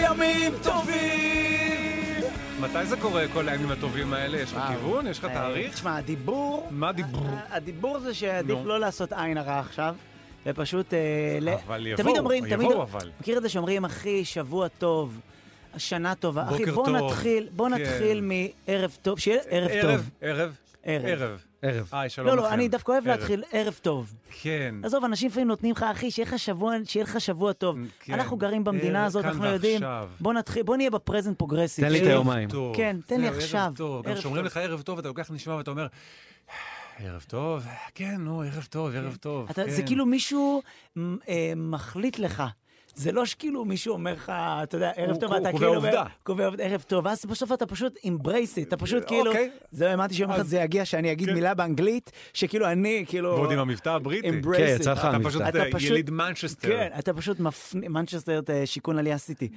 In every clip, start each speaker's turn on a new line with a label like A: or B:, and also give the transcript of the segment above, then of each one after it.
A: ימים טובים!
B: מתי זה קורה, כל הימים הטובים האלה? יש לך
C: וואו.
B: כיוון? יש לך
C: אה,
B: תאריך?
C: תשמע, הדיבור...
B: מה דיבור?
C: ה- הדיבור זה שעדיף
B: נו.
C: לא לעשות עין הרע עכשיו, ופשוט... אה, ל-
B: אבל יבואו,
C: תמיד אומרים,
B: יבואו
C: תמיד-
B: אבל.
C: מכיר את זה שאומרים, אחי, שבוע טוב. שנה טובה. אחי,
B: בוקר
C: בוא
B: טוב.
C: נתחיל, בוא
B: כן.
C: נתחיל מערב טוב, שיהיה ערב טוב.
B: ערב,
C: ערב.
B: ערב.
D: ערב.
B: היי, שלום
C: לא,
B: לכם.
C: לא, אני דווקא אוהב
B: ערב.
C: להתחיל ערב טוב.
B: כן.
C: עזוב, אנשים לפעמים נותנים לך, אחי, שיהיה לך שבוע, שיהיה לך שבוע טוב.
B: כן.
C: אנחנו גרים במדינה
B: ערב
C: הזאת,
B: כאן
C: אנחנו יודעים.
B: ועכשיו.
C: בוא נתחיל, בוא נהיה בפרזנט פרוגרסיב.
D: תן לי את
C: שיהיה-
D: היומיים.
B: טוב.
C: כן, תן לי
B: זהו, ערב
C: עכשיו.
B: טוב. גם
C: ערב
B: כשאומרים
C: טוב.
B: לך ערב טוב, אתה לוקח נשמע ואתה אומר, ערב טוב, כן, נו, ערב טוב, ערב טוב.
C: אתה,
B: כן.
C: זה כאילו מישהו מ- אה, מחליט לך. זה לא שכאילו מישהו אומר לך, אתה יודע, ערב
B: הוא-
C: טוב,
B: הוא
C: ואתה
B: קובע
C: כאילו...
B: עובדה.
C: קובע עובדה. ערב טוב, ואז בסוף אתה פשוט אמברייס אתה פשוט
B: אה,
C: כאילו...
B: אוקיי.
C: זהו, האמנתי שיום אחד כן.
B: אז-
C: זה יגיע, שאני אגיד מילה באנגלית, שכאילו אני, כאילו...
B: ועוד עם המבטא הבריטי.
C: Embrace
D: כן,
C: it.
D: יצא לך
B: אתה פשוט
D: מבטא.
C: אתה
B: אה,
C: פשוט-
B: יליד מנצ'סטר.
C: כן, אתה פשוט מפנים, מנצ'סטר אה, שיכון עלייה סיטי.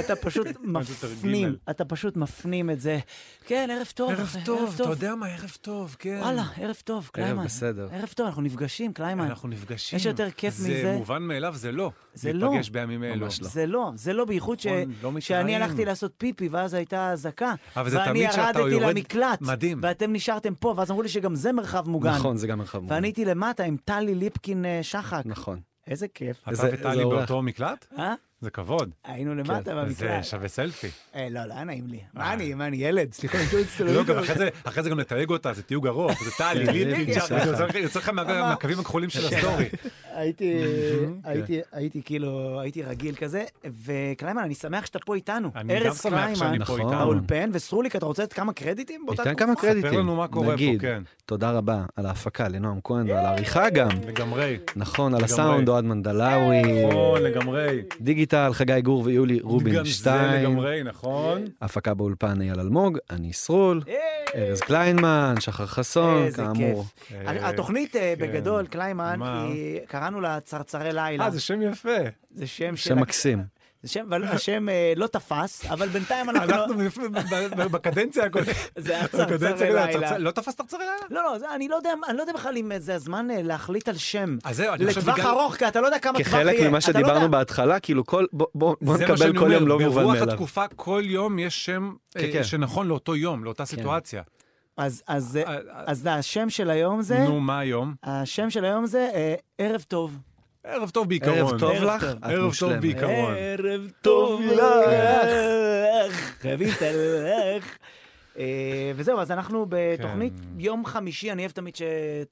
C: אתה פשוט
B: מנצ'סטר
C: מפנים,
B: ג'.
C: אתה פשוט מפנים את זה. כן, ערב טוב.
B: ערב טוב, אתה יודע מה, ערב טוב, כן.
C: וואלה, ערב טוב, קליימן.
D: בסדר.
C: ערב טוב, אנחנו נפגשים, קליימן.
B: אנחנו נפגשים.
C: יש יותר כיף
B: זה
C: מזה?
B: מובן מאליו, זה לא.
C: זה לא.
B: להיפגש בימים אלו.
D: ממש לא.
C: זה לא, זה לא, בייחוד ש...
B: נכון, לא מתראיין.
C: שאני הלכתי לעשות פיפי ואז הייתה אזעקה.
B: אבל זה תמיד שאתה
C: ואני
B: יורד-
C: ירדתי למקלט.
B: מדהים.
C: ואתם נשארתם פה, ואז אמרו לי שגם זה מרחב מוגן.
D: נכון, זה גם מרחב מוגן.
C: ואני הייתי למטה עם טלי ליפקין אה, שחק.
D: נכון. כן,
C: איזה כיף.
B: אתה
D: איזה-
B: וטלי
D: איזה אורח.
B: באותו מקלט?
C: אה?
B: זה כבוד.
C: היינו למטה
B: זה
C: במקלט.
B: שווה סלפי.
C: אה, לא, לא היה נעים לי. מה אני, מה אני, ילד? סליחה, אני כאילו
B: לא,
C: הצטללות.
B: גם אחרי זה- אחרי זה גם לתייג אותה, זה תיוג ארוך, זה טלי,
D: כן,
B: ליפקין,
D: ליפקין,
B: זה יוצא לך- יוצא לך מה- מהקווים הכחולים של
C: כן.
B: הסטורי.
C: הייתי, אה, הייתי,
B: כן.
C: הייתי כאילו, הייתי רגיל כזה, וקליימן, אני שמח שאתה פה איתנו.
B: אני גם
C: ארז
B: שמח שאני
C: קליימן,
B: פה
D: נכון.
B: איתנו.
C: האולפן, וסרוליק, אתה רוצה לתת כמה קרדיטים באותה
D: ניתן כמה קרדיטים.
B: לנו מה קורה פה,
D: נגיד,
B: כן.
D: תודה רבה על ההפקה לנועם כהן ועל העריכה גם.
B: לגמרי.
D: נכון, על
B: לגמרי.
D: הסאונד, אוהד מנדלאווי.
B: נכון, לגמרי.
D: דיגיטל, חגי גור ויולי
B: גם זה
D: רובינשטיין.
B: לגמרי, נכון.
D: הפקה באולפן אייל אלמוג, אני סרול.
C: היי!
D: ארז קליינמן, שחר חסון,
C: איזה
D: כאמור.
C: כיף.
B: אה,
C: התוכנית אה,
B: כן.
C: בגדול, קליימן,
B: מה?
C: היא- קראנו לה צרצרי לילה.
B: אה, זה שם יפה.
C: זה שם של...
D: שם מקסים.
C: זה שם, אבל השם אה, לא תפס, אבל בינתיים אנחנו... לא-
B: אנחנו בפ- ב- ב- בקדנציה הקודמת.
C: זה היה
B: בקדנציה
C: צרצרי
B: הקודמת,
C: לילה.
B: צרצר- לא תפסת צרצרי לילה?
C: לא, לא, זה- אני לא יודע, אני לא יודע בכלל אם זה הזמן אה, להחליט על שם.
B: אז זהו, אני חושב
C: לטווח
B: בגלל-
C: ארוך, כי אתה לא יודע כמה טווח יהיה.
D: כחלק ממה
C: אתה לא יודע.
D: שדיברנו בהתחלה, כאילו כל, בוא- בוא בוא
B: זה מה שאני
D: נקבל כל יום
B: אומר,
D: לא מובן
B: ברוח
D: מאליו.
B: התקופה, כל יום יש שם אה,
D: כן.
B: שנכון לאותו יום, לאותה סיטואציה.
C: אז- אז אה,
B: אה, אה,
C: אז השם של היום זה...
B: נו, מה היום?
C: השם של היום זה אה, ערב טוב.
B: ערב טוב בעיקרון.
D: ערב טוב
C: ערב
D: לך,
C: טוב.
D: את
B: ערב טוב
D: מושלמת.
B: בעיקרון. כמובן.
C: ערב טוב לך, חבית לך. אה, וזהו, אז אנחנו בתוכנית
B: כן.
C: יום חמישי, אני אוהב תמיד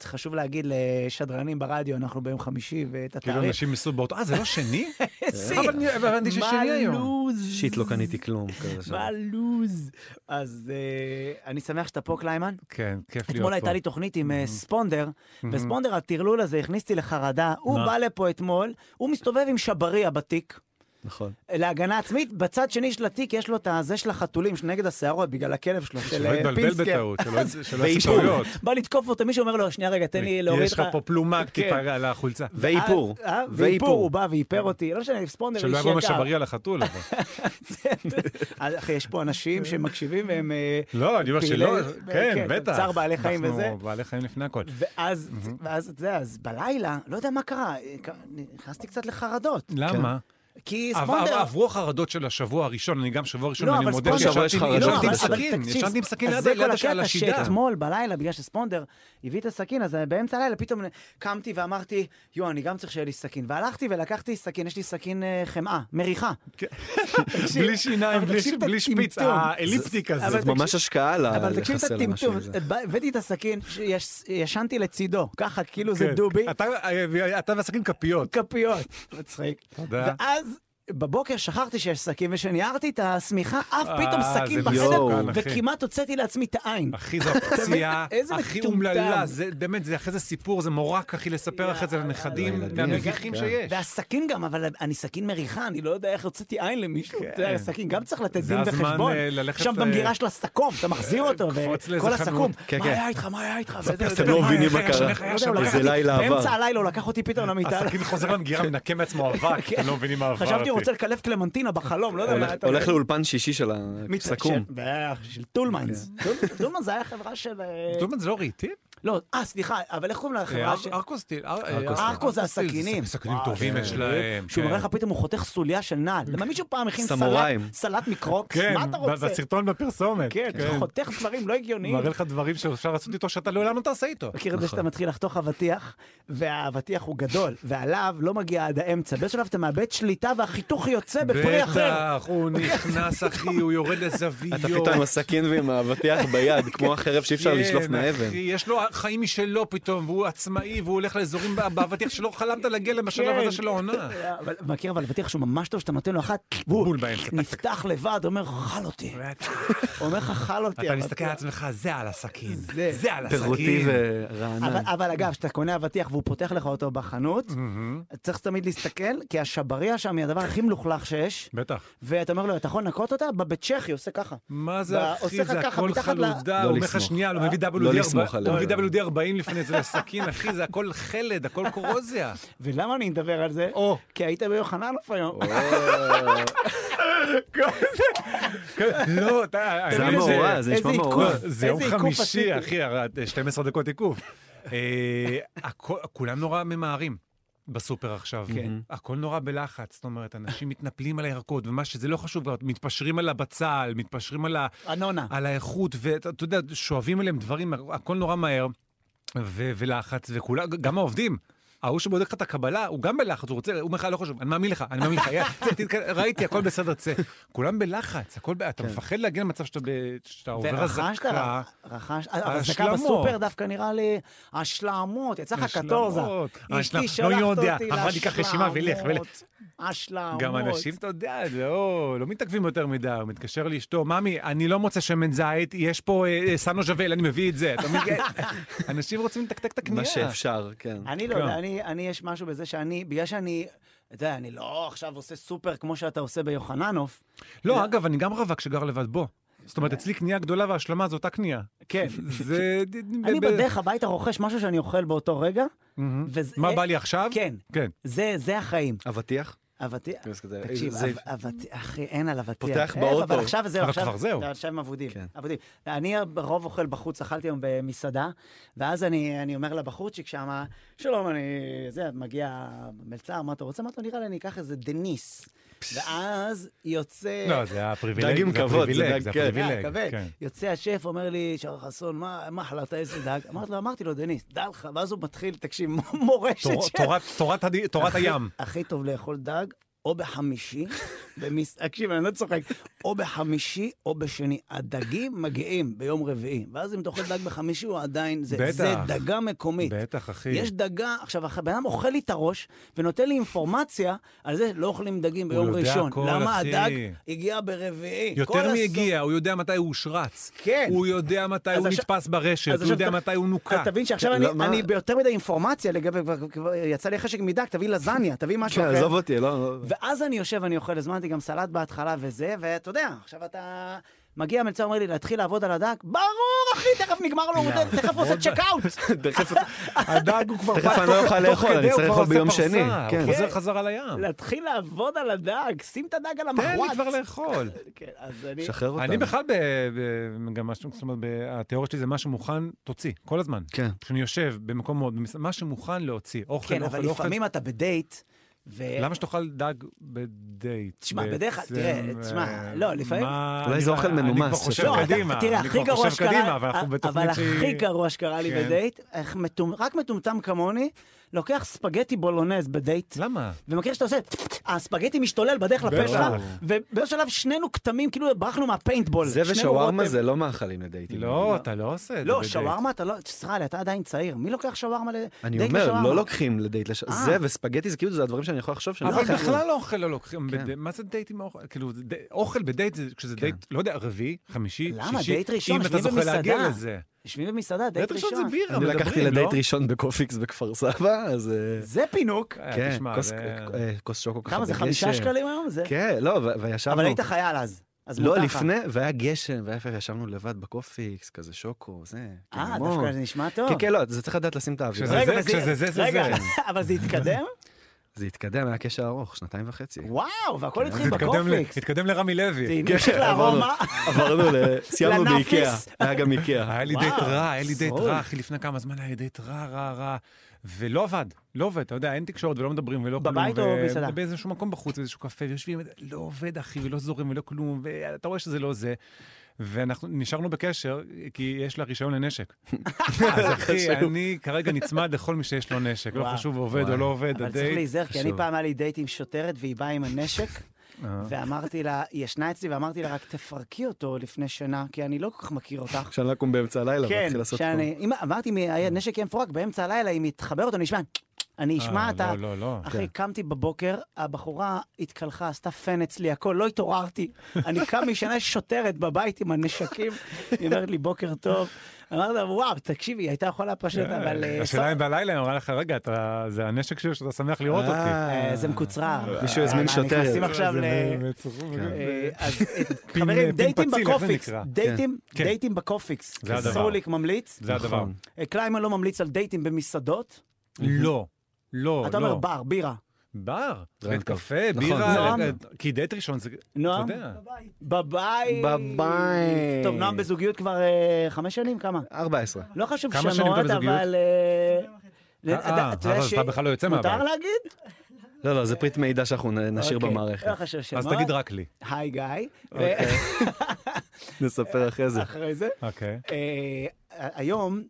C: שחשוב להגיד לשדרנים ברדיו, אנחנו ביום חמישי, ואת
B: כאילו
C: התאריך.
B: אנשים ניסו באותו, אה, זה לא שני?
C: איזה-
B: אבל אני- אבל הבנתי ששני היום.
C: מה לוז?
D: שיט, לא קניתי כלום. כזה שם.
C: מה לוז? אז אה, אני שמח שאתה פה, קליימן.
B: כן, כיף להיות פה. Mm-hmm.
C: אתמול הייתה לי תוכנית עם אה, ספונדר, וספונדר, הטרלול הזה הכניס אותי לחרדה. הוא
B: מה?
C: בא לפה אתמול, הוא מסתובב עם שבריה בתיק.
D: נכון.
C: להגנה עצמית, בצד שני של התיק יש לו את הזה של החתולים שנגד השערות בגלל הכלב שלו, של
B: שלא
C: אה,
B: יתבלבל
C: פינסקר.
B: בטעות, שלא- שלא יעשו
D: ואיפור.
B: טעויות.
C: בא לתקוף אותו, מישהו אומר לו, שנייה רגע, תן לי להוריד לך. כן.
B: יש לך פה פלומה טיפה על החולצה.
D: ואיפור.
C: אה, אה, ואיפור, הוא
D: ואיפור.
C: בא ואיפר אותי, לא משנה, ספונדר
B: שלא
C: איש
B: יבוא
C: יקר.
B: משבריא על החתול. אבל.
C: אז, אחי, יש פה אנשים שמקשיבים והם... אה,
B: לא, אני אומר
C: פעילי-
B: שלא,
C: אה,
B: כן, בטח.
C: צער בעלי חיים וזה.
B: אנחנו בעלי חיים לפני הכל.
C: ואז, ואז, אתה יודע, אז בלילה, לא יודע מה קרה, אה, ק- נכנסתי קצת לחרדות.
B: למה?
D: כן.
C: כי
B: עבר-
C: ספונדר...
B: עברו החרדות של השבוע הראשון, אני גם שבוע ראשון,
C: לא,
B: אני
C: אבל
B: מודה
C: ספונדר-
B: שישנתי
D: לא,
B: ישנתי עם
D: אבל- אבל
B: סכין,
C: תקשיב,
B: ישנתי עם סכין
C: אז
B: ליד
C: זה כל
B: ליד הש- על
C: הקטע
B: השידה.
C: שאתמול בלילה, בגלל שספונדר הביא את הסכין, אז באמצע הלילה פתאום קמתי ואמרתי, יואו, אני גם צריך שיהיה לי סכין. והלכתי ולקחתי סכין, יש לי סכין אה, חמאה, מריחה. תקשיב,
B: בלי שיניים,
C: אבל
B: בלי
C: תקשיב את
B: בלי שפיץ, אה,
C: הטמטום.
B: האליפטיקה
C: אבל
B: זה.
D: זאת ממש השקעה
B: אה,
D: ל-
C: אבל תקשיב את
D: לחסל משהו
C: הטמטום,
D: מזה.
C: הבאתי את הסכין, שיש- ישנתי לצידו, ככה, כאילו
B: כן.
C: זה דובי,
B: אתה והסכין כפיות.
C: כפיות. מצחיק.
B: תודה.
C: ואז... בבוקר שכחתי שיש סכין, וכשניערתי את השמיכה, אף
B: אה,
C: פתאום
B: זה
C: סכין בחדר,
D: מסוכן,
B: אחי.
C: וכמעט הוצאתי לעצמי את העין.
B: אחי, זו הפציעה
C: איזה
B: הכי
C: מטומטם.
B: אומללה, זה באמת, זה אחרי זה סיפור, זה מורק, אחי, לספר אחרי זה לנכדים,
D: יאללה,
C: כן.
B: מהמביכים
D: יאללה.
B: שיש.
C: והסכין גם, אבל אני סכין מריחה, אני לא יודע איך הוצאתי עין למישהו. אתה יודע, סכין גם צריך לתת
B: כן. זה
C: דין
B: הזמן,
C: וחשבון.
B: אה, ללכת,
C: שם
B: אה,
C: במגירה של הסכו"ם, אתה מחזיר אותו,
B: לקפוץ לאיזה
C: וכל
B: חנות.
C: הסכו"ם.
D: כן,
C: מה
D: כן.
C: היה איתך, מה היה איתך? וזה-
D: אתם
C: וזה-
D: לא מבינים
B: איך
D: מה
B: היה,
D: קרה.
B: איך היה
C: לא יודע,
B: שם,
C: הוא
D: איזה
C: לקח אותי-
D: לילה עבר.
C: באמצע הלילה הוא לקח אותי פתאום למיטה.
B: הסכין חוזר למגירה, מנקה מעצמו אבק, אתם לא מבינים מה עבר
C: כן. חשבתי הוא
B: אותי.
C: רוצה לקלף קלמנטינה בחלום, לא יודע מה.
D: הולך-
C: אתה-
D: הולך לאולפן שישי של
C: מת-
D: הסכו"ם.
B: כן.
C: של- של טולמיינס. טול- טולמיינס זה היה חברה של... אה,
B: זאת אומרת, זה לא רהיטים?
C: לא, אה, סליחה, אבל איך קוראים לחברה ש...
B: אה, ארקו סטיל. אה, אה,
D: ארקו סטיל.
C: ארקו זה
B: סטיל,
C: הסכינים.
B: סכינים
C: וואו,
B: טובים
C: כן.
B: יש להם.
C: שהוא
B: כן.
C: מראה לך פתאום הוא חותך סוליה של נעל. למה מישהו פעם הכין סלט,
D: סמוראים.
C: סלט מקרוקס?
B: כן,
C: מה אתה
B: ב-
C: רוצה?
B: בסרטון בפרסומת.
C: כן, אתה חותך דברים לא הגיוניים.
B: מראה לך דברים שאפשר לעשות איתו שאתה לעולם לא תעשה איתו.
C: מכיר את זה שאתה מתחיל לחתוך אבטיח, והאבטיח הוא גדול, ועליו לא מגיע עד האמצע. באיזשהו שלב אתה מאבד שליטה והחיתוך יוצא בפרי אחר.
B: בטח, הוא נכנס אחי, הוא יורד לזוויות.
D: אתה פתאום עם הסכין ועם האבטיח ביד, כמו החרב שאי אפשר
B: כן,
D: לשלוף מהאבן.
B: אחי, יש לו חיים משלו פתאום, והוא עצמאי, והוא הולך לאזורים ב- באבטיח שלא חלמת להגיע להם בשלב
C: כן.
B: הזה של העונה.
C: אבל- מכיר אבל אבטיח שהוא ממש טוב, שאתה נותן לו אחת, והוא
B: בול באמצע.
C: נפתח לבד, אומר, חל אותי. הוא אומר לך, חל אותי.
B: אתה
C: אבטיח."
B: מסתכל על עצמך, זה על הסכין.
C: כן. זה.
B: זה על
D: פירותי
B: הסכין.
D: ורענן.
C: אבל, אבל אגב, כשאתה קונה אבטיח והוא פותח לך אותו בחנות, צריך תמיד להסתכל, כי השבריה שם היא הדבר הכי מלוכלך שיש,
B: בטח.
C: ואתה אומר לו, אתה יכול לנקות אותה? בבית צ'כי, עושה ככה.
B: מה
C: ב-
B: זה
C: עושה
B: אחי,
C: לך
B: זה
C: ככה
B: הכל
C: מתחת ל-
B: חלודה,
D: לא
B: הוא אומר לך
D: לסמוך.
B: שנייה, הוא מביא WD
D: לא לסמוך
B: 40, הוא
D: עליה.
B: מביא WD 40 לפני זה לסכין, אחי, זה הכל חלד, הכל קורוזיה.
C: ולמה אני מדבר על זה?
B: או.
C: כי היית ביוחננוף היום.
B: לא, אתה...
D: זה היה
B: האמת,
D: מאורע, זה
C: איזה
D: נשמע
C: עדכון.
D: מאורע.
B: לא, זה יום
C: איזה עיקוף
B: חמישי,
C: עשיתי.
B: אחי, הרי 12 דקות עיקוף. אה, הכל- כולם נורא ממהרים. בסופר עכשיו,
C: כן.
B: הכל נורא בלחץ, זאת אומרת, אנשים מתנפלים על הירקות, ומה שזה לא חשוב, כבר מתפשרים על הבצל, מתפשרים על, ה,
C: אנונה.
B: על האיכות, ואתה אתה יודע, שואבים אליהם דברים, הכל נורא מהר, ו, ולחץ, וכולם, גם העובדים. ההוא שבודק לך את הקבלה, הוא גם בלחץ, הוא רוצה, הוא אומר לך, לא חשוב, אני מאמין לך, אני מאמין לך, יא, צא, תתקדם, ראיתי, הכל בסדר, צא. כולם בלחץ, הכל, ב-
C: כן.
B: אתה מפחד להגיע למצב שאתה ב- שאתה עובר
C: ורכשת,
B: אזעקה. אה,
C: רכש, הזקה
B: השלמות.
C: אה, בסופר דווקא נראה לי השלמות, יצא לך
B: השלמות.
C: קטורזה.
B: השלמ-
C: אשתי
B: לא
C: שלחת
B: יודע,
C: אותי
B: אמרה לי, "קח רשימה ולך, ולך."
C: להשלמות. השלמות.
B: גם אנשים, אתה יודע, לא, לא מתעכבים יותר מדי, הוא מתקשר לאשתו, ממי, אני לא מוצא שמן זית, יש פה אה, אה, סנו ז'בל, אני מביא את זה. אתה מבין? אנשים רוצים לתקתק את הקנייה.
D: מה שאפשר, כן.
C: אני לא
B: כן.
C: יודע, אני, אני, יש משהו בזה שאני, בגלל שאני, אתה יודע, אני לא עכשיו עושה סופר כמו שאתה עושה ביוחננוף.
B: לא, אגב, אני גם רווק שגר לבד, בוא. זאת אומרת, אצלי קנייה גדולה והשלמה זו אותה קנייה.
C: כן.
B: זה...
C: אני
B: ב- ב-
C: בדרך הביתה רוכש משהו שאני אוכל באותו רגע.
B: מהמם.
C: וזה-
B: מה בא לי עכשיו?
C: כן.
B: כן.
C: זה, זה החיים.
D: אבטיח?
C: אבטיח,
D: אז כזה,
C: תקשיב,
D: זה-
C: אב- אבטיח, אחי, אין על אבטיח.
D: פותח
C: אה,
D: באוטו.
C: אבל עכשיו זהו,
B: אבל
C: עכשיו...
B: כבר זהו.
C: עכשיו הם אבודים,
D: כן.
C: אבודים. אני ברוב אוכל בחוץ, אכלתי היום במסעדה, ואז אני אני אומר לבחורצ'יק שמה, שלום, אני... זה, מגיע מלצר, מה אתה רוצה? אמרתי לו, נראה לי אני אקח איזה דניס. ואז יוצא...
B: לא, זה הפריבילג.
D: דג עם
B: זה
D: כבוד, זה
B: הפריבילג,
D: דג-
B: זה
D: כן.
B: הפריבילג.
C: אה, כבד.
B: כן.
C: יוצא השף, אומר לי, שחר חסון, מה מה החלטת איזה דג? אמרתי לו, אמרתי לו, דניס, דע לך, ואז הוא מתחיל, תקשיב, מורשת
B: תור-
C: של...
B: תורת- תורת הד- תורת
C: הכי-
B: הים.
C: הכי טוב לאכול דג, או בחמישי, במס... תקשיב, אני לא צוחק, או בחמישי או בשני. הדגים מגיעים ביום רביעי, ואז אם אתה אוכל דג בחמישי, הוא עדיין... זה,
B: בטח.
C: זה דגה מקומית.
B: בטח, אחי.
C: יש דגה, עכשיו, הח- בן אדם אוכל לי את הראש ונותן לי אינפורמציה על זה שלא אוכלים דגים ביום
B: יודע
C: ראשון.
B: הכל,
C: למה
B: אחי.
C: הדג הגיע ברביעי? כל
B: יותר
C: הסוף-
B: מהגיע, הוא יודע מתי הוא הושרץ.
C: כן.
B: הוא יודע מתי
C: אז
B: הוא
C: עכשיו-
B: נתפס ברשת,
C: אז
B: הוא יודע
C: עכשיו-
B: מתי הוא נוקע.
C: אז תבין שעכשיו
D: כן,
C: אני,
D: לא, מה-
C: אני ביותר מדי אינפורמציה לגבי, כבר- כבר יצא לי חשק מדג, תביא לזניה, תביא משהו
D: כן,
B: אוקיי.
C: אחר.
D: עזוב אותי, לא... לא-
C: ואז אני יושב, אני אוכל, הזמנתי גם סלט בהתחלה וזה, ואתה יודע, עכשיו אתה... מגיע המלצר, אומר לי, להתחיל לעבוד על הדק? ברור, אחי, תכף נגמר לו, הוא ת- תכף הוא עושה צ'קאוט.
D: תכף-
B: הדג הוא כבר...
D: לא. תכף
B: בא
D: אני
B: תוך-
D: לא אוכל
B: תוך
D: לאכול,
B: כדי,
D: אני
B: הוא כבר
D: צריך לאכול
B: עושה
D: ביום
B: פרסה,
D: שני. כן.
B: הוא חוזר
C: כן.
B: חזרה לים.
C: להתחיל לעבוד על הדק, שים את
D: כן,
C: הדג על
B: תן לי
C: המחרט.
B: כבר לאכול.
C: כן, אז אני...
D: לא שחרר אותנו.
B: אני בכלל, ב- ב- גם משהו, זאת אומרת, ב- התיאוריה שלי זה מה שמוכן, תוציא, כל הזמן.
D: כן.
B: כשאני יושב במקומות, במס- מה שמוכן להוציא, אוכל,
D: לא
C: כן,
B: אוכל,
C: אבל
B: אוכל.
C: לפעמים אתה בדייט, ו...
B: למה שתאכל דג בדייט?
C: תשמע,
B: בעצם,
C: בדרך כלל- תראה,
B: אה,
C: תשמע, לא, לפעמים-
B: מה-
D: אולי
B: אני-
D: זה אוכל
B: אני כבר
D: מנומס,
B: חושב
D: לא,
C: אתה-
B: קדימה,
C: תראה,
B: אני
C: הכי
B: כבר
C: גרוע
B: חושב
C: שקרה-
B: קדימה, אבל אנחנו
C: אבל
B: בתוכנית שהיא...
C: הכי גרוע שקרה לי
B: כן.
C: בדייט, איך מטומ- רק מטומטם כמוני, לוקח ספגטי בולונז בדייט.
B: למה?
C: ומכיר שאתה עושה, הספגטי משתולל בדרך לפה
B: לא. בטח.
C: שלך, ובאיזשהו שלב שנינו קטמים, כאילו ברחנו מהפיינטבול.
D: זה
C: שנינו
D: ושווארמה
C: רותם.
D: זה לא מאכלים לדייטים.
B: לא, אתה לא עושה את זה
C: לא,
B: בדייט.
C: שווארמה אתה לא, תסרע לי, אתה עדיין צעיר, מי לוקח שווארמה לדייט
D: אני אומר,
C: לשווארמה?
D: לא לוקחים לדייט לש...
C: אה.
D: זה וספגטי זה כאילו זה הדברים שאני יכול לחשוב שאני
B: אבל
D: לא אוכל.
B: בכלל לא אוכל לא לוקחים,
D: כן.
B: בד- מה זה דייט עם האוכל? כאילו, זה די- אוכל בדייט זה כשזה דייט, לא יודע, רביעי, חמישי,
C: כן. למה?
B: שישי,
C: דייט ראשון,
B: אם אתה
C: יושבים
B: זוכה להגיע
C: במסעדה.
B: לזה.
C: יושבים במסעדה, דייט
B: דייט ראשון זה
C: ראשון.
B: בירה,
D: אני לקחתי
B: מדברים, לא?
D: לדייט ראשון בקופיקס בכפר סבא, אז... אה,
C: זה פינוק.
B: אה,
D: כן,
B: תשמע,
D: כוס-
B: זה-
D: אה, כוס שוקו ככה.
C: כמה זה,
D: בגשם.
C: חמישה שקלים היום? זה-
D: כן, לא, ו- וישבנו.
C: אבל היית חייל אז. אז
D: לא,
C: מותר לך.
D: לפני, והיה גשם, והיה יפה, וישבנו לבד בקופיקס, כזה שוקו, זה, כאילו,
C: אה,
D: קינמון.
C: דווקא זה נשמע טוב.
D: לא, כן, כן, לא, זה צריך לדעת לשים את האווירה.
B: כשזה-
C: וזה-
B: כשזה זה, כן. זה
C: רגע,
B: זה.
C: אבל זה התקדם?
D: זה התקדם, היה קשר ארוך, שנתיים וחצי.
C: וואו, והכל
D: כן,
C: התחיל
B: זה התקדם ל- כן,
C: בקורפליקס.
B: התקדם לרמי
C: זה
B: לוי.
C: המשיך לארומה.
D: עברנו, ל- סיימנו
C: לנאפיס.
D: באיקאה, היה גם איקאה.
B: היה לי
C: וואו,
B: דייט רע, היה לי דייט
C: סרול.
B: רע, אחי, לפני כמה זמן היה לי דייט רע, רע, רע, ולא עבד, לא עובד, אתה יודע, אין תקשורת ולא מדברים ולא כלום.
C: בבית
B: ו-
C: או במסעדה?
B: באיזשהו מקום בחוץ, באיזשהו קפה, ויושבים, לא עובד, אחי, ולא זורם ולא כלום, ואתה רואה שזה לא זה. ואנחנו נשארנו בקשר, כי יש לה רישיון לנשק. אז אחי, אני כרגע נצמד לכל מי שיש לו נשק, לא
C: וואו.
B: חשוב עובד או
D: וואי.
B: לא עובד,
C: אבל צריך
B: הדייט.
C: להיזהר, כי אני
D: חשוב.
C: פעם היה לי דייט עם שוטרת והיא באה עם הנשק,
B: אה.
C: ואמרתי לה, היא ישנה אצלי ואמרתי לה, רק תפרקי אותו לפני שינה, כי אני לא כל כך מכיר אותך.
D: שאני לא אקום באמצע הלילה
C: כן,
D: ואתחיל לעשות כלום.
C: שאני, אם- אמרתי, מי-
B: אה.
C: הנשק יהיה מפורק, באמצע הלילה, אם יתחבר אותו, נשמע, אני אשמע
B: אה,
C: את ה...
B: לא, לא, לא.
C: אחי, קמתי בבוקר, הבחורה התקלחה, עשתה פן אצלי, הכל, לא התעוררתי. אני קם משנה שוטרת בבית עם הנשקים, היא אומרת לי, בוקר טוב. אמרתי לה, וואו, תקשיבי, היא הייתה יכולה פשוט, אבל... אה,
B: כן, השאלה אם בלילה, היא אמרה לך, רגע, אתה- זה הנשק שלי שאתה שמח לראות אותי.
C: אה, זה מקוצרר.
D: מישהו הזמין
C: אנחנו
D: שוטרת.
C: נכנסים עכשיו ל... אה, אז אה, חברים,
B: פין
C: דייטים
B: פציל, איך זה
C: בקופיקס,
B: נקרא?
C: דייטים,
B: כן.
C: דייטים בקופיקס.
B: זה הדבר.
C: סרוליק ממליץ.
B: זה הדבר.
D: נכון.
C: אה, קליימן לא ממליץ על דייטים במסעדות.
B: לא, לא,
C: אתה אומר לא.
B: לא.
C: בר, בירה.
B: בר,
D: רעיון
B: בית
D: טוב.
B: קפה,
D: נכון,
B: בירה,
C: נועם.
B: אה, כי דייט ראשון זה, אתה
C: נועם?
B: יודע.
C: בבית.
D: בבית.
C: טוב, נועם בזוגיות כבר אה, חמש שנים? כמה?
D: 14.
C: לא חשוב
B: כמה שנים
C: שמות,
B: אתה בזוגיות?
C: אבל... אה,
B: אה,
C: אתה- אתה
B: אה,
C: יודע
B: אבל
C: ש-
B: אתה בכלל לא יוצא
C: מותר
B: מהבית.
C: להגיד?
D: לא, לא, זה פריט מידע שאנחנו נ- נשאיר
C: אוקיי,
D: במערכת.
C: לא חשוב שמות.
B: אז תגיד אוקיי. רק לי.
C: היי גיא.
D: נספר אחרי זה.
C: ואחרי זה.
B: אוקיי.
C: אה, היום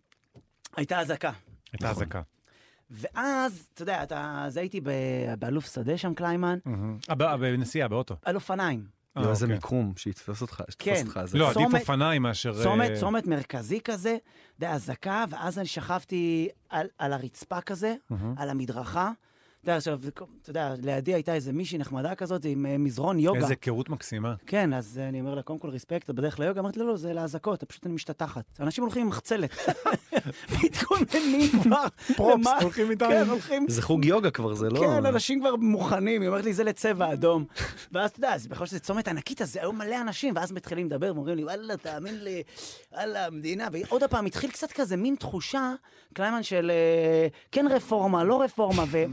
C: הייתה אזעקה.
D: נכון.
B: הייתה אזעקה.
C: ואז, אתה יודע, אתה, אז הייתי ב- באלוף שדה שם, קליימן,
B: מהמם. אה, ב- בנסיעה, באוטו.
C: על אופניים.
B: אה,
D: לא, זה
B: אוקיי.
D: מיקרום, שיתפוס אותך,
C: כן.
D: שתפוס אותך. אז-
B: לא, עדיף
C: צומת-
B: אופניים מאשר... אה,
C: צומת, צומת מרכזי כזה, אתה יודע, אזעקה, ואז אני שכבתי על, על הרצפה כזה,
B: מהמם.
C: על המדרכה. אתה יודע, עכשיו, זה כל- אתה יודע, לידי הייתה איזה מישהי נחמדה כזאת עם אה, מזרון יוגה.
B: איזה היכרות מקסימה.
C: כן, אז אה, אני אומר לה, קודם כל רספקט, את בדרך ליוגה? אמרתי, לא, לא, זה לאזעקות, פשוט אני משתטחת. אנשים הולכים עם מחצלת. מתכוננים כבר. למה-
B: הולכים איתם.
C: כן, הולכים
D: זה חוג יוגה כבר, זה לא...
C: כן, אנשים כבר מוכנים, היא אומרת לי, זה לצבע אדום. ואז אתה יודע, אז בכל זאת זה צומת ענקית, אז היו מלא אנשים, ואז מתחילים לדבר, ואומרים לי, וואלה, תאמין לי, וואלה, המדינה. ועוד פעם, התחיל קצת כזה מין תחושה, קליימן, של אה, כן רפורמה, לא רפורמה, ו...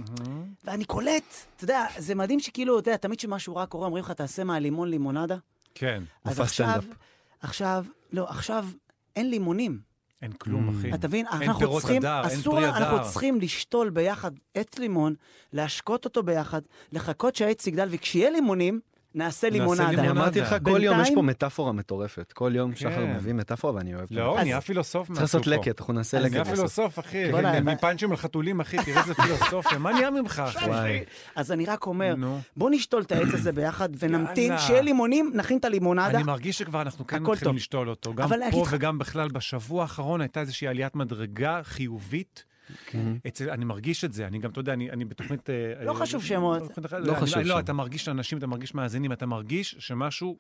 C: ואני קולט, אתה יודע, זה מדהים שכאילו, אתה יודע, תמיד כשמשהו רע קורה, אומרים לך, תעשה מהלימון לימונדה.
B: כן,
C: אז
D: מופע
C: עכשיו,
D: סטנדאפ.
C: עכשיו, לא, עכשיו אין לימונים.
B: אין כלום, אחי.
C: אתה מבין? אנחנו
B: כן. פירות
C: צריכים,
B: הדר, אין
C: אסור,
B: פרי
C: לה- אנחנו
B: הדר.
C: צריכים לשתול ביחד עץ לימון, להשקות אותו ביחד, לחכות שהעץ יגדל, וכשיהיה לימונים, נעשה לימונדה.
D: אני
B: לימונדה.
D: אמרתי לך, כל
C: לא, בינתיים-
D: יום יש פה מטאפורה מטורפת. כל יום שחר
B: כן.
D: מביא מטאפורה ואני אוהב את
B: לא,
D: המטאפורה.
B: נהיה פילוסוף
D: צריך
B: מהסוף
D: לעשות
B: פה.
D: לקט, אנחנו נעשה
C: אז
D: לקט.
B: נהיה
D: בסוף.
B: פילוסוף, אחי.
C: בוא'נה,
B: כן,
C: אבל-
B: מפאנצ'ים על חתולים, אחי, תראה איזה פילוסופיה. מה נהיה ממך, אחי?
D: וואי.
C: אז אני רק אומר,
B: נו.
C: בוא נשתול את העץ הזה ביחד, ונמתין,
B: יאללה.
C: שיהיה לימונים, נכין את הלימונדה.
B: אני מרגיש שכבר אנחנו כן
C: הכל
B: מתחילים
C: טוב.
B: לשתול אותו. גם
C: אבל להגיד
B: פה
C: לך-
B: וגם בכלל, בשבוע האחרון הייתה איזושהי עליית מדרגה חיובית.
D: כן.
B: אצל, אני מרגיש את זה, אני גם, אתה יודע, אני, אני בתוכנית... אה,
C: לא
B: אה,
C: חשוב שמות.
B: בתוכנית-
D: לא
B: אני-
D: חשוב
B: אני- לא,
D: שמות.
B: אתה מרגיש אנשים, אתה מרגיש מאזינים, אתה מרגיש שמשהו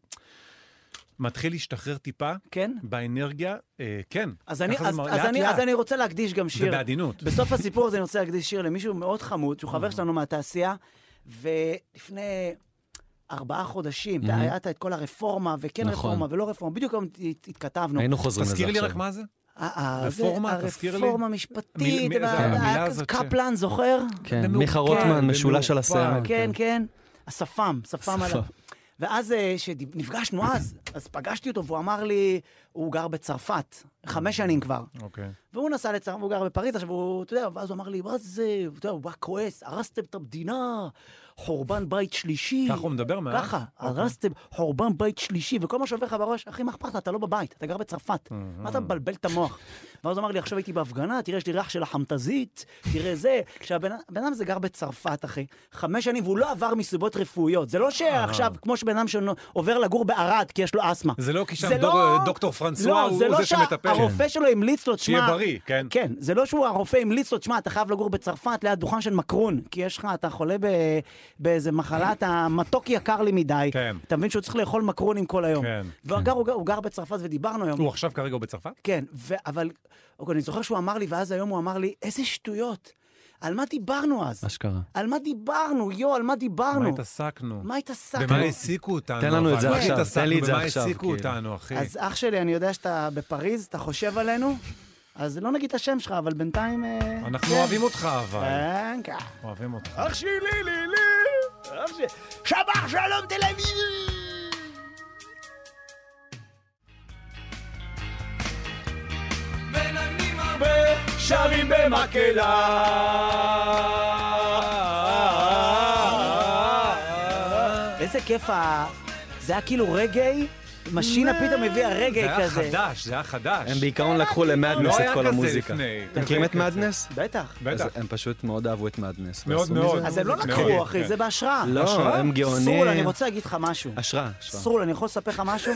B: מתחיל להשתחרר טיפה
C: כן?
B: באנרגיה, אה, כן.
C: אז אני-
B: ככה זה
C: אז-
B: מר-
C: אז
B: לאט,
C: אני-
B: לאט.
C: אז אני רוצה להקדיש גם שיר.
B: ובעדינות.
C: בסוף הסיפור הזה אני רוצה להקדיש שיר למישהו מאוד חמוד, שהוא
B: אה.
C: חבר שלנו מהתעשייה, ולפני ארבעה חודשים, אתה היה את כל הרפורמה, וכן
D: נכון.
C: רפורמה ולא רפורמה, בדיוק היום הת- התכתבנו.
D: היינו חוזרים לזה
B: תזכיר לי רק
D: עכשיו.
B: מה זה?
C: אה, אה, זה
B: רפורמה, תזכיר לי.
C: הרפורמה
B: מיל-
C: המשפטית,
B: מי- זה
C: וה-
B: המילה
C: ה-
B: הזאת ש-
C: קפלן, זוכר?
D: כן,
B: במעופל,
D: מיכה רוטמן, משולש על
B: במעופל.
D: השיער.
C: כן, כן. השפם, שפם
D: שפם.
C: עליו. ואז אה, שנפגשנו אז, אז פגשתי אותו והוא אמר לי, הוא גר בצרפת, חמש שנים כבר.
B: אוקיי.
C: והוא נסע לצרפת, והוא גר בפריז, עכשיו הוא, אתה יודע, ואז הוא אמר לי, מה זה, אתה יודע, הוא בא כועס, הרסתם את המדינה, חורבן בית שלישי.
B: ככה הוא מדבר מאז?
C: ככה,
B: אוקיי.
C: הרסתם חורבן בית שלישי, וכל מה שעובר לך בראש, אחי, מה אכפת לך, אתה לא בבית, אתה גר בצרפת, מה אתה מבלבל את המוח? ואז הוא אמר לי, עכשיו הייתי בהפגנה, תראה, יש לי ריח של החמטזית, תראה זה. עכשיו, הבן הבן אדם הזה גר בצרפת, אחי, חמש שנים, והוא לא עבר מסיבות רפואיות. זה לא שעכשיו, כמו שבן אדם שעובר לגור בערד, כי יש לו אסתמה.
B: זה לא כי שם
C: זה
B: דוק-
C: לא-
B: דוקטור פרנסואה
C: לא,
B: הוא
C: לא
B: זה שמטפל. כן.
C: שהרופא שלו המליץ לו, תשמע...
B: שיהיה בריא, כן.
C: כן, זה לא שהוא הרופא המליץ לו, תשמע, אתה חייב לגור בצרפת ליד דוכן של מקרון, כי יש לך, אתה חולה ב- באיזה מחלה, אתה מתוק יקר לי מדי.
B: כן.
C: אתה מבין שהוא צריך לאכול מקרונים כל היום.
B: כן.
C: והוא גר, הוא גר- הוא גר בצרפת ודיברנו היום.
B: הוא עכשיו כרגע הוא בצרפת?
C: כן, ו- אבל אוקיי, אני זוכר שהוא אמר לי, ואז היום הוא אמר לי, איזה שטויות. על מה דיברנו אז?
D: אשכרה.
C: על מה דיברנו, יו, על מה
B: מה
C: דיברנו?
B: התעסקנו?
C: מה כן. התעסקנו?
B: במה העסיקו אותנו?
D: תן לנו את
B: אבל?
D: זה
B: מה
D: עכשיו,
B: התעסקנו?
D: תן לי את זה
B: במה
D: עכשיו,
B: העסיקו
D: כאילו.
B: אותנו, אחי?
C: אז אח שלי, אני יודע שאתה בפריז, אתה חושב עלינו, אז לא נגיד את השם שלך, אבל בינתיים... אה,
B: אנחנו
C: כן.
B: אוהבים אותך, אבל.
C: כן, כן.
B: אוהבים אותך.
C: אח שלי, לי, לי! אח שלי. שבח שלום תל אביב!
A: מנגנים הרבה, שרים במקהלה.
C: איזה כיף ה... זה היה כאילו רגעי, משינה פתאום הביאה
B: זה
C: רגעי
B: היה
C: כזה.
B: חדש, זה היה חדש.
D: הם בעיקרון לקחו למדנס
B: לא היה
D: את כל
B: כזה
D: המוזיקה.
B: לפני.
D: אתם מכירים את
B: כזה.
D: מדנס?
C: בטח.
B: בטח.
D: אז הם פשוט מאוד אהבו את מדנס.
B: מאוד
D: ועשו
B: מאוד.
D: מזה-
C: אז הם לא
B: מאוד,
C: לקחו, אחי,
B: כן.
C: זה בהשראה.
D: לא, הם גאונים.
C: סרול, אני רוצה להגיד לך משהו.
D: השראה, השראה.
C: סרול, אני יכול לספר לך משהו?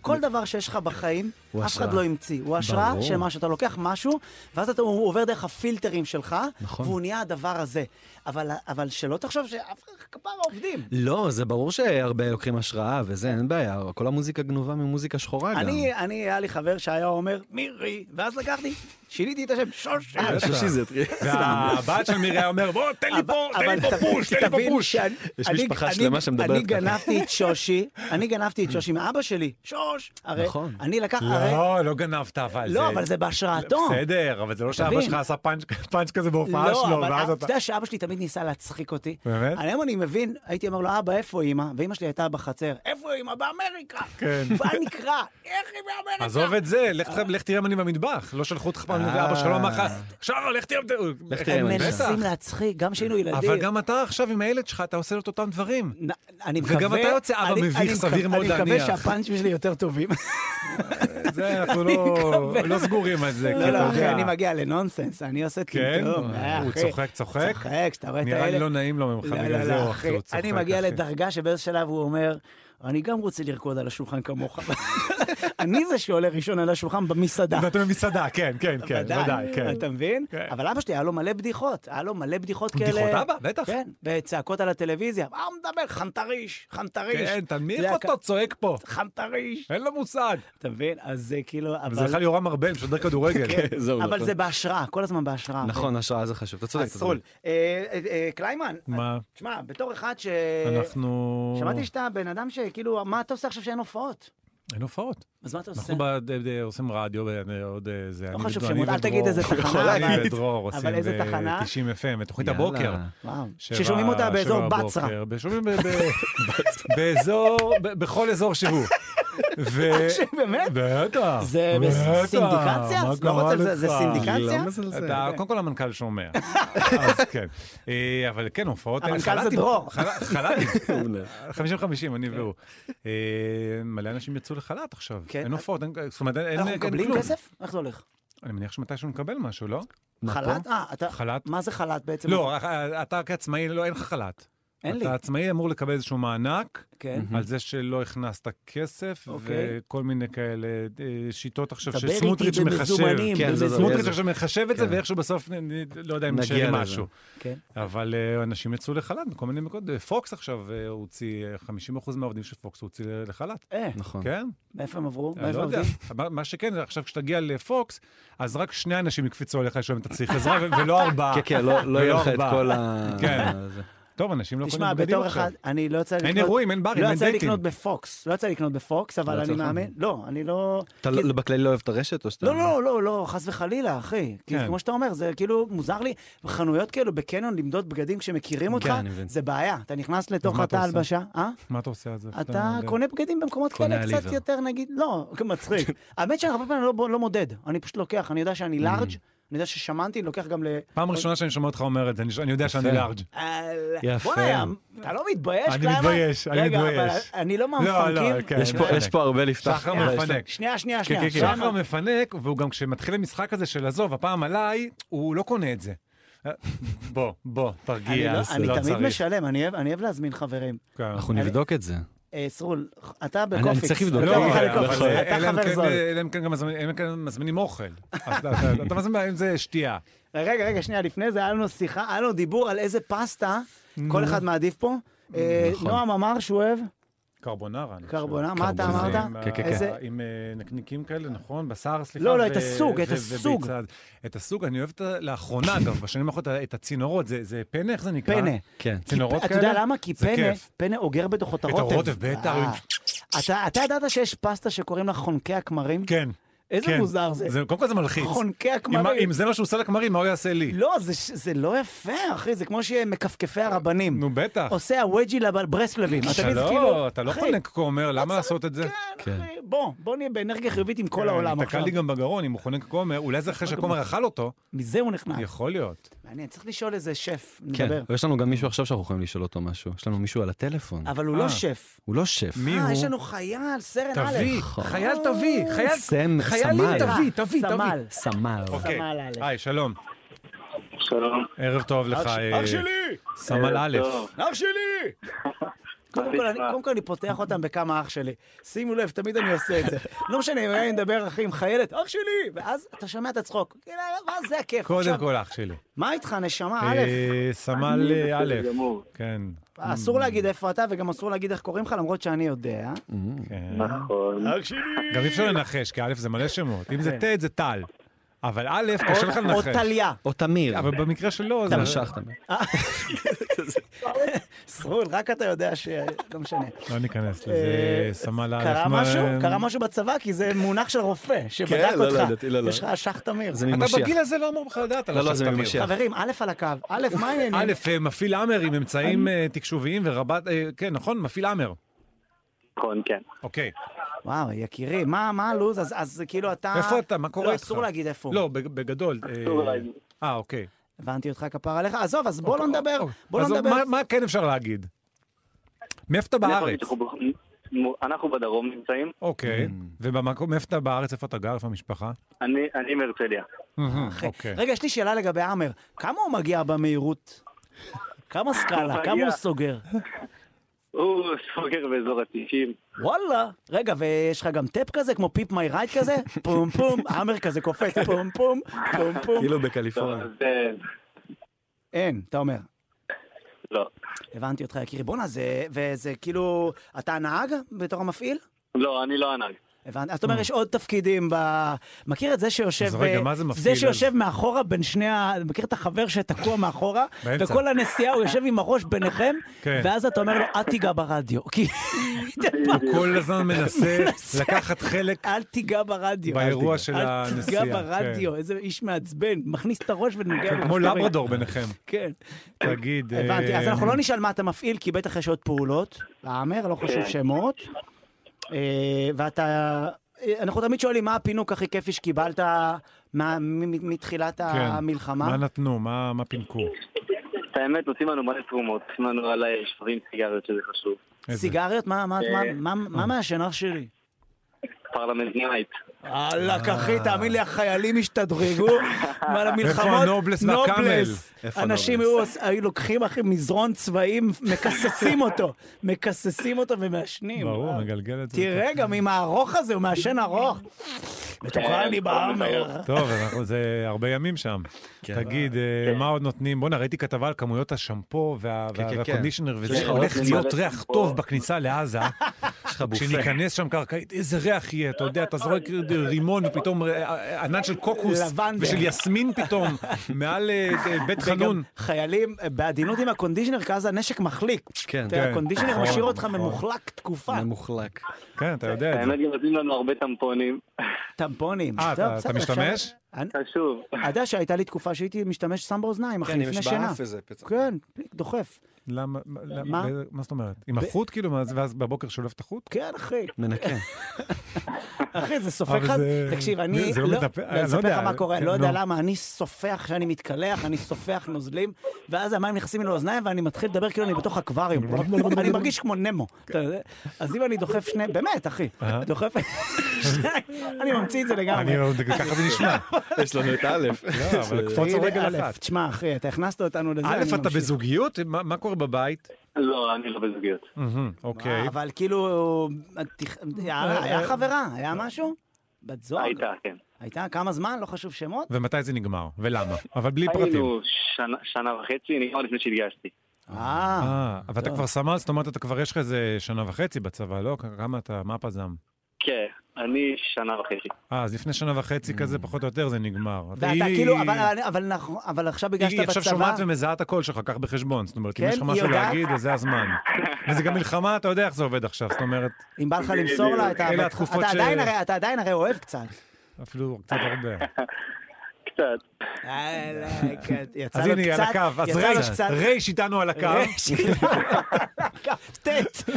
C: כל דבר שיש לך בחיים,
D: הוא
C: אף אחד
D: השראה.
C: לא המציא. הוא השראה
D: ברור.
C: של משהו. אתה לוקח משהו, ואז אתה, הוא עובר דרך הפילטרים שלך,
D: נכון.
C: והוא נהיה הדבר הזה. אבל, אבל שלא תחשוב שאף אחד כבר עובדים.
D: לא, זה ברור שהרבה לוקחים השראה וזה, אין בעיה, כל המוזיקה גנובה ממוזיקה שחורה גם.
C: אני, אני, היה לי חבר שהיה אומר, מירי, ואז לקחתי, שיניתי את השם, שושי.
D: אני חושב שזה התחיל.
B: והבת של מירי היה אומר, בוא, תן לי פה, תן לי פה
C: ת-
B: פוש, תן לי פה
C: תבין
B: פוש.
C: שאני-
D: יש
C: אני-
D: משפחה
C: אני-
D: שלמה שמדברת
C: אני
D: ככה.
C: גנבתי את שושי, אני גנבתי את שושי מאבא שלי, שוש. הרי,
D: נכון.
C: אני לקח, הרי,
B: לא, לא גנבת, אבל
C: אה? לא, אבל זה בהשראתו.
B: בסדר, אבל זה לא שאבא
C: תבין.
B: שלך עשה פאנץ' פאנץ' כזה בהופעה
C: לא,
B: שלו,
C: אבל
B: ואז
C: אתה
B: אתה...
C: יודע שאבא שלי תמיד ניסה להצחיק אותי.
B: באמת?
C: היום אני מבין, הייתי אומר לו, אבא, איפה אימא? ואימא שלי הייתה בחצר, איפה אימא? באמריקה.
B: כן.
C: והיה נקרא, איך היא באמריקה?
B: עזוב את זה, לך-
C: אה.
B: לך תראה מני במטבח. לא שלחו אותך פעם,
D: אה.
B: אבא שלך לא אמר לך, שרה, לך תראה...
D: לך תראה
C: הם
D: מני.
B: בטח.
C: מנסים להצחיק, גם כשהיינו ילדים.
B: אבל גם אתה עכשיו עם הילד שלך, אתה עושה לו את אותם דברים.
C: נ- אני
B: וגם
C: מקווה...
B: אתה יוצא אבא
C: אני-
B: מביך,
C: אני
B: סביר
C: מקו-
B: מאוד
C: אני
B: להניח.
C: מקווה שהפאנצ'ים שלי יותר טובים.
B: זה, אנחנו לא-
C: מקווה.
B: לא סגורים על זה, כי
C: לא,
B: אתה
C: לא, אחי, אני
B: יודע.
C: מגיע לנונסנס, אני עושה
B: כן?
C: טמטום. אה,
B: הוא
C: אחי.
B: צוחק, צוחק?
C: צוחק, כשאתה רואה את האלה.
B: נראה לי לא נעים לו ממך,
C: לא, לא,
B: בגלל
C: לא,
B: זה הוא
C: אחי.
B: אחי, הוא צוחק.
C: אני מגיע
B: אחי.
C: לדרגה שבאיזה שלב הוא אומר, אני גם רוצה לרקוד על השולחן כמוך. אני זה שעולה ראשון על השולחן במסעדה.
B: ואתה במסעדה, כן, כן, כן, ודאי, כן.
C: אתה מבין?
B: כן.
C: אבל אבא שלי היה לו מלא בדיחות, היה לו מלא בדיחות כאלה.
B: בדיחות אבא, בטח.
C: כן, בצעקות על הטלוויזיה, מה הוא מדבר? חנטריש, חנטריש.
B: כן,
C: זה
B: תנמיך
C: היה
B: אותו, צועק פה.
C: כ- חנטריש.
B: אין לו מושג.
C: אתה מבין? אז זה כאילו, אבל...
B: וזה בכלל יורם ארבל, משדר כדורגל.
D: כן, זהו,
C: אבל
D: נכון.
C: זה בהשראה, כל הזמן בהשראה.
D: נכון, השראה זה חשוב, אתה צודק.
C: אז
D: אתה
C: סרול.
D: צודק.
C: אה, אה, אה, קליימן,
B: מה?
C: תשמע, בתור אחד ש...
B: אנחנו...
C: שמעתי שאתה בן אדם שכאילו, מה אתה עושה עכשיו שאין הופעות?
B: אין הופעות.
C: אז מה אתה עושה?
B: אנחנו ב- ד- ד- עושים רדיו, ו- עוד אה, זה...
C: לא
B: אני
C: חשוב
B: ודרור-
C: שמות,
B: אני
C: אל תגיד
B: ודרור-
C: איזה תחנה, אבל-
B: אני ודרור
C: אבל
B: עושים אה,
C: איזה תחנה?
B: ב-90 FM, את תוכנית
D: יאללה.
B: הבוקר.
C: וואו.
B: שבע-
C: ששומעים אותה באזור
B: שבע
C: בצרה.
B: בבוקר, שומעים ב- ב- באזור, ב- בכל אזור שהוא. ו-
C: באמת?
B: בטח.
C: זה
B: בטח,
C: סינדיקציה?
B: מה
C: לא
B: קרה
C: רוצה לזה- זה
B: לך?
C: סינדיקציה?
D: לא
C: אתה-
D: מזלזל.
B: אתה- קודם כל המנכ"ל שומע, אז כן. אה, אבל כן, הופעות...
C: המנכ"ל זה
B: חל"תים,
C: דרור.
B: חל- חל"תים,
D: מעולה.
B: 50-50, אני והוא. אה, מלא אנשים יצאו לחל"ת עכשיו,
C: כן.
B: אין הופעות, אין- זאת אומרת, אין אין כלום.
C: אנחנו מקבלים כסף? איך זה הולך?
B: אני מניח שמתישהו נקבל משהו, לא?
D: מה פה?
C: חל"ת? אה, אתה...
B: חל"ת?
C: מה זה חל"ת בעצם?
B: לא, אה, אתה כעצמאי, לא, אין לך חל"ת.
C: אין לי.
B: אתה עצמאי אמור לקבל איזשהו מענק.
C: כן.
B: על זה שלא הכנסת כסף,
C: אוקיי.
B: וכל מיני כאלה אה, שיטות עכשיו
C: דבר איתי
B: שסמוטריץ' מחשב. לא,
C: במזומנים.
D: כן, זה- זה-
B: סמוטריץ'
D: זה-
B: עכשיו מחשב את זה,
D: כן.
B: ואיכשהו בסוף, נ- נ- לא יודע אם
D: נגיע
B: נשאר
D: לזה.
B: משהו.
C: כן.
B: אבל אה, אנשים יצאו לחל"ת בכל מיני מקומות. פוקס עכשיו אה, הוציא, אה, 50% מהעובדים של פוקס הוציא לחל"ת.
C: אה,
D: נכון.
B: כן,
C: מאיפה הם עברו?
B: אני
C: מאיפה
B: לא
C: הם
B: יודע.
C: עובדים?
B: מה- מה שכן, עכשיו כשתגיע לפוקס, אז רק שני אנשים יקפצו עליך לשלם את הצריך עזרה, ו- ולא ארבעה.
D: כן, כן, לא- לא יהיה לך את
B: ארבעה.
D: כל ה...
B: כן.
D: זה.
B: טוב, אנשים לא
C: תשמע,
B: קונים בגדים
C: בתור
B: עכשיו.
C: אחד, אני לא יצא לי
B: אין
C: לקנות...
B: אירועים, אין ברים,
C: לא
B: אין
C: יצא לי
B: דייטים.
C: לקנות בפוקס, לא יצא לי לקנות בפוקס, אבל
D: לא יצא
C: אני
D: לך?
C: מאמין, לא, אני לא...
D: אתה לא- בכללי לא אוהב את הרשת או שאתה...
C: לא, לא, לא, לא, חס וחלילה, אחי. כי
B: כן.
C: כמו שאתה אומר, זה כאילו מוזר לי, חנויות כאילו בקניון למדוד בגדים כשמכירים אותך,
D: אני מבין.
C: זה בעיה. אתה נכנס לתוך
B: כן, מה אתה
C: התא
B: עושה?
C: הלבשה, אה?
B: מה אתה עושה על זה?
C: אתה קונה בגדים במקומות
D: קונה
C: כאלה קצת
D: עליבר.
C: יותר, נגיד, לא, מצחיק. האמת שאני הרבה פעמים לא לא מודד, אני פשוט לוקח, אני יודע שאני לארג', אני יודע ששמנתי, אני לוקח גם ל...
B: Mm. פעם ראשונה שאני שומע אותך אומר את זה, אני ש- אני יודע שאני
D: יפה.
B: לארג'.
C: אל-
D: יפה.
C: בוא'נה, ים, אתה לא מתבייש?
B: אני
C: קליימן?
B: מתבייש, אני
C: רגע, אבל
B: מתבייש.
C: אני לא
B: לא, לא,
C: מהמפנקים.
B: כן.
D: יש פה- יש פה הרבה לפתח.
B: שחר
D: לא, יש-
B: מפנק.
C: שנייה, שנייה,
B: כן,
C: שנייה.
B: כן, כן.
C: שנייה.
B: שחר מפנק, והוא גם כשמתחיל המשחק הזה של עזוב, הפעם עליי, הוא לא קונה את זה. אה, בוא, בוא,
C: אני
B: תרגיע,
C: לא-
B: אז
C: אני
B: לא
C: תמיד
B: צריך.
C: משלם, אני אוהב- אני אוהב להזמין חברים.
B: כן.
D: אנחנו נבדוק את זה.
C: אה, סרול, אתה
D: אני
C: בקופיקס.
D: צריך לבדוק.
C: אתה
B: לא,
D: אני
C: הולך
B: אבל-
C: לקופיקס,
B: אבל
C: אתה
B: אלא אם
C: חבר
B: כן-
C: זול.
B: אלא אם כן גם מזמין- אלא אם כן מזמינים אוכל. אז אתה- אתה אתה מזמין עם זה שתייה.
C: רגע, רגע, שנייה, לפני זה היה לנו שיחה, היה לנו דיבור על איזה פסטה כל אחד מעדיף פה. אה,
D: נכון.
C: נועם אמר שהוא אוהב
B: קרבונרה. אני חושב.
C: קרבונה, מה אתה
D: קרבונה.
C: אמרת?
B: עם ה-
D: כן, כן, כן.
C: איזה-
B: עם אה, נקניקים כאלה, נכון? בשר, סליחה.
C: לא, לא,
B: ו-
C: את הסוג, את
B: ו-
C: הסוג.
B: וביצה. את הסוג, אני אוהב את ה... לאחרונה, אגב, בשנים האחרונות, את הצינורות, זה- זה פנה, איך זה נקרא?
C: פנה.
D: כן.
B: צינורות
C: אתה
B: כאלה?
C: יודע למה? כי
B: זה
C: פנה,
B: כיף.
C: פנה אוגר בתוכו את
B: את
C: הרוטב.
B: הרוטב, בטח.
C: אה. אתה- אתה ידעת שיש פסטה שקוראים לה חונקי הכמרים?
B: כן.
C: איזה
B: כן.
C: מוזר זה.
B: זה- קודם כל זה מלחיץ.
C: חונקי
B: אם-
C: הכמרים.
B: אם זה מה שהוא עושה לכמרים, מה הוא יעשה לי?
C: לא, זה ש- זה לא יפה, אחי, זה כמו שמכפכפי הרבנים.
B: נו, בטח.
C: עושה הווג'י לברסלבים. אתה
B: אתה
C: מבין, זה
B: לא,
C: כאילו,
B: אתה לא
C: אחי,
B: חונק כומר, למה לעשות את זה?
C: לא
B: כן,
C: כן, אחי, בוא, בוא נהיה באנרגיה חיובית עם כל העולם
B: תקע
C: עכשיו.
B: לי גם בגרון, אם הוא חונק כומר, אולי זה אחרי שהכומר אכל אותו,
C: מזה הוא נכנע.
B: יכול להיות.
C: מעניין, צריך לשאול איזה שף,
D: כן,
C: נדבר.
D: יש לנו גם מישהו עכשיו שאנחנו יכולים לשאול אותו משהו. יש לנו מישהו על הטלפון.
C: אבל הוא לא
B: אה.
C: שף.
D: הוא לא שף.
B: מי
C: אה,
B: הוא?
C: יש לנו חייל, סרן א'.
B: תביא,
D: נכון.
B: חייל תביא,
C: אה,
B: חייל...
D: סמ-
B: חיילים
D: סמל.
B: תביא, תביא, תביא.
C: סמל.
D: סמל.
B: אוקיי.
C: סמל א'.
B: היי, שלום.
E: שלום.
B: ערב טוב לך, אה,
A: אח שלי!
B: סמל א'.
E: טוב,
A: אח שלי!
C: קודם כל, אני-
E: תשמע.
C: קודם כל אני פותח אותם בכמה אח שלי. שימו לב, תמיד אני עושה את זה. לא משנה אם אני מדבר, אחי, עם חיילת, אח שלי! ואז אתה שומע את הצחוק. כאילו, מה זה הכיף?
B: קודם
C: עכשיו,
B: כל אח שלי.
C: מה איתך, נשמה א'?
B: אה, סמל
E: אני
B: אה, א'.
E: בסדר גמור.
B: כן,
C: אסור
B: Mm.
C: להגיד איפה אתה, וגם אסור להגיד איך קוראים לך, למרות שאני יודע.
B: כן.
E: נכון.
A: אח שלי!
B: גם אי אפשר לנחש, כי א' זה מלא שמות. אם זה ט' זה טל. אבל א', קשה לך
C: או
B: לנחש.
C: טליה.
D: או תמיר.
B: אבל במקרה שלו זה...
D: משך תמיר.
C: סרול, רק אתה יודע ש... לא משנה.
B: לא ניכנס לזה,
C: אה,
B: סמל א'.
C: קרה
B: מה-
C: משהו? קרה משהו בצבא? כי זה מונח של רופא, שבדק
D: כן, לא, לא
C: אותך.
D: ידעתי, לא, לא.
C: יש לך אשך תמיר.
D: זה
B: אתה
D: ממשיח.
B: בגיל הזה לא אמור בכלל לדעת על
D: לא, לא,
B: השחטמיר.
D: זה ממשיך.
C: חברים, א' על הקו. א', מה העניינים?
B: א', אה, מפעיל האמר עם אמצעים אה, תקשוביים ורבת... אה, כן, נכון? מפעיל האמר.
E: נכון, כן.
B: אוקיי.
C: וואו, יקירי, מה, מה הלו"ז? אז, אז כאילו אתה...
B: איפה אתה? מה קורה
C: לא,
B: איתך?
C: אסור להגיד איפה. הוא.
B: לא, בג- בגדול. אה,
E: אסור להגיד.
B: אה, אוקיי.
C: הבנתי אותך כפר עליך. עזוב, אז בוא לא נדבר. בוא
B: אז
C: לא נדבר.
B: אוקיי, מה- מה כן אפשר להגיד? מאיפה אתה
E: אני יכול
B: בארץ?
E: להגיד שאנחנו ב- אנחנו בדרום נמצאים,
C: Mm.
B: אוקיי. ובמקום, מאיפה אתה בארץ? איפה אתה גר? איפה המשפחה?
E: אני אני מהרצליה.
C: אחי.
B: אוקיי.
C: רגע, יש לי שאלה לגבי עמר. כמה הוא מגיע במהירות? כמה סקאלה?
E: הוא
C: כמה
E: מגיע.
C: הוא סוגר?
E: הוא סוגר באזור ה-90.
C: וואלה. רגע, ויש לך גם טאפ כזה, כמו פיפ מיי רייט כזה? פום פום, עמר כזה קופץ, פום פום, פום פום.
D: כאילו
E: לא,
D: בקליפורניה.
E: אז, אה,
C: אין, אתה אומר.
E: לא.
C: הבנתי אותך, יקירי. בואנה, זה... וזה כאילו... אתה הנהג בתור המפעיל?
E: לא, אני לא הנהג.
C: הבנתי. אז אתה אומר, יש עוד תפקידים ב... מכיר את זה שיושב...
B: Mm. אז רגע,
C: ב-
B: מה זה מפעיל?
C: זה שיושב מאחורה בין שני ה... מכיר את החבר שתקוע מאחורה?
B: באמצע.
C: וכל הנסיעה הוא יושב עם הראש ביניכם,
B: כן.
C: ואז אתה אומר לו, אל תיגע ברדיו. כי...
B: הוא כל הזמן מנסה לקחת חלק
C: אל תיגע ברדיו.
B: באירוע של
C: אל
B: הנסיעה.
C: תיגע ברדיו, איזה איש מעצבן. מכניס את הראש ונוגע
B: כן.
C: לו
B: כמו
C: בכתרים.
B: לברדור ביניכם.
C: כן.
B: תגיד...
C: הבנתי, אז
B: אה,
C: אנחנו לא נשאל מה אתה מפעיל, כי בטח יש עוד פעולות. לעמר, לא חשוב שמות. אה, ואתה... אה, אנחנו תמיד שואלים מה הפינוק הכי כיפי שקיבלת מה- מ- מ- מתחילת
B: כן. מה
C: המלחמה.
B: נתנו? מה מה פינקו?
E: את האמת, נותנים לנו מלא תרומות. נותנים לנו על שברים סיגריות, שזה חשוב.
B: איזה? אה.
C: סיגריות? מה- מה- מה- מה מה מהשינה שלי?
E: פרלמנט נייט.
C: וואלכ, אחי, תאמין לי, החיילים השתדרגו. וואלה, מלחמות.
B: איפה הנובלס והקאמל?
C: נובלס.
D: איפה
C: אנשים היו
D: הנובלס?
C: עוש- היו לוקחים, אחי, מזרון צבעים, מכססים אותו. מכססים אותו ומעשנים.
B: ברור,
C: וואו.
B: מגלגל את זה. כן,
C: תראה, גם עם הארוך הזה, הוא מעשן ארוך. בטוחה אני באמר.
B: טוב, אנחנו- זה הרבה ימים שם.
D: כן.
C: כן.
B: תגיד, אה,
E: כן.
B: מה עוד נותנים? בואנה, ראיתי כתבה על כמויות השמפו וה-
D: כן,
B: וה-
D: כן,
B: והקונדישנר, וזה
D: כן,
B: הולך
E: כן.
B: להיות
E: כן.
B: ריח טוב בכניסה לעזה. כשניכנס שם קרקעית, איזה ריח יהיה, אתה יודע, אתה זורק רימון ופתאום אה, ענן של קוקוס,
C: לבנדר.
B: ושל יסמין פתאום, מעל אה, אה, בית
C: וגם
B: חנון.
C: חיילים, אה, בעדינות עם הקונדישנר, כי אז הנשק מחליק.
D: כן.
C: אתה יודע,
B: כן.
C: הקונדישנר
B: נכון,
C: משאיר אותך
B: נכון.
C: ממוחלק תקופה.
D: ממוחלק.
B: כן, אתה יודע את זה.
E: האמת, גם נותנים לנו הרבה טמפונים.
C: טמפונים.
B: אה,
C: טוב,
B: אתה-
C: בסדר,
B: אתה
C: אפשר-
B: משתמש?
C: אני-
E: חשוב.
C: אתה יודע שהייתה לי תקופה שהייתי משתמש סם באוזניים,
B: כן,
C: אחי, לפני שינה.
D: פצע.
C: כן, פליק, דוחף.
B: למה, למה-
C: מה?
B: באיזה- מה זאת אומרת? עם החוט כאילו, מה- ואז בבוקר שולף את החוט?
C: כן, אחי.
D: מנקה.
C: אחי, זה סופג
B: אבל
C: לך...
B: זה-
C: תקשיב,
B: זה-
C: אני
B: זה
C: לא...
B: לא מתנפח, אני
C: אני
B: לא
C: אספר
B: יודע,
C: לך מה קורה,
B: כן,
C: לא יודע
B: נו.
C: למה, אני סופח כשאני מתקלח, אני סופח נוזלים, ואז המים נכנסים לי לאוזניים ואני מתחיל לדבר כאילו אני בתוך אקווריום. אני מרגיש כמו נמו. אתה יודע? אז אם אני דוחף שני... באמת, אחי.
B: אה.
C: דוחף... שניים, אני ממציא את זה לגמרי.
B: אני עוד, ככה זה נשמע.
D: יש לנו את א'.
B: לא, אבל קפוץ על
C: תגיד,
B: רגל
C: א',
B: אחת.
C: תשמע, אחי, אתה הכנסת אותנו לזה.
B: א',
C: אני
B: אתה
C: ממשיך.
B: בזוגיות? מה מה קורה בבית?
E: לא, אני לא בזוגיות.
B: מהמם, אוקיי.
C: אה, אבל כאילו... תכ- היה
B: אה,
C: היה חברה, היה משהו? בת
B: לא,
C: זוג?
E: הייתה, כן.
C: הייתה? כמה זמן? לא חשוב שמות?
B: ומתי זה נגמר? ולמה? אבל בלי פרטים.
E: היינו שנה- שנה וחצי, נגמר לפני שהתגייסתי.
C: אה.
B: אה, אבל אתה
C: טוב.
B: כבר סמל, זאת אומרת, אתה כבר יש לך איזה שנה וחצי בצבא, לא? כמה אתה, מה הפזם?
E: כן, אני שנה וחצי.
B: אה, אז לפני שנה וחצי כזה, פחות או יותר, זה נגמר.
C: Mm. ואתה
B: היא-
C: כאילו, אבל- אבל- אבל אנחנו- אבל עכשיו בגלל
B: היא
C: שאתה
B: עכשיו
C: בצבא,
B: שומעת ומזהה את הקול שלך, קח בחשבון. זאת אומרת, אם
C: כן,
B: יש לך
C: היא
B: משהו
C: יודעת.
B: להגיד, אז זה הזמן. וזה גם מלחמה, אתה יודע איך זה עובד עכשיו, זאת אומרת...
C: אם בא לך למסור לה, אתה
B: אלה התקופות
C: אתה
B: ש-
C: עדיין הרי- אתה עדיין הרי אוהב קצת.
B: אפילו קצת הרבה.
E: קצת.
C: אה, כן, יצא
B: אז
C: לו
B: הנה, על
C: קצת-
B: הקו. אז
C: יצא לו
B: רייש,
C: קצת-
B: רייש איתנו על הקו.
C: רייש. טט.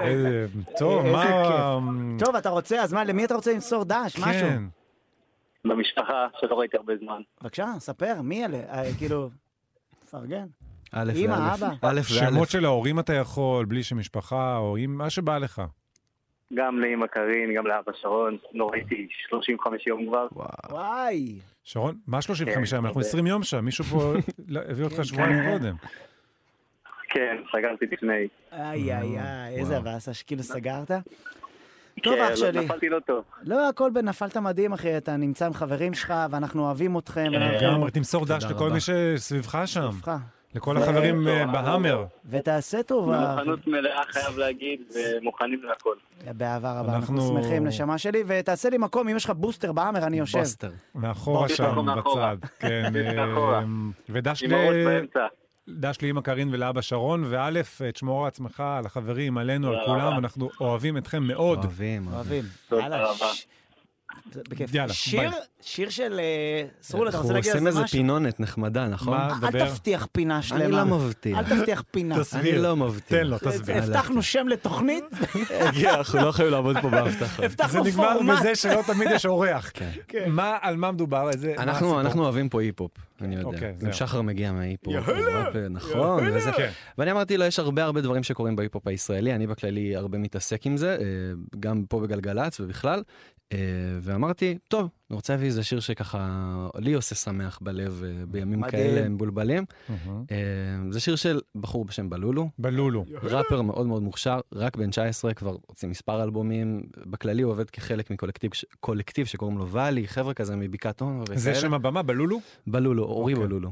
B: איזה- אה, טוב,
C: איזה
B: מה...
C: טוב, אתה רוצה, אז מה, למי אתה רוצה למסור דש? משהו.
B: כן.
E: במשפחה שלא ראיתי הרבה זמן.
C: בבקשה, ספר, מי אלה? אה, כאילו, פרגן.
D: א'
C: אמא,
D: וא'.
C: אבא.
D: א' וא'.
B: שמות של ההורים אתה יכול, בלי שם משפחה, או עם מה שבא לך.
E: גם לאמא קארין, גם לאבא שרון, לא ראיתי 35 יום כבר.
C: וואי.
B: שרון, מה 35
E: כן,
B: יום? אנחנו
E: הרבה.
B: 20 יום שם, מישהו פה לא, הביא אותך
C: כן.
B: שבועיים קודם.
E: כן, סגרתי לפני.
C: איי, איי, איי, איזה הבאסה, שכאילו סגרת. טוב,
E: כן,
C: אח
E: לא-
C: שלי.
E: נפלתי לא טוב.
C: לא, הכל בנפלת מדהים, אחי, אתה נמצא עם חברים שלך, ואנחנו אוהבים אתכם. ואנחנו
B: כן, גם תמסור דש לכל
D: רבה.
B: מי שסביבך שם,
C: אוהבך.
B: לכל החברים
E: לא,
B: אה, בהאמר.
C: ותעשה טובה,
E: מוכנות מלאה חייב להגיד, ומוכנים להכל.
C: באהבה רבה, אנחנו
B: אנחנו-
C: שמחים, נשמה שלי, ותעשה לי מקום, אם יש לך בוסטר באמר, אני יושב.
D: בוסטר.
B: מאחורה
E: בוא,
B: שם,
E: תתמכו מאחורה.
B: בצד. כן, אה,
E: מאחורה.
B: ודש
E: עם הראש
B: ל-
E: באמצע.
B: דש לאמא קארין ולאבא שרון, וא', אה, תשמור על עצמך, על החברים, עלינו, על
E: תודה
B: כולם,
E: רבה.
B: אנחנו אוהבים אתכם מאוד.
D: אוהבים. אוהבים.
C: אוהבים.
E: תודה
C: יאללה,
E: רבה.
C: ש- זה בכיף.
B: יאללה,
C: שיר,
B: ביי.
C: שיר של אה, סרול, אתה
D: אנחנו
C: רוצה להגיד על
D: עושים
C: זה
D: איזה
C: משהו?
D: פינונת נחמדה, נכון?
B: מה? דבר.
C: אל תבטיח פינה שלמה.
D: אני לא מבטיח.
C: אל תבטיח פינה.
D: אני לא מבטיח.
B: תן לו, תסביר.
C: הבטחנו שם לתוכנית,
D: אנחנו לא יכולים לעבוד פה בהבטחות.
B: זה
C: הבטחנו
B: נגמר
C: פורמט.
B: בזה שלא תמיד יש אורח.
D: כן.
B: מה, על מה מדובר? איזה- מה
D: אנחנו
B: הסיפור?
D: אנחנו אוהבים פה אי-פופ, אני יודע.
B: אוקיי,
D: גם
B: זהו.
D: שחר מגיע מהאי-פופ. ראפ, נכון. וזה-
B: כן.
D: ואני אמרתי לו, יש הרבה הרבה דברים שקורים בהיפ-הופ הישראלי, אני בכללי הרבה מתעסק עם זה, אה, גם פה בגלגלצ ובכלל. אה, ואמרתי, טוב, אני רוצה להביא איזה שיר שככה לי עושה שמח בלב אה, בימים
C: מדהים.
D: כאלה מבולבלים.
B: מהמם.
D: אה, זה שיר של בחור בשם בלולו,
B: בלולו.
D: ראפר מאוד מאוד מוכשר, רק בן 19, כבר הוציא מספר אלבומים. בכללי הוא עובד כחלק מקולקטיב ש- קולקטיב שקוראים לו ואלי, חבר'ה כזה מבקעת און וכאלה.
B: זה שם הבמה, בלולו?
D: בלולו, אורי
C: אוקיי.
D: בלולו.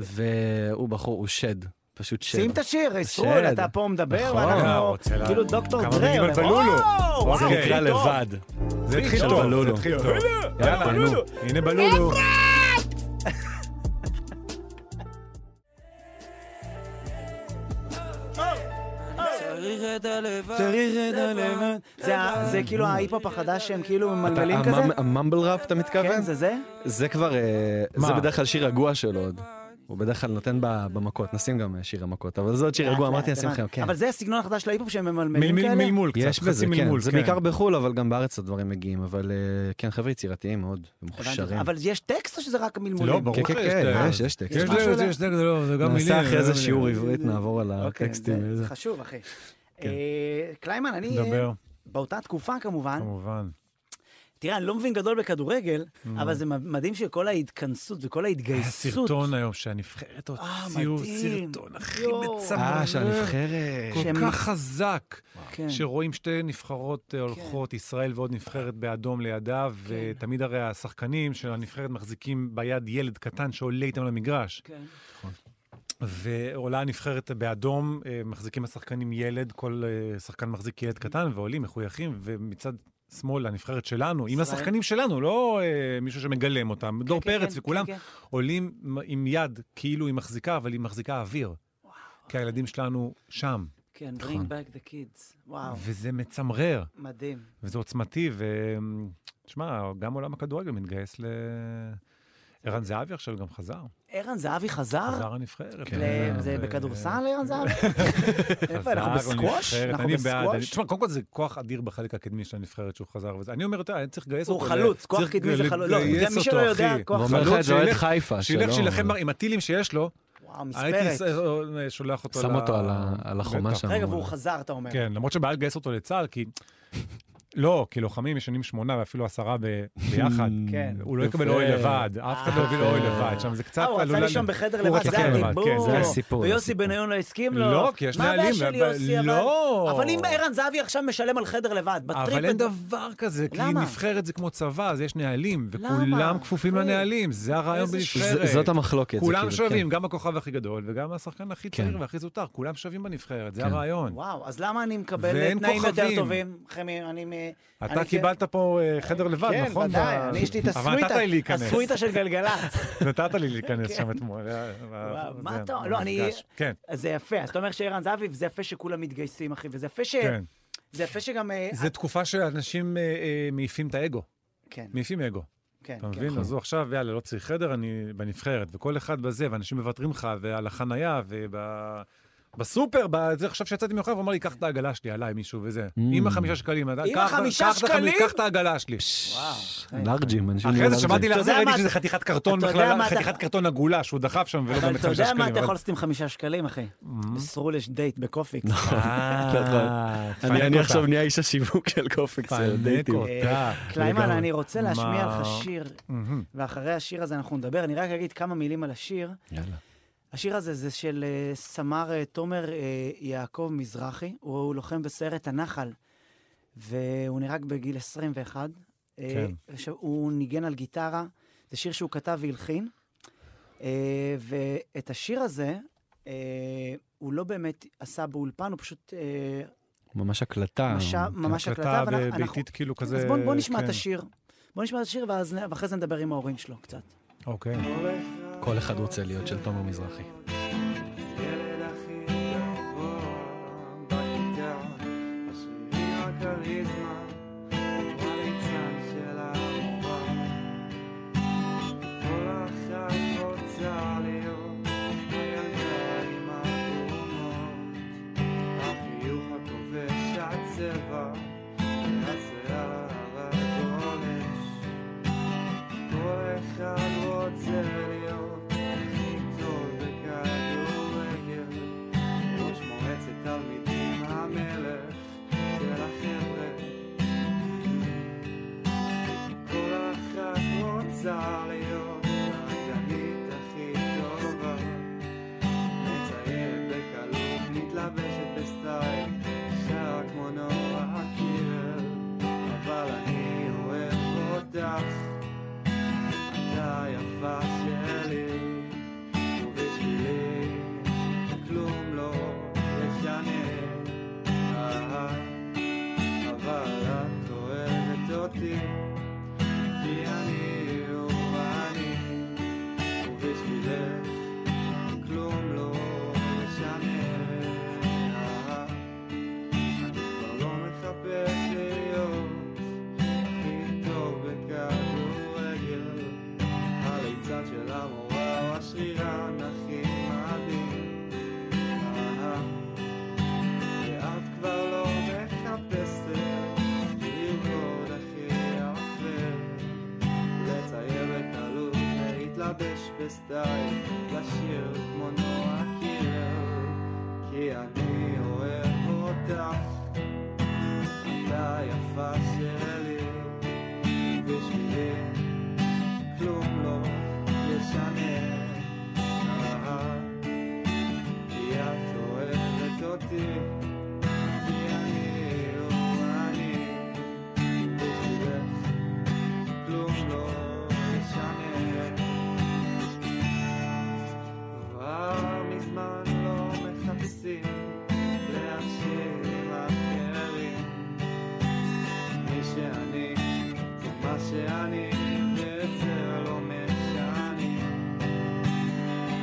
D: והוא בחור, הוא שד, פשוט שד.
C: שים את השיר, אה, סרול, אתה פה מדבר,
D: נכון.
B: אה,
C: ואנחנו
B: רוצה לה-
C: כאילו דוקטור
B: כמה
C: דרר.
B: מילים על
C: וואו,
B: בלולו.
C: וואו,
D: זה
B: אוקיי.
D: נקרא
C: הכי טוב.
D: לבד.
B: זה התחיל
D: של
B: טוב, זה
D: בלולו.
B: התחיל טוב. יאללה,
D: יאללה,
B: נו,
D: נו.
B: הנה בלולו.
C: צריך את הלבן. זה ה- זה כאילו ההיפ-הופ החדש שהם כאילו ממלמלים
D: אתה- אה,
C: כזה?
D: הממ- הממבל ראפ אתה
C: כן,
D: מתכוון?
C: זה זה?
D: זה כבר, אה,
B: מה?
D: זה בדרך כלל שיר רגוע שלו עוד. הוא בדרך כלל נותן ב- במכות, נשים גם אה, שיר המכות, אבל זה עוד שיר רגוע,
C: לאט,
D: אמרתי
C: לאט,
D: נשים לכם,
C: הבנתי.
D: כן.
C: אבל זה הסגנון החדש של ההיפ-הופ שהם ממלמלים
B: מלמול,
C: כאלה?
B: מלמול קצת,
D: יש בזה,
B: חצי
D: כן.
B: מלמול.
D: זה
B: כן.
D: בעיקר בחו"ל, אבל גם בארץ הדברים מגיעים, אבל אה, כן, חבר'ה יצירתיים מאוד, הם
C: הבנתי.
D: מוכשרים.
C: אבל יש טקסט או שזה רק מלמולים? אוקיי,
B: לא, ברור.
D: כן, כן,
B: יש
D: כן,
B: דרך.
D: יש, יש טקסט.
B: יש
C: משהו
B: דרך,
C: אולי?
B: יש דרך, זה לא- זה גם מילים. אה,
D: נעשה אחרי
B: זה
D: זה
B: גם
D: שיעור
B: מילים.
D: עברית, נעבור על
C: אוקיי,
D: הטקסטים.
B: אה,
C: זה-
D: וזה.
C: זה חשוב, אחי.
B: כן.
C: אה, קליימן, אני אה,
B: דבר,
C: באותה תקופה כמובן,
B: כמובן.
C: תראה, אני לא מבין גדול בכדורגל,
B: Mm.
C: אבל זה מדהים שכל ההתכנסות וכל ההתגייסות.
B: הסרטון היום שהנבחרת הוציאו,
C: אה, מדהים.
B: סרטון הכי
C: יואו.
D: אה,
B: מצמרר,
D: שהנבחרת.
B: כל
C: שהם-
B: כך חזק,
C: כן.
B: שרואים שתי נבחרות אה, הולכות, ישראל ועוד נבחרת באדום לידה,
C: כן.
B: ותמיד הרי השחקנים של הנבחרת מחזיקים ביד ילד קטן שעולה איתם למגרש.
C: כן.
B: ועולה הנבחרת באדום, אה, מחזיקים השחקנים ילד, כל אה, שחקן מחזיק ילד קטן, ועולים מחויכים, ומצד שמאל הנבחרת שלנו, עם
C: ישראל.
B: השחקנים שלנו, לא אה, מישהו שמגלם אותם, דור
C: כן,
B: פרץ
C: כן,
B: וכולם,
C: כן, כן.
B: עולים מ- עם יד, כאילו היא מחזיקה, אבל היא מחזיקה אוויר. כי הילדים שלנו שם,
C: כן,
B: נכון.
C: bring back the kids. וואו,
B: וזה מצמרר,
C: מדהים.
B: וזה עוצמתי, ו... שמע, גם עולם הכדורגל מתגייס ל... ערן זהבי עכשיו גם חזר,
C: ערן זהבי חזר?
B: חזר הנבחרת.
C: ל-
B: אה,
C: אה, כן, זה
B: ו-
C: בכדורסל ערן זהבי? איפה,
B: חזר
C: אנחנו בסקווש?
B: לנבחרת,
C: אנחנו
B: אני בעד, אני-
C: בסקווש?
B: תשמע, קודם כל זה כוח אדיר בחלק הקדמי של הנבחרת שהוא חזר וזה. אני אומר, אתה יודע, אני צריך לגייס
C: הוא
B: אותו.
C: חלוץ,
B: ל-
C: כוח
B: צריך
C: קדמי זה
B: ל-
C: חלוץ. לא,
B: לגייס
C: גם מי שלא
B: אותו,
C: יודע,
B: אחי.
C: כוח
D: ואומר לך
B: חלוץ
D: את זה אוהד
B: שילך-
D: חיפה,
B: אה, שילך
D: שלא-
B: שילחם עם הטילים שיש לו,
C: וואו,
B: הייתי ש-
C: מספרת.
B: אה, שולח אותו
D: שם
B: ל-
D: אותו על ה- על החומה
B: בטח.
D: שם.
C: רגע, והוא חזר, אתה אומר.
B: כן, למרות שבעיה לגייס אותו לצה"ל, כי... לא, כי לוחמים ישנים שמונה ואפילו עשרה ב- ביחד.
C: כן.
B: הוא לא
D: יפה.
B: יקבל אוהל לבד, אף אחד לא יביא לו אוהל
D: אה.
B: לבד, שם זה קצת
C: אה, הוא רצה
B: עלולה-
C: לישון בחדר
B: הוא
C: לבד,
B: רצה
C: זה
B: כן,
C: היה
B: לבד, כן,
C: דיבור.
B: זה היה
D: סיפור, זה
C: ויוסי
D: סיפור.
C: בניון לא הסכים לו.
B: לא, כי יש
C: מה הבעיה
B: נהלים,
C: שלי,
B: אבל-
C: יוסי, אבל-
B: לא.
C: אבל אם ערן זהבי עכשיו משלם על חדר לבד, בטריפ...
B: אבל אין
C: אתה-
B: דבר כזה, כי
C: למה?
B: נבחרת זה כמו צבא, אז יש נהלים,
C: למה?
B: וכולם כפופים
C: אחי.
B: לנהלים, זה הרעיון
C: איזה
B: בנבחרת.
D: זאת המחלוקת. זה
B: כולם
D: כאילו,
B: שווים, גם הכוכב הכי גדול, וגם השחקן הכי
D: כן.
B: צעיר והכי זוטר, כולם שווים בנבחרת, זה
D: כן.
B: הרעיון.
C: וואו, אז למה אני מקבל
B: ואין
C: תנאים יותר
B: כוכבים.
C: טובים? אחי, מי- אני... מ-
B: אתה
C: אני-
B: קיבלת פה אה, חדר לבד,
C: כן,
B: נכון?
C: ודאי,
B: ב-
C: אני יש לי את
B: אבל נתת לי
C: הסוויטה,
B: להיכנס.
C: הסוויטה של גלגלצ.
B: נתת לי להיכנס שם אתמול. אה,
C: וואו,
B: זה,
C: מה אתה... לא, אני...
B: המפגש. כן,
C: אז זה יפה, אז אתה אומר שערן זהבי, וזה יפה שכולם מתגייסים, אחי, וזה יפה ש...
B: כן.
C: זה יפה שגם... אה,
B: זו תקופה שאנשים אה, אה, מעיפים את האגו,
C: כן,
B: מעיפים אגו.
C: כן.
B: אתה
C: כן.
B: מבין? אז הוא עכשיו, יאללה, לא צריך חדר, אני בנבחרת, וכל אחד בזה, ואנשים מוותרים לך, ועל החנייה, ובסופר, זה עכשיו שיצאתי מאוחר, הוא אמר לי, קח את העגלה שלי עליי, מישהו, וזה. עם החמישה שקלים. אתה-
C: Mm. עם
B: קח-
C: החמישה
B: קח את החמ-
C: שקלים?
B: קח את העגלה שלי.
D: כן.
C: וואו.
D: לארג'ים, אנשים...
B: אה, אחרי
D: נראה
B: זה
D: על
B: שמעתי
C: אתה
B: לך,
C: יודע
B: ראיתי
C: מה-
B: שזה חתיכת קרטון
C: אתה יודע
B: בכלל,
C: מה אתה-
B: חתיכת קרטון עגולה, שהוא דחף שם, ולא
C: אבל
B: באמת
C: אתה
B: חמישה
C: יודע
B: שקלים.
C: מה
B: אבל-
C: אתה
B: Mm-hmm. Mm.
C: יכול לעשות עם חמישה שקלים, אחי? מסרו לש דייט בקופיקס.
B: אה,
D: אני-
B: פנק
D: אני
B: אותה.
D: עכשיו נהיה איש השיווק של קופקס, זה
B: פנק
D: דייטים.
B: אותה.
C: אה, קליימן,
B: לגמרי.
C: אני רוצה להשמיע
B: מה-
C: לך שיר,
B: מהמם.
C: ואחרי השיר הזה אנחנו נדבר. אני רק אגיד כמה מילים על השיר.
D: יאללה.
C: השיר הזה זה של אה, סמ"ר אה, תומר אה, יעקב מזרחי, הוא הוא לוחם בסיירת הנחל, והוא נהרג בגיל 21. אה,
B: כן.
C: עכשיו, הוא ניגן על גיטרה, זה שיר שהוא כתב והלחין, אה, ואת השיר הזה אה, הוא לא באמת עשה באולפן, הוא פשוט אה,
D: ממש הקלטה. כן.
C: משה- ממש הקלטה.
B: הקלטה
C: ואנחנו-
B: ב-
C: אנחנו-
B: ביתית כאילו כזה...
C: אז בוא בוא נשמע את
B: כן.
C: השיר. בוא נשמע את השיר, ואז נ- ואחרי זה נדבר עם ההורים שלו קצת.
B: אוקיי.
D: כן. כל אחד רוצה להיות של תומר מזרחי.
A: ילד הכי גבוה בכיתה, השני הכריזמה, הוא הליצן של המורה. כל אחת רוצה להיות הילדה עם התרומות, החיוך הכובש הצבע, והשיער הגולש. כל אחד רוצה להיות הכי טוב בכדורגל. ראש מועצת תלמידים המלך של החבר'ה. כל אחת רוצה להיות הרקדנית הכי טובה. מציירת בקלות, מתלבשת בסטייל, שרה כמו נורא קירל. אבל אני אוהב אותך אתה יפה שלי, ובשבילי כלום לא ישנה. אה, אבל את אוהבת אותי, כי אני הוא אני, ובשבילך כלום לא ישנה. אה, אני כבר לא מחפש להיות הכי טוב בכדורגל. הליצן של המורה הוא השרירן הכי מדהים. אהה. ואת כבר לא מחפשת לרקוד הכי יפה. לצייר בקלות, להתלבש בסטייל, לשיר כמו נועה קירל. כי אני אוהב אותך, אתה יפה שלי, ובשבילי כלום לא ישנה. אה, כי את אוהבת אותי, כי אני הוא אני, ובשבילך כלום לא ישנה. כבר מזמן לא מחפשים לאנשים אחרים. מי שאני זה מה שאני, ואת זה לא משנה.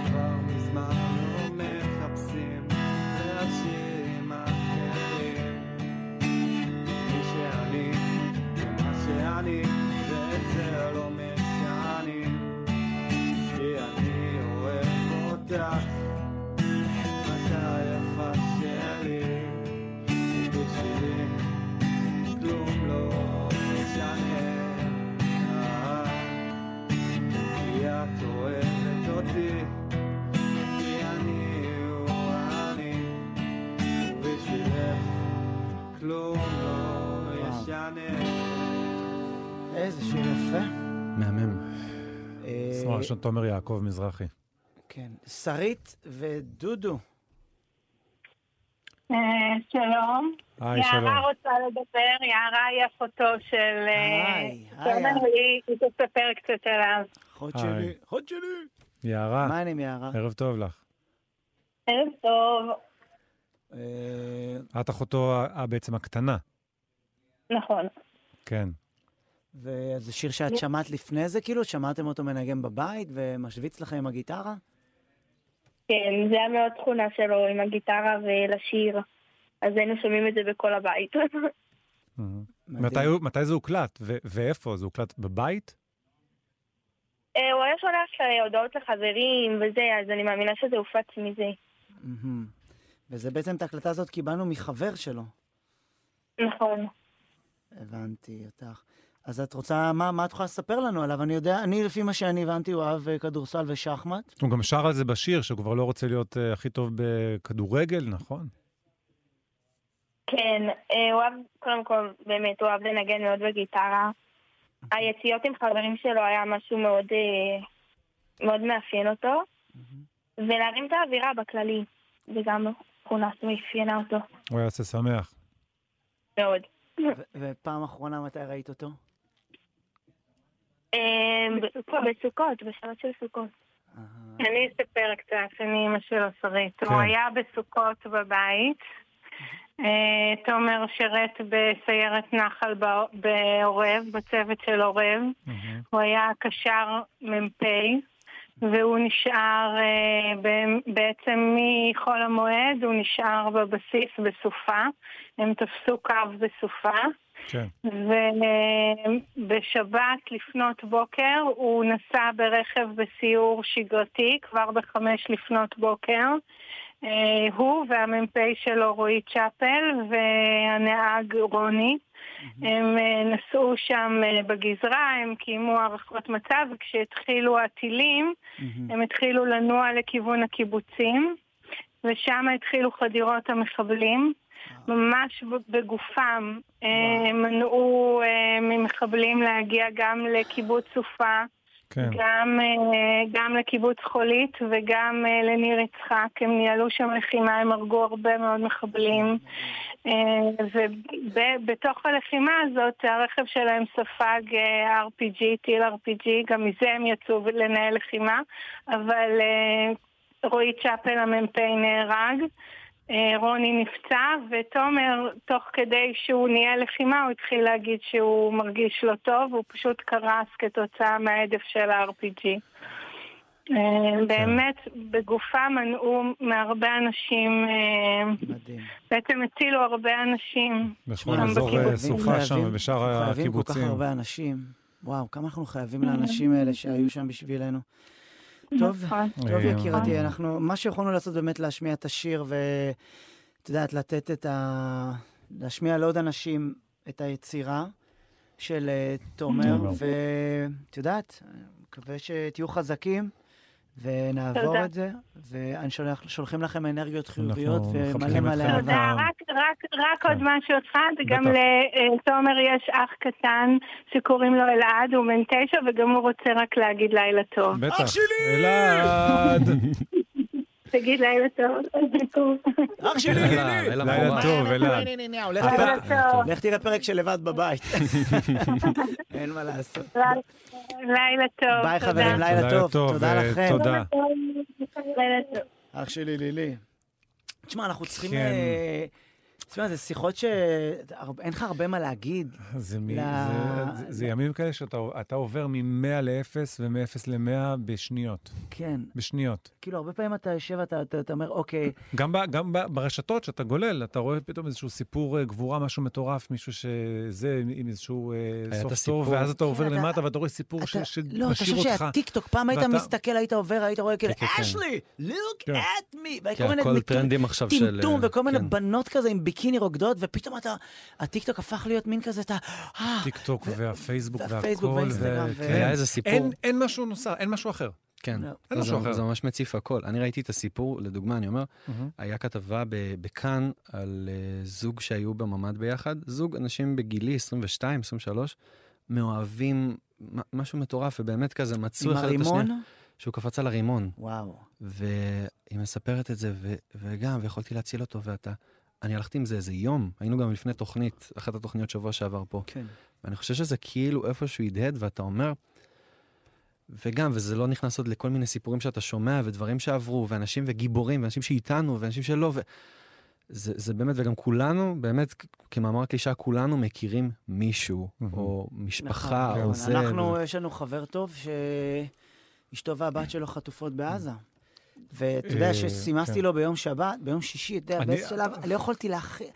A: כבר מזמן לא מחפשים אנשים אחרים. מי שאני, זה מה שאני, ואת זה לא משנה. כי אני אוהב אותך, אתה יפה שלי, ובשבילי כלום לא משנה. כי את אוהבת אותי, כי אני הוא אני, ובשבילך כלום לא
C: וואו.
A: ישנה.
C: איזה שיר יפה.
D: מהמם.
C: אה,
B: עשרה ראשון תומר יעקב מזרחי.
C: כן. שרית ודודו.
F: אה, שלום.
B: היי, שלום.
F: יערה רוצה לדבר, יערה היא אחותו של אה,
C: היי, היי,
F: תומר,
C: יערה.
F: היא היא תספר קצת עליו.
C: חוד
B: היי. אה.
C: שלי, חוד שלי.
B: יערה,
C: מה העניינים יערה?
B: ערב טוב לך.
F: ערב טוב,
C: אה,
B: את אחותו ה- ה- בעצם הקטנה,
F: נכון.
B: כן.
C: וזה שיר שאת שמעת לפני זה, כאילו? שמעתם אותו מנגן בבית ומשוויץ לכם עם הגיטרה?
F: כן, זה היה מאוד תכונה שלו עם הגיטרה ולשיר. אז היינו שומעים את זה בכל הבית.
B: מתי הוא- מתי זה הוקלט? ו- ואיפה? זה הוקלט בבית?
F: אה, הוא היה שולח אה, הודעות לחברים וזה, אז אני מאמינה שזה הופץ מזה.
C: מהמם. וזה בעצם, את ההקלטה הזאת קיבלנו מחבר שלו.
F: נכון.
C: הבנתי אותך. אז את רוצה, מה, מה את יכולה לספר לנו עליו? אני יודע, אני, לפי מה שאני הבנתי, הוא אהב אה, כדורסל ושחמט.
B: הוא גם שר על זה בשיר, שהוא כבר לא רוצה להיות אה, הכי טוב בכדורגל, נכון?
F: כן, אה, הוא אהב, קודם כל, באמת, הוא אהב לנגן מאוד בגיטרה. היציאות עם חברים שלו היה משהו מאוד, אה, מאוד מאפיין אותו, ולהרים את האווירה בכללי, זה גם תכונה שמאפיינה אותו
B: הוא היה עושה שמח.
F: מאוד.
C: ו- ופעם אחרונה מתי ראית אותו?
F: אה, ב- בסוכות, בשבת של סוכות.
C: אה,
G: אני אספר קצת, אני אימא שלו שרית.
B: כן.
G: הוא היה בסוכות בבית. אה, תומר שירת בסיירת נחל בא- בעורב, בצוות של עורב. הוא היה קשר מ"פ, והוא נשאר אה, ב- בעצם מחול המועד, הוא נשאר בבסיס בסופה. הם תפסו קו בסופה.
B: כן.
G: ובשבת לפנות בוקר הוא נסע ברכב בסיור שגרתי כבר בחמש לפנות בוקר. אה, הוא והמ"פ שלו רועי צ'אפל והנהג רוני. הם אה, נסעו שם אה, בגזרה, הם קיימו הערכות מצב, וכשהתחילו הטילים,
C: מהמם.
G: הם התחילו לנוע לכיוון הקיבוצים, ושם התחילו חדירות המחבלים. ממש ב- בגופם אה, מנעו אה, ממחבלים להגיע גם לקיבוץ סופה,
B: כן.
G: גם, אה, גם לקיבוץ חולית וגם אה, לניר יצחק. הם ניהלו שם לחימה, הם הרגו הרבה מאוד מחבלים. אה, ובתוך הלחימה הזאת הרכב שלהם ספג אה, RPG, טיל RPG, גם מזה הם יצאו לנהל לחימה, אבל אה, רועי צ'אפל המ"פ נהרג. אה, רוני נפצע, ותומר, תוך כדי שהוא נהיה לחימה, הוא התחיל להגיד שהוא מרגיש לא טוב, הוא פשוט קרס כתוצאה מההדף של ה-RPG. אה, באמת, בגופם מנעו מהרבה אנשים, אה,
C: מדהים.
G: בעצם הצילו הרבה אנשים.
B: בכל
G: גם
B: אזור אה,
G: בקיבוצים
B: סופה שם
C: חייבים-
B: ובשאר
C: חייבים כל כך
B: הקיבוצים.
C: הרבה אנשים. וואו, כמה אנחנו חייבים
G: אה.
C: לאנשים האלה שהיו שם בשבילנו. טוב,
G: נכון.
C: טוב,
B: אה,
C: יקירתי, אנחנו, מה שיכולנו לעשות באמת להשמיע את השיר ואת יודעת, לתת את ה... להשמיע לעוד אנשים את היצירה של אה, תומר,
B: תומר.
C: ואת יודעת, אני מקווה שתהיו חזקים. ונעבור
G: תודה.
C: את זה, ושולחים לכם אנרגיות חיוביות
B: אנחנו
C: ומלא
B: מחבקים
C: מלא
B: אתכם.
C: אהבה.
G: תודה,
B: אבל-
G: רק, רק, רק
B: כן.
G: עוד משהו אחד, גם
B: בטח.
G: לתומר יש אח קטן שקוראים לו אלעד, הוא בן תשע וגם הוא רוצה רק להגיד לילה טוב.
B: בטח. אלעד!
G: תגיד לילה טוב.
C: אח שלי,
D: לילה, לילה
B: לילה
D: מכובד.
C: אה,
B: טוב, אלעד.
C: הולך
G: לילה
C: תראה-
G: טוב,
C: לך תראה פרק של לבד בבית. אין מה לעשות.
G: לילה טוב.
C: ביי
G: תודה.
C: חברים, לילה טוב. תודה
B: אה,
C: לכם.
B: תודה.
G: לילה טוב.
C: אח שלי לילי. תשמע, אנחנו צריכים...
B: כן.
C: אה, תשמע, זה שיחות ש... הר- אין לך הרבה מה להגיד.
B: זה, מי,
C: ל-
B: זה, זה, זה ימים כאלה שאתה אתה עובר מ-100 ל-0 ומ-0 ל-100 בשניות.
C: כן.
B: בשניות.
C: כאילו, הרבה פעמים אתה יושב, אתה- אתה אתה אומר, אוקיי,
B: גם, ב, גם ב, ברשתות שאתה גולל, אתה רואה פתאום איזשהו סיפור אה, גבורה, משהו מטורף, מישהו שזה, עם- עם איזשהו אה,
D: את
B: סוף טוב,
D: הסיפור.
B: ואז אתה עובר
C: כן, אתה-
B: למטה ואתה רואה סיפור ש-
C: אתה...
B: שמשאיר
C: לא,
B: אותך.
C: אתה חושב שהטיקטוק, פעם היית
B: ואתה-
C: מסתכל, היית עובר, היית רואה כאילו,
D: כן, כן, כן.
C: אשלי, look
B: כן.
C: at me. וכל
D: כן,
C: מיני
D: הכל
C: מטור-
D: טרנדים עכשיו של...
C: טמטום
D: אה,
C: וכל מיני
D: כן.
C: בנות כזה עם ביקיני רוקדות, ופתאום אתה, הטיקטוק הפך להיות מין כזה, אתה, אה,
B: טיקטוק והפייסבוק
C: והפייסבוק
B: והכל.
C: והאינסטגרם
B: ו-
C: ו-
B: כן.
D: היה איזה סיפור.
B: אין- אין משהו נוסף, אין משהו אחר.
D: כן,
C: לא.
D: לא,
B: משהו אחר.
D: זה, זה ממש מציף הכל. אני ראיתי את הסיפור, לדוגמה, אני אומר,
B: מהמם.
D: היה כתבה ב- בכאן על uh, זוג שהיו בממ"ד ביחד, זוג אנשים בגילי, 22, 23, מאוהבים, מ- משהו מטורף, ובאמת כזה מצאו
C: עם
D: אחד את השנייה,
C: הרימון?
D: שהוא קפץ על הרימון,
C: וואו.
D: והיא מספרת את זה, ו- וגם, ויכולתי להציל אותו, ואתה... אני הלכתי עם זה איזה יום, היינו גם לפני תוכנית, אחת התוכניות שבוע שעבר פה.
C: כן.
D: ואני חושב שזה כאילו איפשהו הדהד, ואתה אומר, וגם, וזה לא נכנס עוד לכל מיני סיפורים שאתה שומע, ודברים שעברו, ואנשים וגיבורים, ואנשים שאיתנו, ואנשים שלא, ו... זה, זה באמת, וגם כולנו, באמת, כ- כמאמר קלישה, כולנו מכירים מישהו,
B: Mhm.
D: או משפחה,
C: נכון,
D: או
C: נכון.
D: זה.
C: אנחנו,
D: וזה-
C: יש לנו חבר טוב שאשתו והבת שלו חטופות בעזה. ואתה יודע
B: אה,
C: שסימסתי
B: כן.
C: לו ביום שבת, ביום שישי, אתה יודע,
B: אני-
C: באיזשהו שלב, לא יכולתי להכריע.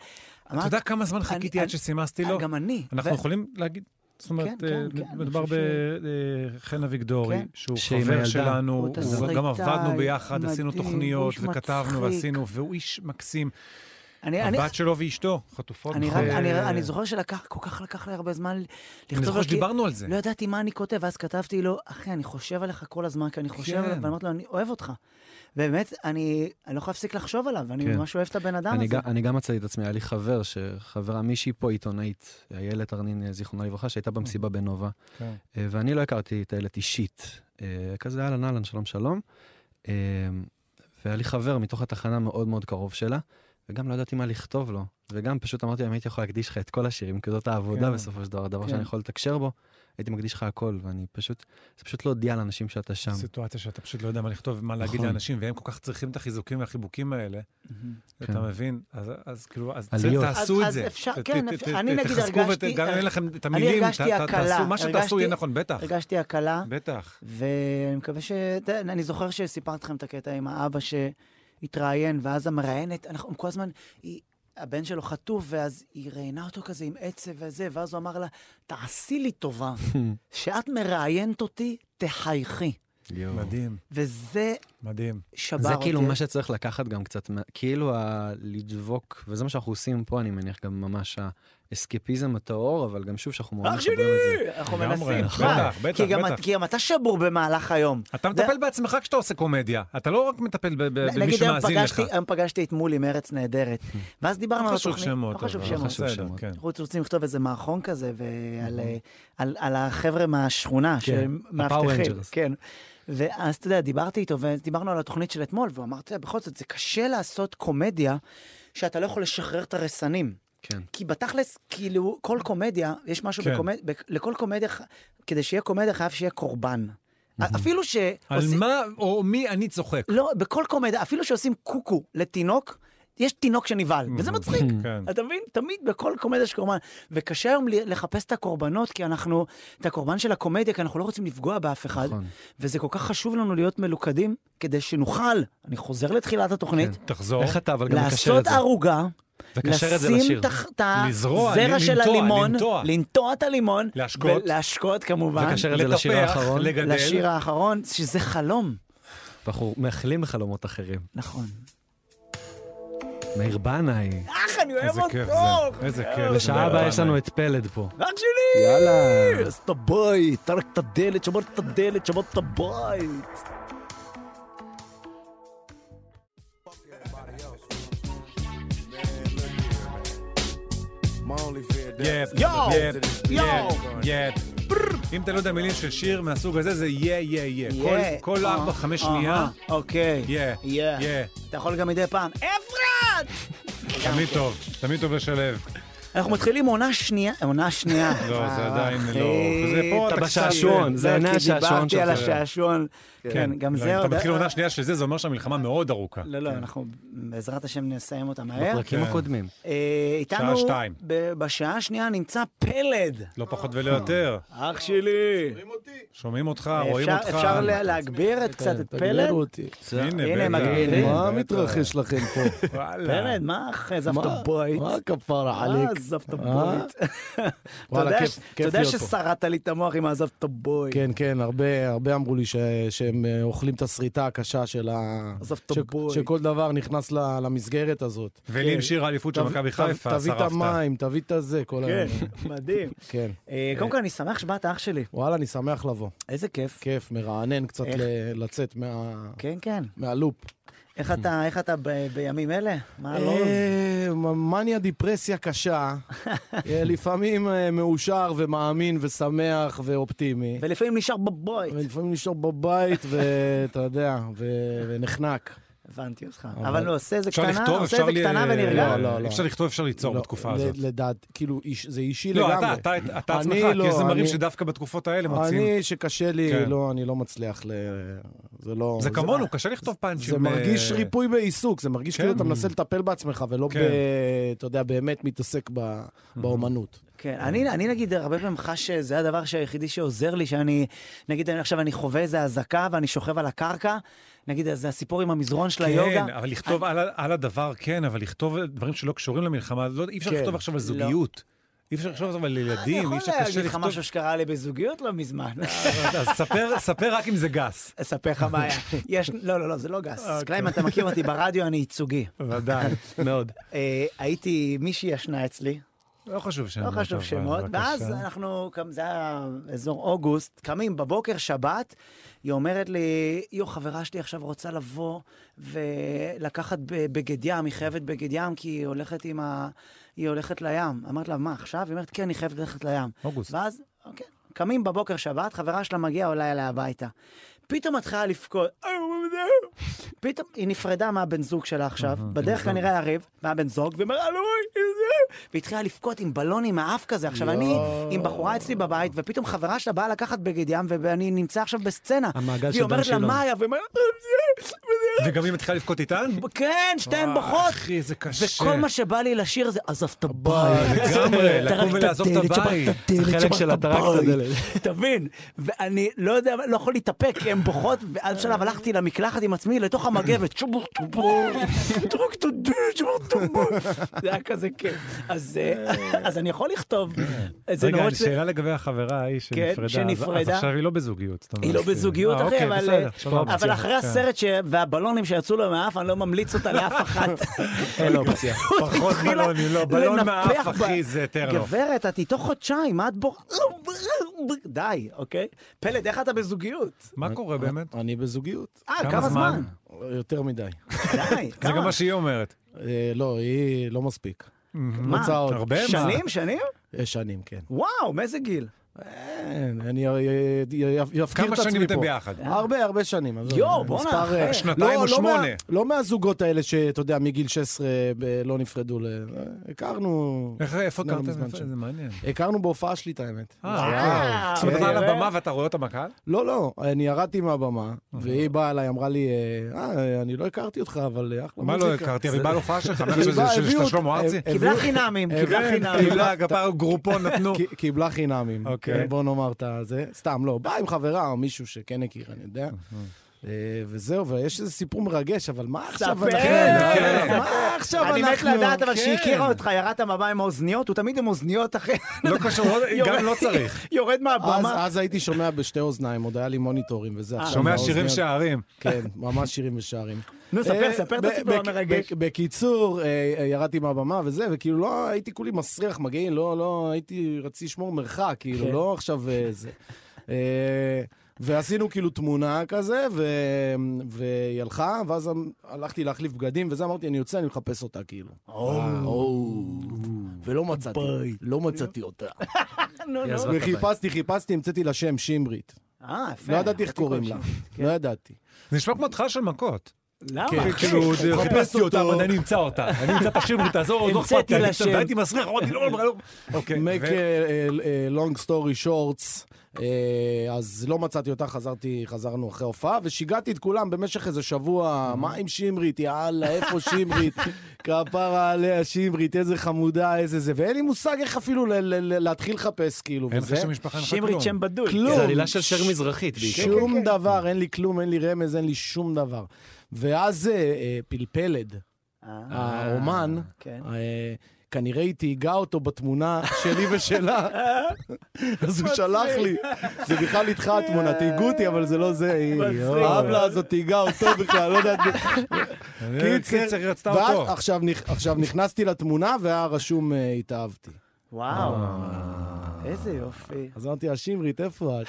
B: אתה יודע כמה זמן חיכיתי עד שסימסתי לו?
C: גם אני.
B: אנחנו
C: ו-
B: יכולים להגיד, זאת אומרת,
C: כן,
B: אה,
C: כן, כן,
B: מדובר
C: אני חושב
B: בחן אביגדורי,
C: כן.
B: שהוא
D: שעם
B: חבר
D: הילדה.
B: שלנו,
C: הוא
B: הוא
C: תסריטאי,
B: גם עבדנו ביחד, עשינו
C: מדהים,
B: תוכניות,
C: הוא איש
B: וכתבנו
C: מצחיק.
B: ועשינו, והוא איש מקסים.
C: אה, אני- אני-
B: הבת שלו ואשתו, חטופות.
C: אני
B: ב-
C: רק- אני- אני זוכר שלקח, כל כך לקח לי הרבה זמן לכתוב.
B: אני
C: לו,
B: זוכר
C: כי
B: שדיברנו
D: כן.
B: על זה.
C: לא ידעתי מה אני כותב, ואז כתבתי לו, אחי, אני חושב עליך כל הזמן, כי אני חושב
B: כן.
C: עליו, ואני אמרתי לו, אני אוהב אותך. באמת, אני אני לא יכול להפסיק לחשוב עליו, אני
D: כן.
C: ממש אוהב את הבן אדם
D: אני
C: הזה.
D: גם- אני גם מצאתי את עצמי, היה לי חבר, שחברה מישהי פה עיתונאית, איילת ארנין, זיכרונה לברכה, שהייתה במסיבה בנובה,
B: כן.
D: אה, ואני לא הכרתי את איילת אישית. אה, כזה אהלן אהלן, שלום שלום. אה, והיה לי חבר מתוך התחנה מאוד מאוד קרוב שלה, וגם לא ידעתי מה לכתוב לו. וגם פשוט אמרתי להם, הייתי יכול להקדיש לך את כל השירים, כי זאת העבודה
B: כן.
D: בסופו של דבר, הדבר
C: כן.
D: שאני יכול לתקשר בו, הייתי מקדיש לך הכל, ואני פשוט, זה פשוט להודיע לאנשים שאתה שם.
B: סיטואציה שאתה פשוט לא יודע מה לכתוב ומה להגיד
D: כן. נכון.
B: לאנשים, והם כל כך צריכים את החיזוקים והחיבוקים האלה,
C: מהמם.
B: אתה מבין? אז- אז כאילו, אז
D: כן. עליות.
B: תעשו
C: אז-
B: את
C: אז
B: זה.
C: אפשר-
B: ת-
C: כן,
B: ת-
C: אפ-
B: ת-
C: אני נגיד
B: תחזקו ות-
C: הרגשתי-
B: גם אם אין לכם את
C: אני
B: המילים, ת-
C: הרגשתי
B: ת-
C: הקלה,
B: תעשו מה שתעשו
C: הרגשתי-
B: יהיה נכון, בטח,
C: הרגשתי הקלה,
B: בטח.
C: ואני מקווה ש... אתה יודע, אני זוכר שסיפרתי לכם את הקטע עם האבא שהתראיין, ואז המראיינת, אנחנו כל הזמן, היא, הבן שלו חטוף, ואז היא ראיינה אותו כזה עם עצב וזה, ואז הוא אמר לה, תעשי לי טובה, שאת מראיינת אותי, תחייכי.
D: יואו.
B: מדהים,
C: וזה
B: מדהים.
C: שבר
D: זה
C: אותי.
D: כאילו מה שצריך לקחת גם קצת, מה- כאילו ה- לדבוק, וזה מה שאנחנו עושים פה, אני מניח, גם ממש האסקפיזם הטהור, אבל גם שוב, שאנחנו מאוד
C: אח
D: מחברים את זה.
C: אנחנו
B: לגמרי,
C: מנסים,
B: בטח,
C: תשמע,
B: בטח,
C: כי גם
B: בטח.
C: את- כי גם אתה שבור במהלך היום.
B: אתה
C: זה-
B: מטפל בעצמך כשאתה עושה קומדיה, אתה לא רק מטפל ב- ב- במי
C: נגיד היום
B: שמאזין לך.
C: פגשתי, היום פגשתי את מולי מארץ נהדרת, ואז דיברנו
B: לא
C: על
B: חשוב
C: התוכנית,
B: שמות,
C: לא חשוב
B: אבל-
C: שמות,
D: חשוב
B: בסדר,
D: שמות.
B: כן.
C: אנחנו רוצים לכתוב איזה מערכון כזה, ועל אה, על, על החבר'ה מהשכונה,
B: כן,
C: שהם
D: הפאוור
C: מאבטחים.
D: רנג'רס.
C: כן. ואז, אתה יודע, דיברתי איתו, ודיברנו על התוכנית של אתמול, והוא אמר, "אתה יודע, בכל זאת, זה קשה לעשות קומדיה שאתה לא יכול לשחרר את הרסנים.
D: כן.
C: כי בתכלס, כאילו, כל קומדיה, יש משהו
B: כן.
C: בקומדיה, ב- לכל קומדיה, ח- כדי שיהיה קומדיה חייב שיהיה קורבן. אפילו ש...
B: על מה או מי אני צוחק.
C: לא, בכל קומדיה, אפילו שעושים קוקו לתינוק, יש תינוק שנבהל, וזה מצחיק.
B: כן.
C: אתה מבין? תמיד בכל קומדיה יש קורבן. וקשה היום ל- לחפש את הקורבנות, כי אנחנו, את הקורבן של הקומדיה, כי אנחנו לא רוצים לפגוע באף אחד,
D: נכון.
C: וזה כל כך חשוב לנו להיות מלוכדים, כדי שנוכל, אני חוזר לתחילת התוכנית,
B: תחזור.
D: איך אתה, כן. אבל גם מקשר את
C: לעשות
D: זה.
C: ערוגה,
D: וקשר את זה
C: לשים
D: לשיר.
C: תח- את
B: לזרוע,
C: הזרע
B: ל-
C: של
B: לנטוע,
C: הלימון,
B: לנטוע.
C: לנטוע את הלימון,
B: להשקות.
C: ולהשקות כמובן,
D: וקשר את זה לשיר
B: לטפח,
D: האחרון.
B: לגדל.
C: לשיר האחרון, שזה חלום.
D: ואנחנו מאחלים לחלומות אחרים.
C: נכון.
D: מאיר בנאי.
C: אח, אני אוהב
B: איזה
C: אותו!
B: כיף זה. איזה כיף. זה.
D: בשעה הבאה יש לנו את פלד פה.
C: אח שלי!
D: יאללה.
C: אז אתה בית, תרק את הדלת, שמרת את הדלת, שמרת את הבית.
B: יפ,
C: יואו,
B: יפ,
C: יואו.
B: יפ, יפ. ברר. אם אתה לא יודע מילים של שיר מהסוג הזה, זה יה, יה, יה.
C: יה.
B: כל- כל
C: אה,
B: ארבע, חמש
C: אה,
B: שנייה,
C: אוקיי.
B: יה,
C: יה.
B: יה.
C: אתה יכול גם מדי פעם. אפרת!
B: תמיד טוב, תמיד טוב לשלב.
C: אנחנו מתחילים עונה שנייה, עונה שנייה.
B: לא, זה עדיין
C: אחי,
B: לא. זה פה
C: אתה
B: אתה קצת-
D: בשעשועון, זה
C: לא,
D: עונה
C: כי
D: השעשועון
C: דיברתי על
D: שלך.
C: השעשועון. כן, גם
B: לא,
C: זה
B: אם
C: עוד...
B: אתה מתחיל עונה כן. שנייה של זה, זה אומר שהמלחמה מאוד ארוכה.
C: לא, לא, אנחנו בעזרת השם נסיים אותה מהר.
D: בפרקים
B: כן.
D: הקודמים.
C: אה, איתנו,
B: שעה שתיים.
C: ב- בשעה השנייה נמצא פלד.
B: לא פחות ולא יותר.
C: אח שלי.
B: שומעים אותך,
C: אפשר-
B: רואים אותך.
C: אה, אפשר לה- להגביר את- קצת את פלד?
H: אותי.
B: הנה,
C: הנה,
B: בטח.
C: מגבילים.
H: מה
B: בטח.
H: מתרחש לכם פה?
B: וואלה.
C: פלד, מה אחי, עזבת
H: מה-
C: בית?
H: מה הכפרה
C: אה,
H: עליק?
C: עזבת
H: אה?
C: בית. אתה
H: וואלה,
C: יודע
H: כיף,
C: ש- אתה
H: כיף
C: יודע
H: להיות פה.
C: ששרדת לי את המוח עם עזבת בית.
H: כן, כן, הרבה, הרבה אמרו לי ש, שהם אה, אוכלים את השריטה הקשה של ה...
C: עזב את הבוי.
H: ש, שכל דבר נכנס ל, למסגרת הזאת.
D: כן.
B: ולי עם שיר האליפות של מכבי
H: תב-
B: חיפה,
H: תביא את
B: שרפת.
H: המים, תביא את הזה, כל
C: כן,
H: היום.
C: מדהים.
H: כן.
C: אה, קודם כל, אני שמח שבאת, אח שלי.
H: וואלה, אני שמח לבוא.
C: איזה כיף.
H: כיף, מרענן קצת
C: איך?
H: ל, לצאת מה,
C: כן, כן.
H: מהלופ.
C: איך אתה, איך אתה ב- בימים אלה? מה לא?
H: אה, מניה דיפרסיה קשה, אה, לפעמים אה, מאושר ומאמין ושמח ואופטימי.
C: ולפעמים נשאר בבית.
H: ולפעמים נשאר בבית, ואתה יודע, ו- ונחנק.
C: הבנתי אותך.
H: אבל-
C: אבל הוא עושה איזה
B: אפשר
C: קטנה,
B: לכתוב,
C: הוא עושה
B: אפשר אה,
C: איזה קטנה
B: ל-
C: ונרגע.
H: לא, לא, לא.
B: אפשר לכתוב, אפשר ליצור
H: לא,
B: בתקופה
H: ל-
B: הזאת.
H: לדעת, כאילו, איש- זה אישי
B: לא,
H: לגמרי.
B: אתה, אתה, אתה
H: אני
B: עצמך,
H: לא,
B: כי יש זמרים
H: אני-
B: שדווקא בתקופות האלה מוצאים...
H: אני, שקשה לי,
B: כן.
H: לא, אני לא מצליח ל... זה לא...
B: זה כמונו, קשה לכתוב פאנצ'ים.
H: זה מרגיש
B: אה,
H: ריפוי בעיסוק, זה מרגיש
B: כן.
H: כאילו אתה מנסה לטפל בעצמך, ולא ב...
B: כן. Mm-hmm.
H: אתה יודע, באמת מתעסק ב- באומנות.
C: כן, אני, אני נגיד הרבה פעמים חש שזה הדבר היחידי שעוזר לי, שאני, נגיד אני, עכשיו אני חווה איזה אזעקה ואני שוכב על הקרקע, נגיד, אז זה הסיפור עם המזרון של היוגה.
B: כן, אבל לכתוב על ה- על הדבר, כן, אבל לכתוב דברים שלא קשורים למלחמה, לא- אי אפשר
C: כן,
B: לכתוב עכשיו על
C: לא.
B: זוגיות. אי אפשר לכתוב עכשיו על ילדים, אי
C: אני
B: אפשר
C: יכול
B: קשה
C: להגיד לך
B: לכתוב... אה.
C: משהו שקרה לי בזוגיות לא מזמן.
B: אז ספר- ספר רק אם זה גס.
C: אספר לך מה היה. יש, לא, לא, לא, זה לא גס. קליים, אתה מכיר אותי ברדיו, אני ייצוגי.
B: ודאי. מאוד.
C: אה, הייתי, מישהי ישנה אצלי,
B: לא חשוב שמות.
C: לא חשוב
B: אבל
C: שמות,
B: בבקשה.
C: ואז אנחנו, קם- זה היה אזור אוגוסט, קמים בבוקר, שבת, היא אומרת לי, יו, חברה שלי עכשיו רוצה לבוא ולקחת ב- בגד ים, היא חייבת בגד ים כי היא הולכת עם ה... היא הולכת לים. אמרתי לה, מה, עכשיו? היא אומרת, כן, היא חייבת ללכת לים.
B: אוגוסט.
C: ואז, אוקיי, קמים בבוקר שבת, חברה שלה מגיעה, עולה אליה הביתה. פתאום מתחילה לבכות, "אה, לא." פתאום היא נפרדה מהבן זוג שלה עכשיו, בדרך כנראה הריב, מהבן זוג, ואומרה, לא, זה-" והיא התחילה לבכות עם בלון עם האף כזה. עכשיו, אני עם בחורה אצלי בבית, ופתאום חברה שלה באה לקחת בגד ים, ואני נמצא עכשיו בסצנה.
I: המעגל של
C: והיא אומרת
I: דן
C: לה,
I: שילון.
C: מה היה? והיא אומרת, "אה, זה- זה-"
B: וגם אם מתחילה לבכות איתן?
C: כן, שתיהן בוכות.
B: אחי, זה קשה.
C: וכל מה שבא לי לשיר זה, עזוב את הבית.
B: כן. לגמרי,
C: טרק
B: לקום
C: את
B: ולעזוב את
C: הדלת, שבר
B: הבית.
C: את הדלת,
I: חלק
C: שבר
I: של
C: את
I: הטרק את
C: הבית.
I: הדלת.
C: תבין, ואני לא יודע, לא יכול להתאפק, כי הן בוכות, ועד שלב הלכתי למקלחת עם עצמי לתוך המגבת, שבור טובור, טרוק טובור, שבור טובור. זה היה כזה כיף. אז אה, אז אני יכול לכתוב. זה
B: כן. רגע,
C: נורא
B: אני-
C: ש-
B: שאלה לגבי החברה ההיא שנפרדה. אז- אז
C: שנפרדה.
B: עכשיו היא לא בזוגיות. זאת אומרת.
C: היא לא בזוגיות,
B: אה,
C: אחי,
B: אוקיי,
C: אבל...
B: בסדר, עכשיו לא
C: אבל
B: בזוגיות,
C: אחרי
B: כן.
C: הסרט ש- והבלונים שיצאו לו מהאף, אני לא ממליץ אותה לאף אחת.
I: אין אופציה.
B: כן. פחות
C: התחילה
B: בלונים, לא, בלון
C: לנפח
B: מהאף,
C: ב-
B: אחי, זה לא. טרלו.
C: גברת, את איתו חודשיים, מה את בור... די, אוקיי? פלד, איך אתה בזוגיות?
B: מה קורה באמת?
H: אני בזוגיות.
C: אה,
B: כמה
C: כמה
B: זמן?
C: זמן?
H: יותר מדי.
C: די,
B: זה גם
C: כמה?
B: מה שהיא אומרת.
H: אה, לא, היא לא מספיק.
C: מה?
H: רוצה עוד.
B: הרבה? מה?
C: שנים, שנים?
H: אה, שנים, כן.
C: וואו, מאיזה גיל?
H: אין, אני אה, אה, אה, אפקיר את עצמי פה.
B: כמה שנים אתם ביחד?
H: הרבה, הרבה שנים. עזוב,
C: אה, יואו, בואנה,
H: מספר,
C: אחי.
H: אה,
B: שנתיים
H: לא-
B: או
H: לא
B: שמונה.
H: מה- לא מהזוגות האלה שאתה יודע, מגיל 16 ב- לא נפרדו. ל- אה, הכרנו...
B: איך, איפה
H: לפני לא
B: הכרתם?
H: מזמן
B: איפה-
H: שם.
B: זה מעניין.
H: הכרנו בהופעה שלי, את האמת.
B: אה, זאת אומרת, אתה על הבמה ואתה רואה אותה בקהל?
H: לא, לא, אני ירדתי מהבמה,
B: אוקיי.
H: והיא באה אליי, אמרה לי, אה, אה, אני לא הכרתי אותך, אבל אה, אחלה
B: מה
H: מוזיקה.
B: לא הכרתי?
H: זה-
B: אבל באה להופעה שלך, מה
H: היא
B: שזה
H: באה,
B: של
H: הביאו
B: של
H: אותה-
B: שלמה ארצי?
H: אה,
C: קיבלה
H: הביאו-
C: חינמים, קיבלה
B: כן,
C: חינמים.
B: קיבלה, גפר גרופון נתנו.
H: כי- קיבלה חינמים. כן,
B: אוקיי.
H: בוא נאמר את הזה. סתם, לא, באה עם חברה או מישהו שכן הכיר, אני יודע. אה, וזהו, ויש איזה סיפור מרגש, אבל מה עכשיו
C: ספר,
H: אנחנו...
B: כן.
H: מה עכשיו אנחנו...
C: אני מת לדעת, אבל
H: כן.
C: כשהיא הכירה אותך, ירדת מהבמה עם האוזניות, הוא תמיד עם אוזניות אחרי...
B: לא קשור, גם לא צריך.
C: יורד
H: אז,
C: מהבמה.
H: אז הייתי שומע בשתי אוזניים, עוד היה לי מוניטורים וזה. עכשיו
B: שומע
H: באוזניות.
B: שירים שערים.
H: כן, ממש שירים ושערים.
C: נו, ספר,
H: אה,
C: ספר את
H: ב-
C: הסיפור
H: בק-
C: המרגש.
H: בק- בקיצור, אה, אה, ירדתי מהבמה וזה, וכאילו לא הייתי כולי מסריח מגעים, לא, לא, הייתי, רציתי לשמור מרחק,
C: כן.
H: כאילו, לא עכשיו אה, זה. אה, ועשינו כאילו תמונה כזה, ו- והיא הלכה, ואז אמ- הלכתי להחליף בגדים, וזה אמרתי, אני יוצא, אני מחפש אותה, כאילו. או, ולא מצאתי, לא מצאתי אותה.
C: נו, נו.
H: וחיפשתי, חיפשתי, המצאתי לה שם, שמרית.
C: אה, יפה.
H: לא ידעתי איך קוראים לה, לא ידעתי.
B: זה נשמע כמו התחלה של מכות.
C: למה? אחי?
B: כאילו, זה- חיפשתי אותה, אבל אני אמצא אותה. אני אמצא את השיר, תעזור, לא אכפת
C: המצאתי
B: לי. אני
C: לה
B: אמצא-
C: שם.
B: והייתי מסריח, אמרתי, לא, לא, לא. אוקיי.
H: make
B: ו-
H: a- a- a long story shorts, אה, אז לא מצאתי אותה, חזרתי, חזרנו אחרי הופעה, ושיגעתי את כולם במשך איזה
B: Mm-hmm.
H: שבוע, מה עם שמרית, יאללה, איפה שמרית? כפרה עליה שמרית, איזה חמודה, איזה זה, ואין לי מושג איך אפילו ל- ל- ל- להתחיל לחפש, כאילו,
B: אין לך
H: וזה.
B: שם משפחה, אין לך
C: שמרית
B: כלום.
C: שם בדוי.
H: כלום.
D: זה עלילה של שיר מזרחית בעיקר.
H: שום דבר, אין לי כלום, אין לי רמז, אין לי שום דבר. ואז אה, אה, פלפלד,
C: אה,
H: האומן,
C: כן.
H: אה, כנראה היא תהיגה אותו בתמונה שלי ושלה, אז הוא שלח לי. זה בכלל איתך התמונה, תהיגו אותי, אבל זה לא זה, היא-
C: מצחיק.
H: האבלה הזאת תהיגה אותו בכלל, לא יודעת.
B: אה, קיצר, היא רצתה
H: ואז
B: אותו.
H: עכשיו נכ- עכשיו נכנסתי לתמונה והיה רשום אה, התאהבתי.
C: וואו. איזה יופי.
H: אז אמרתי לה, שמרית, איפה את?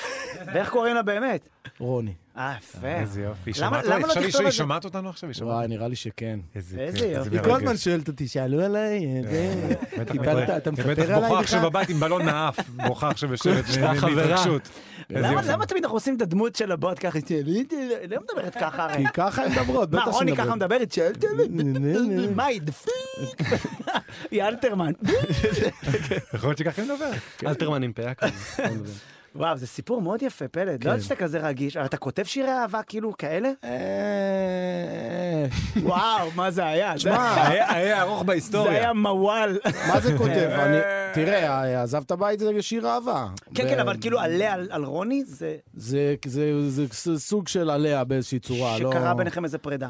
C: ואיך קוראים לה באמת?
H: רוני.
C: אה,
B: איזה
C: יפה.
B: יופי.
C: למה-
B: שמעת-
C: למה לא
B: עכשיו היא-
C: תכתוב
B: היא
C: את זה?
B: שומעת אותנו עכשיו? היא שומעת?
H: וואי, נראה לי שכן.
C: איזה
B: כיף,
C: יופי.
H: היא כל
B: מרגש.
H: הזמן שואלת אותי, שאלו עליי, זה...
B: בטח
H: טיפלת,
B: בטח-
H: אתה
B: היא
H: מספר
B: בטח
H: עליי
B: בוכה
H: בכלל?
B: עכשיו בבית עם בלון מהאף, בוכה עכשיו יושבת מהתרגשות. איזה
C: למה
B: יופי.
C: למה תמיד אנחנו עושים את הדמות של הבוט ככה? שאלתי, לא מדברת ככה הרי.
H: כי ככה הן מדברות, בטח
C: מה, רוני
H: שמדברות.
C: ככה מדברת? שאלתי, מה, היא דפוק? היא אלתרמן.
B: יכול להיות שככה היא מדברת.
D: כן. אלתרמן עם פאה כזה.
C: וואו, זה סיפור מאוד יפה, פלד. לא יודעת שאתה כזה רגיש. אבל אתה כותב שירי אהבה כאילו כאלה?
H: אה,
C: וואו, מה זה היה?
H: שמע,
B: היה היה ארוך
C: זה
B: בהיסטוריה.
C: היה מוואל.
H: מה זה כותב? אני- תראה, עזב את הבית זה שיר אהבה.
C: כן, כן,
H: ו-
C: אבל כאילו עלה על- על רוני, זה
H: זה, זה, זה, זה סוג של עליה באיזושהי צורה, לא...
C: שקרה ביניכם איזה פרידה.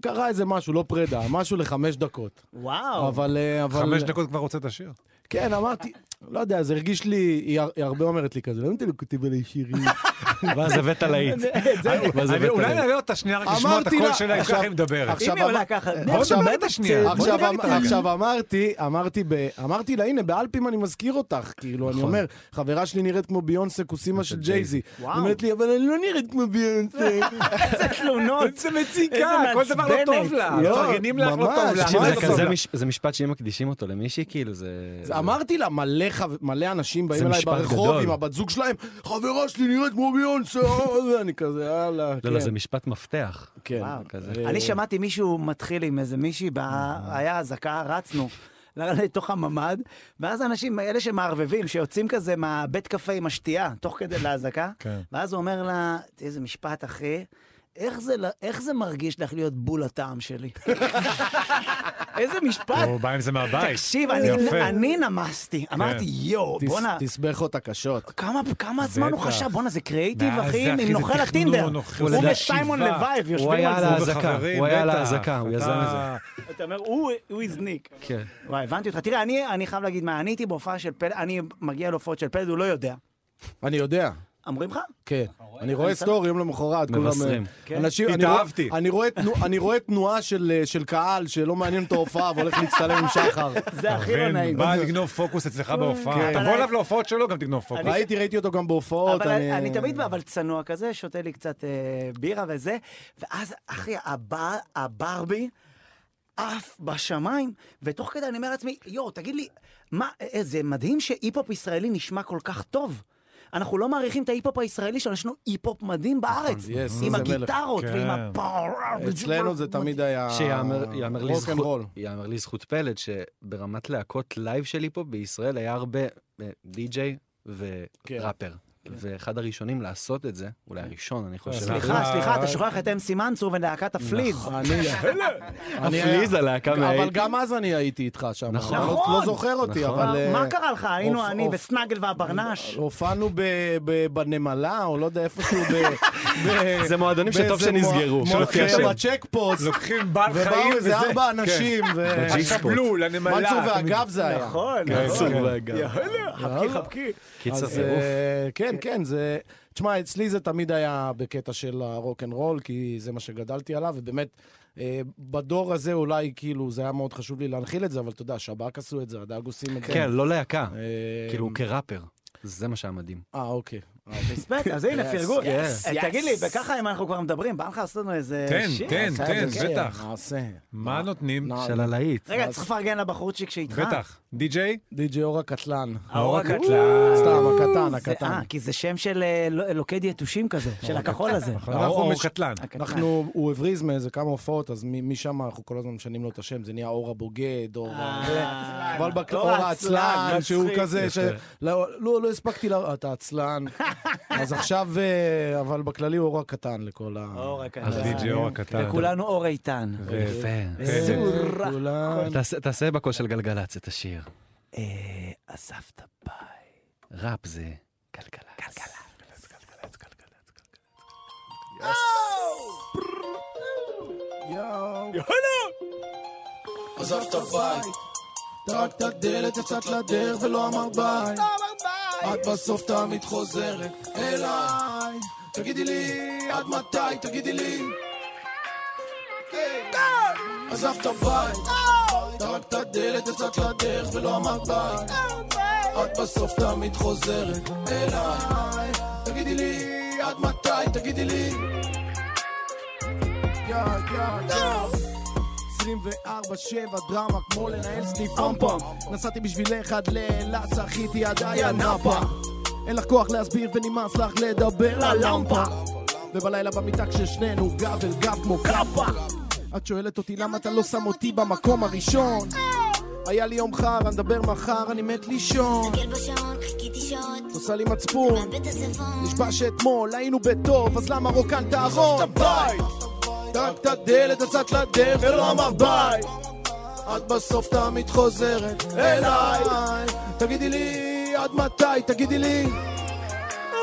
H: קרה איזה משהו, לא פרידה, משהו לחמש דקות.
C: וואו.
H: אבל... אה, אבל...
B: חמש דקות כבר רוצה את השיר.
H: כן, אמרתי, לא יודע, זה הרגיש לי, היא, הר- היא הרבה אומרת לי כזה, למה אתה לא כותב עלי שירים?
D: ואז הבאת להיט. ואז
B: אני-
D: הבאת
B: אולי
D: להיט.
B: נעלה אותה שנייה רק לשמוע את
H: אמרתי
B: הקול
H: לה-
B: שלה, אם
H: עכשיו-
B: ככה היא מדברת.
H: עכשיו
C: אם היא עולה
H: אמר-
C: ככה...
B: בוא
H: עכשיו-
B: נדבר איתה שנייה. בוא
H: עכשיו,
B: נדבר
H: אמ-
B: איתה רגע.
H: עכשיו אמרתי, אמרתי, ב, אמרתי לה, הנה, באלפים אני מזכיר אותך. כאילו,
B: נכון.
H: אני אומר, חברה שלי נראית כמו ביונסה קוסימה של ג'ייזי. היא
C: וואו.
H: אומרת לי, אבל אני לא נראית כמו ביונסה.
C: איזה תלונות.
B: איזה
C: איזה
B: מציקה, כל דבר לא טוב
C: מעצבנת.
B: לה.
H: לא,
B: מפרגנים לך, לא טוב
H: ממש,
B: לה.
H: תקשיב,
D: תקשיב,
B: מה
D: זה
B: לא טוב
D: כזה
B: לה?
D: מש- זה משפט שאם מקדישים אותו למישהי, כאילו זה...
H: אז
D: זה-
H: אמרתי לה, מלא חב- מלא אנשים באים
D: זה
H: אליי
D: משפט
H: ברחוב
D: גדול.
H: עם הבת זוג שלהם, חברה שלי נראית כמו ביונסה, אה, אני כזה, יאללה,
D: לא, לא,
H: כן,
D: זה משפט מפתח.
H: כן.
C: וואו.
D: כזה.
H: אה,
C: אני שמעתי מישהו מתחיל עם איזה מישהי, בה- היה אזעקה, רצנו. לתוך הממ"ד, ואז האנשים, אלה שמערבבים, שיוצאים כזה מהבית קפה עם השתייה, תוך כדי לאזעקה,
B: כן.
C: ואז הוא אומר לה, איזה משפט, אחי, איך זה, ל- איך זה מרגיש לך להיות בול הטעם שלי? איזה משפט?
B: הוא בא עם זה מהבית.
C: תקשיב, אני-
B: אוקיי. יפה.
C: אני נמסתי, אמרתי, יואו,
H: תס-
C: בואנה,
H: תסבך אותה קשות.
C: כמה, כמה זמן הוא
B: בטח.
C: חשב, בואנה, זה קריאיטיב,
B: מה
C: אחי,
B: זה,
C: אם
B: אחי, זה
C: נוכל
B: תכנון,
C: לטינדר.
B: נוכל
C: הוא
B: לשיבה.
C: וסיימון לב
D: הוא
C: יושבים
D: היה
C: על זה.
D: על האזעקה.
B: וחברים,
D: הוא היה על
B: בטח.
D: האזעקה, הוא
B: אתה-
D: יזם את זה.
C: אתה אומר, הוא הוא הזניק.
D: כן.
C: וואי, הבנתי אותך. תראה, אני, אני חייב להגיד מה, אני הייתי בהופעה של פלד, אני מגיע להופעות של פלד, הוא לא יודע.
H: אני יודע.
C: אומרים לך?
H: כן. אני רואה סטורי יום למחרת, כולם...
D: מבשרים.
H: אה,
C: כן.
H: אנשים, אני
B: התאהבתי.
H: רואה- אני רואה תנו- אני רואה תנועה של אה, של קהל שלא מעניין את ההופעה והולך להצטלם עם שחר.
C: זה הכי לא
B: בן,
C: נעים.
B: בא לגנוב פוקוס אצלך בהופעה.
C: אבל
B: תבוא
C: אני-
B: אליו להופעות שלו, גם תגנוב פוקוס.
H: ראיתי, ראיתי אותו גם בהופעות.
C: אבל אני, אני תמיד אבל צנוע כזה, שותה לי קצת אה, בירה וזה, ואז, אחי, הבר, הברבי עף בשמיים, ותוך כדי אני אומר לעצמי, יואו, תגיד לי, מה, אה, זה מדהים שהיפ-הופ ישראלי נשמע כל כך טוב. אנחנו לא מעריכים את ההיפ-הופ הישראלי שלנו, יש לנו היפ-הופ מדהים בארץ.
H: yes,
C: עם
H: איזה נכון, מלך.
C: הגיטרות
B: כן.
C: ועם הפאור.
H: אצלנו זה תמיד היה...
D: שיאמר יאמר לי
H: רוק אנד רול.
D: זכות, יאמר לי זכות פלד שברמת להקות לייב שלי פה בישראל היה הרבה אה, די-ג'יי וראפר. ואחד הראשונים לעשות את זה, אולי הראשון, אני חושב.
C: סליחה, סליהה, אתה שוכח את אמסי מנצור ולהקת הפליז.
H: נכון. אני-
D: הפליז הלהקה
H: אבל
D: מהאייטיז.
H: גם אז אני הייתי איתך שם.
D: נכון.
H: אתה לא-
C: נכון.
H: לא זוכר אותי,
D: נכון.
H: אבל... אה,
C: מה קרה לך? היינו
H: אוף,
C: אני
H: אוף. אה, לא.
C: וסנגל והברנש.
H: הופענו ב- ב- בנמלה, או לא יודע, איפשהו ב... ב-
D: זה מועדונים שטוב
H: באיזה
D: שנסגרו,
H: מוע-
D: שלא לא-
H: מועדון
D: תיישן.
H: בצ'ק פוסט,
B: לוקחים בעל חיים כן.
H: ובאו איזה ארבע אנשים,
D: כן.
H: אה, ו...
B: השבלו לנמלה.
H: מנצור והגב זה היה. אה?
C: נכון,
D: מנסור
C: נכון.
D: והגב.
C: חבקי חבקי.
D: קיצר
H: אז
D: טירוף.
H: אה, כן, כן, זה... תשמע, אצלי זה תמיד היה בקטע של הרוק אנד רול, כי זה מה שגדלתי עליו, ובאמת, אה, בדור הזה אולי, כאילו, זה היה מאוד חשוב לי להנחיל את זה, אבל אתה יודע, שב"כ עשו את זה, הדג עושים את זה.
D: כן, לא להקה.
H: אה,
D: כאילו, כראפר. זה מה שהיה מדהים.
H: אה, אוקיי. אה,
C: רספקט, אז הנה,
H: Yes,
C: פרגון.
H: yes,
C: אה, תגיד לי, וככה אם אנחנו כבר מדברים, בא לך לעשות לנו איזה
B: תן,
C: שיר?
B: תן,
H: בסדר,
B: תן,
H: כן,
B: כן, בטח.
H: נעשה.
B: מה נותנים?
H: נעשה.
D: של הלהיט.
C: רגע, צריך לפרגן לבחורצ'יק שאיתך.
B: בטח. די.ג'יי?
H: די.ג'י אורה קטלן.
C: האור הקטן.
H: סתם, הקטן,
C: זה-
H: הקטן.
C: אה, כי זה שם של אה, ל- לוקד יתושים כזה, של הכחול הזה.
B: אנחנו
H: אנחנו
B: אור
H: מש-
B: קטלן.
C: הקטן.
H: נכון. אנחנו, הוא הבריז מאיזה כמה הופעות, אז מ- משם אנחנו כל הזמן משנים לו את השם, זה נהיה אור הבוגד, אור ה... אבל בקלאור
C: אור העצלן,
H: העצלן, שהוא
C: מצחיק.
H: כזה, ש- לא, לא לא הספקתי, לה- אתה עצלן. אז עכשיו, אה, אבל בכללי הוא אור הקטן לכל ה...
C: האור הקטן.
D: אז
B: די.ג'יי אור הקטן.
C: וכולנו אור איתן.
D: אה, יפה. אה,
B: כן.
C: זורה.
H: כולם.
D: תעשה- תעשה בקול של גלגלצ את השיר.
C: אה, אספת ביי.
D: ראפ זה גלגלצ.
H: יואו. עזב את הבית. טרק את הדלת, יצאת לדרך ולא אמר ביי. את בסוף תמיד חוזרת אליי. תגידי לי, עד מתי? תגידי לי. עזב את הבית. טרק את הדלת, יצאת לדרך ולא אמר ביי. את בסוף תמיד חוזרת אליי. תגידי לי, עד מתי? תגידי לי. יא, יא, יא. 24-7 דרמה כמו לנהל סניף אמפם נסעתי בשבילך עד לאילת, צחיתי עד איינפה אין לך כוח להסביר ונמאס לך לדבר על למפה ובלילה במיטה כששנינו גב אל גב כמו קאפה את שואלת אותי למה אתה לא שם אותי במקום הראשון היה לי יום חרא, נדבר מחר, אני מת לישון.
I: תסתכל בשעון, חיכיתי שעות,
H: עושה לי מצפון.
I: מאבד את הזבון.
H: נשבע שאתמול היינו בטוב, אז למה רוקנת ארון? את הבית! טק את הדלת, יצאת לדרך, ולא אמר ביי! את בסוף תמיד חוזרת אליי! תגידי לי, עד מתי? תגידי לי!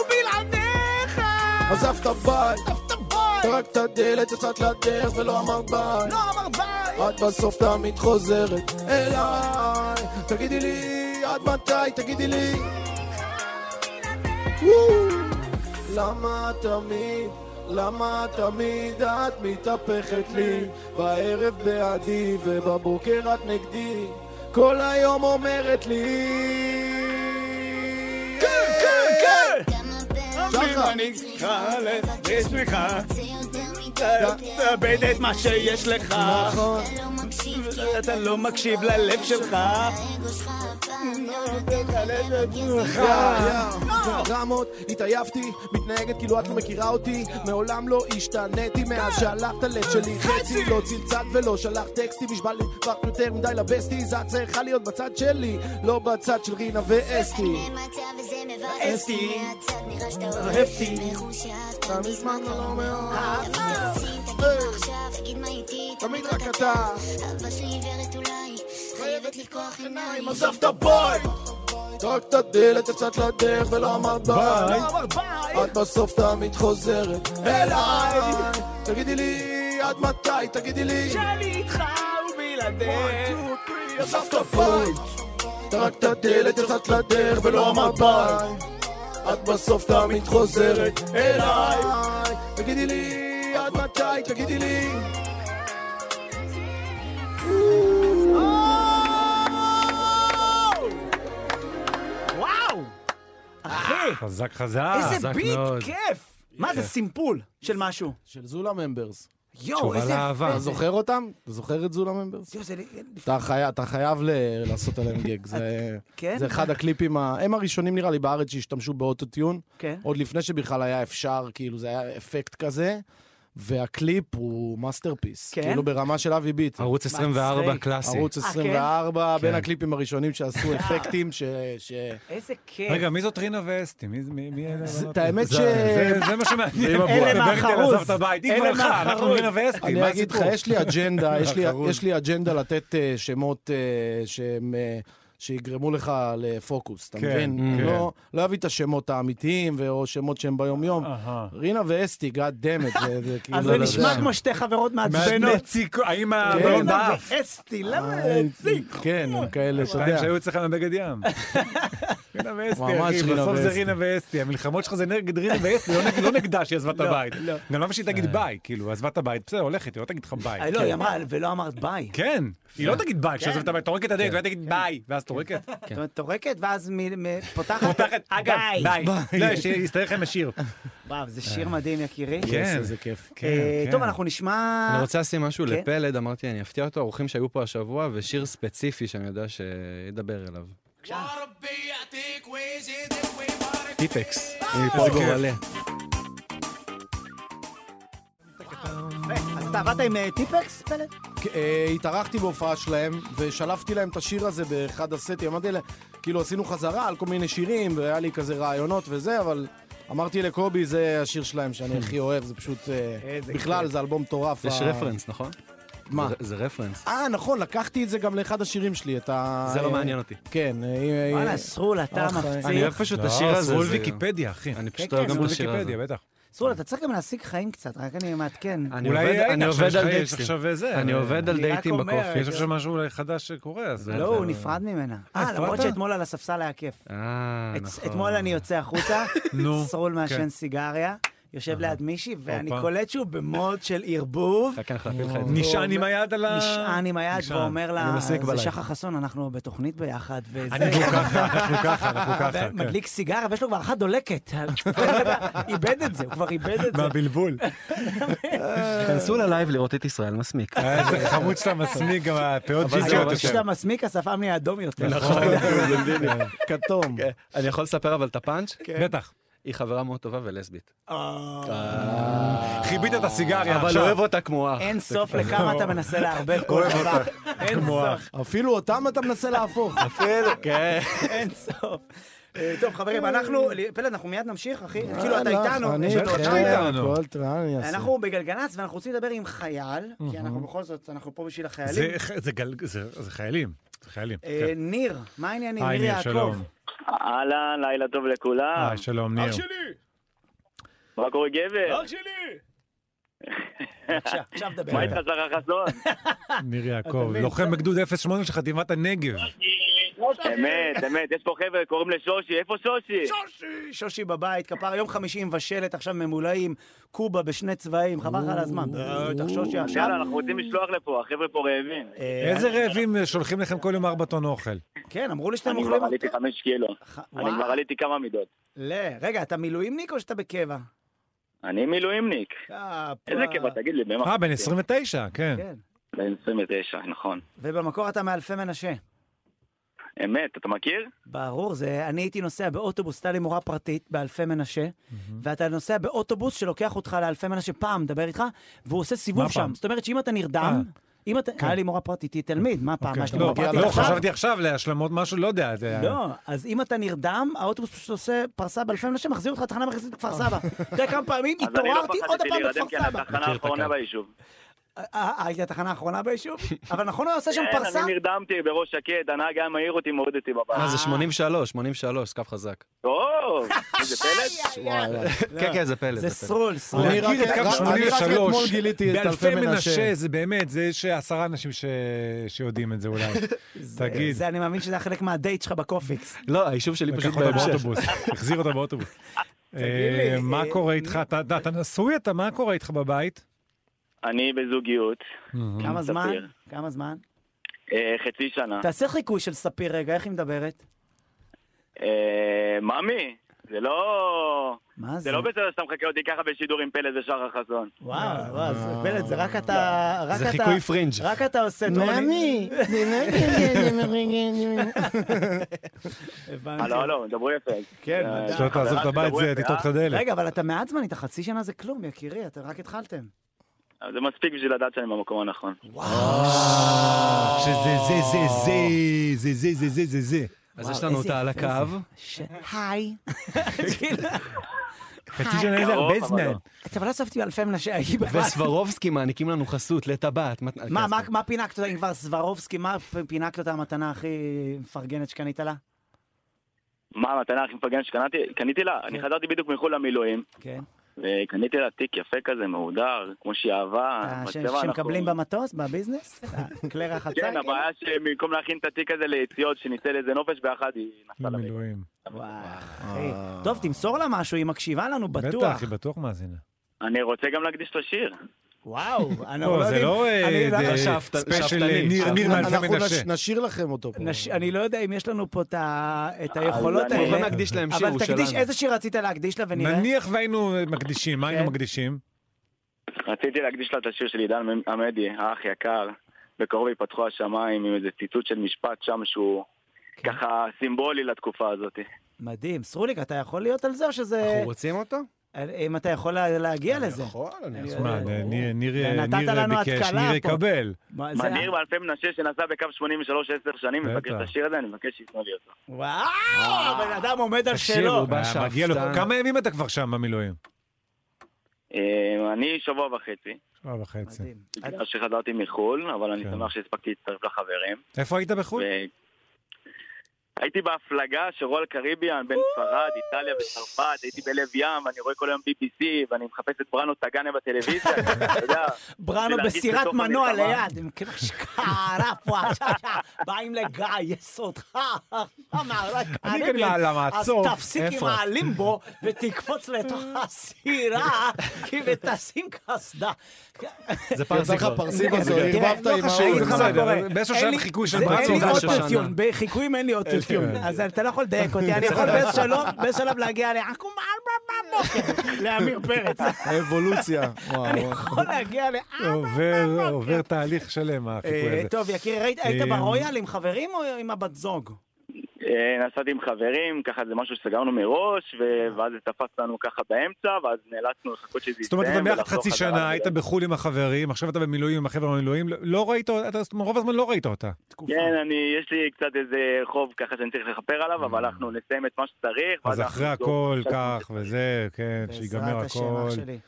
H: ובלעדיך! עזבת בית! טרק את הדלת, יצאת לדרך, ולא אמרת ביי! לא אמרת ביי! את בסוף תמיד חוזרת אליי! תגידי לי, עד מתי? תגידי לי! למה תמיד, למה תמיד את מתהפכת לי? בערב בעדי ובבוקר את נגדי, כל היום אומרת לי... כן, כן, כן!
I: כמה
H: שחר.
I: פעמים אני צריכה לבקש ממך, זה יותר מדי,
C: תאבד את מה שיש לך,
H: נכון.
I: אתה לא מקשיב, כי
C: אתה לא מקשיב ללב שלך.
I: האגו שלך אף פעם לא נותן לך לנגן
H: יא, יא, דרמות, התעייפתי, מתנהגת כאילו את לא מכירה אותי מעולם לא השתניתי מאז שהלכת לב שלי חצי לא צלצלת ולא שלחת טקסטים נשבע לי כבר יותר מדי לבסטי זה את צריכה להיות בצד שלי לא בצד של רינה ואסתי
I: אני ממצה וזה מבאס
C: אסתי.
I: אותי, מהצד נראה שאתה אוהב
C: אהבתי.
I: מחושב, כבר מזמן כבר לא מאוהב. תמיד רוצים, תגיד מה עכשיו, תגיד מה איתי,
H: תמיד רק אתה
I: אהבה שלי עיוורת אולי, חייבת לפקוח עיניים.
H: עזבת בוי! רק את הדלת יצאת לדרך ולא אמרת ביי את בסוף תמיד חוזרת אליי תגידי לי עד מתי תגידי לי עזבת בית, טרקת דלת, יצאת לדרך ולא אמרת ביי. את בסוף תמיד חוזרת אליי. תגידי לי, עד מתי? תגידי לי.
C: וואו!
H: אוקיי.
C: אחי,
B: אה, חזק חזק.
C: איזה
D: חזק
C: ביט
D: מאוד.
H: כן.
C: כיף! מה זה סימפול של משהו?
H: של זולה ממברס.
C: יואו,
B: תשובה
C: איזה...
B: לאהבה.
C: יפה
H: אתה
C: זה.
H: זוכר אותם? אתה זוכר את זולה ממברס?
C: יואו, זה...
H: אתה חי- אתה חייב ל- לעשות עליהם גג. זה-
C: כן?
H: זה אחד הקליפים, ה- הם הראשונים נראה לי בארץ שהשתמשו באוטוטיון.
C: כן.
H: עוד לפני שבכלל היה אפשר, כאילו זה היה אפקט כזה. והקליפ הוא מאסטרפיס.
C: כן?
H: כאילו ברמה של אבי ביט.
B: ערוץ 24
C: מצחיק.
B: קלאסי.
H: ערוץ
C: כן?
H: 24, בין
B: כן.
H: הקליפים הראשונים שעשו אפקטים, ש... ש-
C: איזה כיף.
B: רגע, מי זאת רינה ואסתי? מי- מי מי אלה?
H: זה- את
B: זה-
H: האמת ש...
B: זה- זה מה שמעניין. אוקיי,
H: אלה
B: דבר איתי על
C: מהחרוז.
B: עזב את הבית. היא
C: אלה
B: כבר הלכה,
C: מהחרוז.
B: אנחנו רינה ואסתי. מה
H: אני אגיד לך,
B: הסיפור?
H: יש לי אג'נדה, יש לי-
B: חרוז.
H: יש לי אג'נדה לתת אה, שמות אה, שהם... אה, שיגרמו לך לפוקוס, אתה
B: כן,
H: מבין?
B: כן.
H: לא- לא אביא את השמות האמיתיים ו- או שמות שהם ביום-יום.
B: אהה.
H: רינה ואסתי, גאד דמת, זה כאילו...
C: אז
H: לא
C: זה
H: יודע.
C: נשמע כמו שתי חברות
B: מעצבנות
C: מעצבנות.
B: ציקו, האם
H: כן.
B: הבלון באף?
C: אסתי, למה אה.
H: אה,
C: להציג?
H: כן, הם כאלה, אתה
B: שתיים
H: יודע.
B: שהיו אצלך מבגד ים. רינה ואסתי,
H: ממש
B: אחי,
H: רינה
B: בסוף זה
H: ואסתי.
B: רינה ואסתי. המלחמות שלך זה נגד רינה ואסתי, לא נגד- לא נגדה שהיא עזבה את הבית.
H: לא.
B: גם למה שהיא
H: אה.
B: תגיד ביי, כאילו, עזבה את הבית, בסדר, הולכת, היא לא תגיד לך ביי.
C: אה, לא,
B: כן.
C: היא אמרה, ולא אמרת ביי.
B: כן, היא
H: אה.
B: לא תגיד ביי,
H: כן.
B: כשעוזבת את הבית, טורקת את הדלת, ואתה תגיד ביי, ואז טורקת.
C: זאת אומרת, טורקת, ואז מ- מ- פותחת,
B: פותחת, אגב, ביי. לא, שיסתדר לכם השיר.
D: אה,
C: וואו, זה שיר מדהים, יקירי.
B: כן.
H: איזה כיף.
C: אה,
B: כן,
C: טוב,
B: כן.
C: אנחנו נשמע...
D: אני רוצה לשים משהו
C: כן.
D: לפלד, אמרתי, אני אפתיע אותו, אורחים שהיו פה השבוע, ושיר ספציפי שאני יודע שידבר אליו. טיפקס, מפה גורלה.
C: יפה. אז אתה עבדת עם אה, טיפקס, פלד?
H: אה, התארחתי בהופעה שלהם, ושלפתי להם את השיר הזה באחד הסטים. אמרתי להם, כאילו עשינו חזרה על כל מיני שירים, והיה לי כזה רעיונות וזה, אבל אמרתי לקובי, זה השיר שלהם שאני הכי אוהב, זה פשוט... אה,
C: איזה
H: בכלל, זה אלבום מטורף.
D: יש
H: ה-
D: רפרנס, נכון?
H: מה?
D: זה- זה רפרנס.
H: אה, נכון, לקחתי את זה גם לאחד השירים שלי, את ה...
D: זה לא
H: אה,
D: מעניין אותי.
H: כן, אה, אה,
C: וואלה,
H: אה,
C: סרול, אתה
H: אה,
B: לא
D: אני
C: מפציע.
D: אוהב פשוט את השיר הזה.
B: סרול
D: זה-
B: ויקיפדיה, אחי.
D: אני פשוט
C: כן,
D: אוהב
C: כן,
D: גם
B: סרול
D: את השיר הזה.
B: ויקיפדיה, בטח.
C: סרול, אתה צריך גם להשיג חיים קצת, רק אני מעדכן.
D: אני עובד-
B: אולי
D: אני
B: הנה,
D: עובד
B: עכשיו
D: על
B: יש לך- יש
D: דייטים.
B: עכשיו זה.
D: אני עובד על
C: אני רק
D: דייטים
C: אומר,
D: בקופי.
B: יש עכשיו משהו אולי חדש שקורה, אז...
D: לא,
B: זה-
C: לא, הוא נפרד ממנה. אה,
B: נפרדת?
C: למרות שאתמול על הספסל היה כיף.
D: אה,
C: את-
D: נכון.
C: אתמול אני יוצא החוצה,
B: נו,
C: סרול מעשן
B: כן.
C: סיגריה, יושב ליד מישהי, ואני
B: הופה.
C: קולט שהוא במוד של ערבוב.
D: רק אני הולך כן להפיל לך את זה.
B: נשען עם היד על ה...
C: נשען עם היד
B: אה, נשען.
C: ואומר
D: אני
C: לה,
D: מסמיק
C: זה
D: בלילה."
C: שחר חסון, אנחנו בתוכנית ביחד, וזה...
B: אנחנו ככה, אנחנו ככה, אנחנו ככה. כן.
C: מדליק סיגריה, ויש לו כבר אחת דולקת. איבד את זה, הוא כבר איבד את זה.
B: מהבלבול.
D: תכנסו ללייב לראות את ישראל מסמיק.
B: איזה אה, חמוד שאתה מסמיק, גם הפאות
D: אבל זה לא
B: ג'יזיות
D: ממש
B: יותר.
C: כשאתה מסמיק, השפם נהיה אדום יותר.
B: נכון.
H: כתום.
D: כן. אני יכול לספר אבל את הפאנץ'?
B: בטח.
D: היא חברה מאוד טובה ולסבית.
B: חיבית את הסיגריה
D: אבל
B: עכשיו.
D: אוהב אותה כמו אח.
C: אין סוף לכמה אתה מנסה לערבב כל דבר.
B: כן.
C: אין סוף,
H: אפילו אותם אתה מנסה להפוך.
D: כן.
C: אין סוף. אה, טוב, חברים, אנחנו, פלד, אנחנו מיד נמשיך, אחי. כאילו, אתה איתנו.
H: יאללה, אה, לא, אני אה,
C: יש לנו עוד
H: איתכם,
C: שתיים.
B: איתנו.
H: כל טרעה אני אעשה.
C: אנחנו בגלגלצ, ואנחנו רוצים לדבר עם חייל, כי אנחנו בכל זאת, אנחנו פה בשביל החיילים.
B: זה- זה גל- זה- זה חיילים. זה חיילים.
C: אה,
B: כן.
C: ניר, מה העניינים?
B: היי,
C: ניר
B: ניר,
C: יעקב.
B: שלום.
E: אהלן, לילה טוב לכולם.
B: היי, שלום, ניר.
E: מה קורה
C: אה,
E: גבר?
C: בבקשה, עכשיו דבר.
E: מה איתך שרה חסון?
B: ניר יעקב, לוחם בגדוד 08 של חטיבת הנגב.
E: אמת, אמת, יש פה חבר'ה, קוראים לשושי, איפה שושי?
C: שושי בבית, כפר יום חמישי עם בשלת, עכשיו ממולאים, קובה בשני צבעים, חבל לך על הזמן. בטח שושי עכשיו.
E: יאללה, אנחנו רוצים לשלוח לפה, החבר'ה פה רעבים.
C: אה,
B: איזה רעבים שולחים לכם כל יום ארבע טון אוכל.
C: כן, אמרו לי שאתם
E: אני כבר
C: אוכלים... אה.
E: עליתי חמש קילו.
C: ח-
E: אני
C: וואו.
E: כבר עליתי כמה מידות.
C: לא, רגע, אתה מילואימניק או שאתה בקבע?
E: אני מילואימניק.
C: כפה.
E: איזה כיף, תגיד לי, במה?
B: אה, בן 29, כן.
C: כן.
E: בן 29, נכון.
C: ובמקור אתה מאלפי מנשה.
E: אמת, אתה מכיר?
C: ברור, זה... אני הייתי נוסע באוטובוס, הייתה לי מורה פרטית באלפי מנשה, ואתה נוסע באוטובוס שלוקח אותך לאלפי מנשה פעם, מדבר איתך, והוא עושה סיבוב
B: מה
C: שם.
B: פעם?
C: זאת אומרת שאם אתה נרדם, אם אתה... היה לי מורה פרטית, היא תלמיד, מה פעם?
B: אוקיי,
C: מה יש לי
B: לא,
C: מורה פרטית
B: לא,
C: עכשיו?
B: חשבתי עכשיו להשלמות משהו, לא יודע. זה-
C: כן. לא, אז אם אתה נרדם, האוטובוס פשוט עושה פרסה באלפי מנשה, מחזיר אותך לתחנה המרכזית בכפר סבא. אתה יודע כמה פעמים
E: אז אני לא
C: התעוררתי עוד
E: פחדתי
C: הפעם
E: להירדם, כי
C: בכפר
E: אני
C: סבא.
E: התחנה האחרונה ביישוב.
C: אה, אה, הייתי התחנה האחרונה ביישוב? אבל נכון הוא עושה שם
E: כן,
C: פרסה?
E: אני נרדמתי בראש שקט, הנהג היה מעיר אותי, מוריד אותי
D: אה,
E: בבית.
D: זה 83, 83, קו חזק.
E: טוב, איזה פלט?
D: כן, כן, זה פלט.
C: כן. זה סרול, סרול.
H: אני
B: להכיר
H: רק-
B: את קו
H: רק- אני רק
B: 83.
H: אתמול גיליתי את
B: באלפי
H: אלפי מנשה.
B: מנשה, זה באמת, זה יש עשרה אנשים ש- שיודעים את זה אולי. תגיד,
C: זה, אני מאמין שזה היה חלק מהדייט שלך בקופיקס.
D: לא, היישוב שלי
B: לקח
D: פשוט
B: אותה
D: בהמשך.
B: באוטובוס, החזיר אותה באוטובוס.
C: לי,
B: אה, מה
C: אה,
B: קורה איתך? אתה- אתה אתה נשוי אתה, מה קורה איתך בבית?
E: אני בזוגיות,
C: כמה זמן?
E: ספיר.
C: כמה זמן?
E: אה, חצי שנה.
C: תעשה חיקוי של ספיר רגע, איך היא מדברת?
E: אה, ממי, זה לא...
C: מה זה?
E: זה לא בסדר שאתה מחכה אותי ככה בשידור עם פלא זה שחר חסון.
C: וואו, וואו, זה פלט, זה רק אתה... רק
D: לא. זה
C: אתה-
D: חיקוי פרינג'.
C: רק אתה עושה דרוני.
H: נני, נני,
C: הבנתי.
E: הלו, הלו, לא, דברו יפה.
C: כן,
E: אה,
C: בוודאי.
B: אוקיי. שלא תעזוב את הבית,
E: דברו
B: זה
E: יפה,
B: תפתח את הדלת.
C: אה? רגע, אבל אתה מעט זמן איתה, חצי שנה זה כלום, יקירי, אתם רק התחלתם.
E: אה? זה מספיק בשביל לדעת שאני במקום הנכון.
B: שזה זה זה
C: אה.
B: זה זה זה זה זה זה זה.
D: אז יש לנו אותה על הקו.
C: היי.
B: חצי שנה זה
E: קרוב,
B: הרבה
E: אבל
B: זמן.
E: לא.
C: אתה אה, לא ספתי אלפי מנשה, היא בכלל...
D: וסברובסקי מעניקים לנו חסות לטבעת.
C: מה,
D: כן,
C: מה- מה פינקת אותה, אם כבר סברובסקי, מה פינקת אותה המתנה הכי מפרגנת שקנית לה?
E: מה המתנה הכי מפגנת שקניתי קניתי לה?
B: כן.
E: אני חזרתי בדיוק מחו"ל למילואים,
C: כן.
E: וקניתי לה תיק יפה כזה, מהודר, כמו שהיא אהבה.
C: אה, ש-
E: בצבע
C: שמקבלים
E: אנחנו-
C: במטוס, בביזנס? אה, כלי רחצה?
E: כן, הבעיה שבמקום להכין את התיק הזה ליציאות, שנצא לאיזה נופש באחד, היא נסעה לרגע.
B: מילואים.
C: וואי, אחי. טוב, תמסור לה משהו, היא מקשיבה לנו,
B: בטח,
C: בטוח.
B: היא בטוח מאזינה.
E: אני רוצה גם להקדיש את השיר.
C: וואו, אנחנו לא
B: לא, זה
C: יודעים...
B: לא אה,
C: אני לא-
B: זה
D: שאפת-
B: ספיישל
D: שאפתני.
B: ניר ניר מאלפי
H: אנחנו
B: מנשה.
H: נש- נשיר לכם אותו פה.
C: נש- אני לא יודע אם יש לנו פה את ה- את היכולות
E: אני-
D: אנחנו יכולים
C: האלה,
D: להקדיש להם שיר,
C: אבל
D: הוא
C: תקדיש,
D: שלנו.
C: איזה שיר רצית להקדיש לה ונראה?
B: נניח והיינו מקדישים, מה
C: כן.
B: היינו מקדישים?
E: רציתי להקדיש לה את השיר של עידן עמדי, האח יקר. בקרוב ייפתחו השמיים עם איזה ציטוט של משפט שם שהוא
C: כן.
E: ככה סימבולי לתקופה הזאת.
C: מדהים. סרוליק, אתה יכול להיות על זה או שזה... אה,
D: אנחנו רוצים אותו?
C: אם אתה יכול לה- להגיע לזה.
H: יכול, נכון, אני
C: אני
H: יכול.
B: מה, ניר אה, ניר-
C: אה, נתת
B: ניר
C: לנו
B: ביקש,
C: התקלה
B: ניר
C: פה.
B: יקבל.
C: מה, זה-
E: מנהיר מאלפי מנשה שנסע בקו 83 עשר שנים, מבקש את
B: בטח.
E: השיר הזה, אני מבקש שייתנו לי אותו.
C: וואו, הבן אדם עומד על
D: תקשיב,
C: שלו.
D: הוא בא
B: אה, מגיע לו.
D: שאפתן.
B: כמה ימים אתה כבר שם במילואים?
E: אה, אני שבוע וחצי,
B: שעה וחצי.
C: מדהים.
E: בגלל שחזרתי מחו"ל, אבל אני
B: כן.
E: שמח שהספקתי להצטרף לחברים.
B: איפה היית בחו"ל?
E: ו- הייתי בהפלגה של רול קריביאן בין ספרד, איטליה וצרפת, הייתי בלב ים, אני רואה כל היום BBC ואני מחפש את בראנו טגניה בטלוויזיה, אתה יודע.
C: בראנו
E: ולהרגיש
C: בסירת
E: בתוך
C: מנוע
E: המלחמה.
C: ליד, הם כאילו שקרה פה, באים לגייס אותך, אמר לה,
B: אני גם על המעצור,
C: אז תפסיק עם
B: איפה?
C: הלימבו ותקפוץ לתוך הסירה, כי ותשים קסדה.
D: זה כן,
H: יצא לך
D: פרסיקו.
H: פרסיקו,
C: תראה,
H: ערבבת
C: לא
H: עם
C: חשוב,
H: ההוא.
C: אני אגיד לך מה
B: בסדר,
C: קורה.
B: באיזשהו
C: אין
B: שלב
C: לי-
B: חיכוי של
C: זה-
B: ברצון
C: אין לי
D: ושושנה.
C: אוטוטיון, בחיקויים אין לי אוטוטיון, אז אתה לא יכול לדייק אותי, אני יכול באיזשהו שלב- באיזשהו שלב להגיע לעכו"ם ארבע בבוקר, לאמיר פרץ.
H: אבולוציה. וואו,
C: אני
H: וואו.
C: יכול להגיע לארבע
B: עובר עובר תהליך שלם,
C: אה,
B: החיקוי הזה.
C: טוב, יקירי, ראית- היית
B: אה,
C: ברויאל עם חברים או עם הבת זוג?
E: אה, נסעתי עם חברים, ככה זה משהו שסגרנו מראש, ו- ואז זה תפס לנו ככה באמצע, ואז נאלצנו לחכות שזה יסתיים.
B: זאת אומרת, אתה ביחד
E: ולחזור
B: חצי
E: חזרה
B: שנה,
E: לארץ.
B: היית בחו"ל עם החברים, עכשיו אתה במילואים עם החבר'ה במילואים, לא ראית, אתה- רוב הזמן לא ראית אותה.
E: כן, אני, יש לי קצת איזה חוב ככה שאני צריך לכפר עליו, אבל אנחנו נסיים את מה שצריך.
B: Mm.
E: ואז
B: אז
E: אנחנו
B: אחרי
E: נחזור.
B: הכל, כך וזה, כן, שיגמר
C: בעזרת השם,
B: הכל.
C: אח שלי.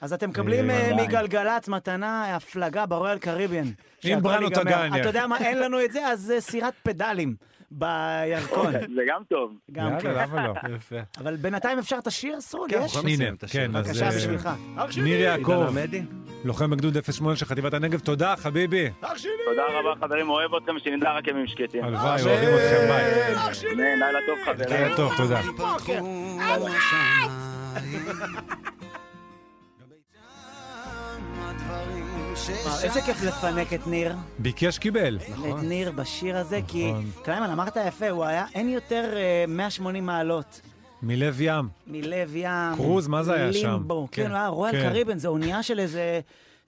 C: אז אתם מקבלים אה,
B: אה,
C: מגלגלצ מתנה, הפלגה ברויאל קריביאן. שהכל
B: בראנו
C: ייגמר.
B: טגניה.
C: אתה יודע מה, אין לנו את זה, אז אה, סירת פדלים בירקון.
E: זה גם טוב.
C: גם כן.
B: יאללה, למה לא? יפה.
C: אבל בינתיים אפשר את השיר, סול,
D: כן,
C: יש?
D: אנחנו
B: הנה,
D: מסיים את השיר.
B: כן, אז...
C: בבקשה,
B: אה,
C: בשבילך.
B: ניר יעקב,
D: עידן עמדי?
B: לוחם בגדוד 08 של חטיבת הנגב, תודה, חביבי.
E: תודה רבה, חברים, אוהב אתכם, שנדע רק ימים שקטים.
B: הלוואי, אוהבים אתכם, ביי.
E: אמן, לילה טוב, חברים.
B: לילה טוב, תודה.
C: וואו, איזה כיף לפנק את ניר,
B: ביקש, קיבל.
C: את ניר בשיר הזה, כי
B: נכון.
C: קליימן, אמרת יפה, הוא היה, אין יותר אה, 180 מעלות.
B: מלב ים.
C: מלב ים.
B: קרוז, מה זה היה שם?
C: לימבו, כן,
B: כן,
C: הוא היה רויאל
B: כן.
C: קריבן, זה אונייה של איזה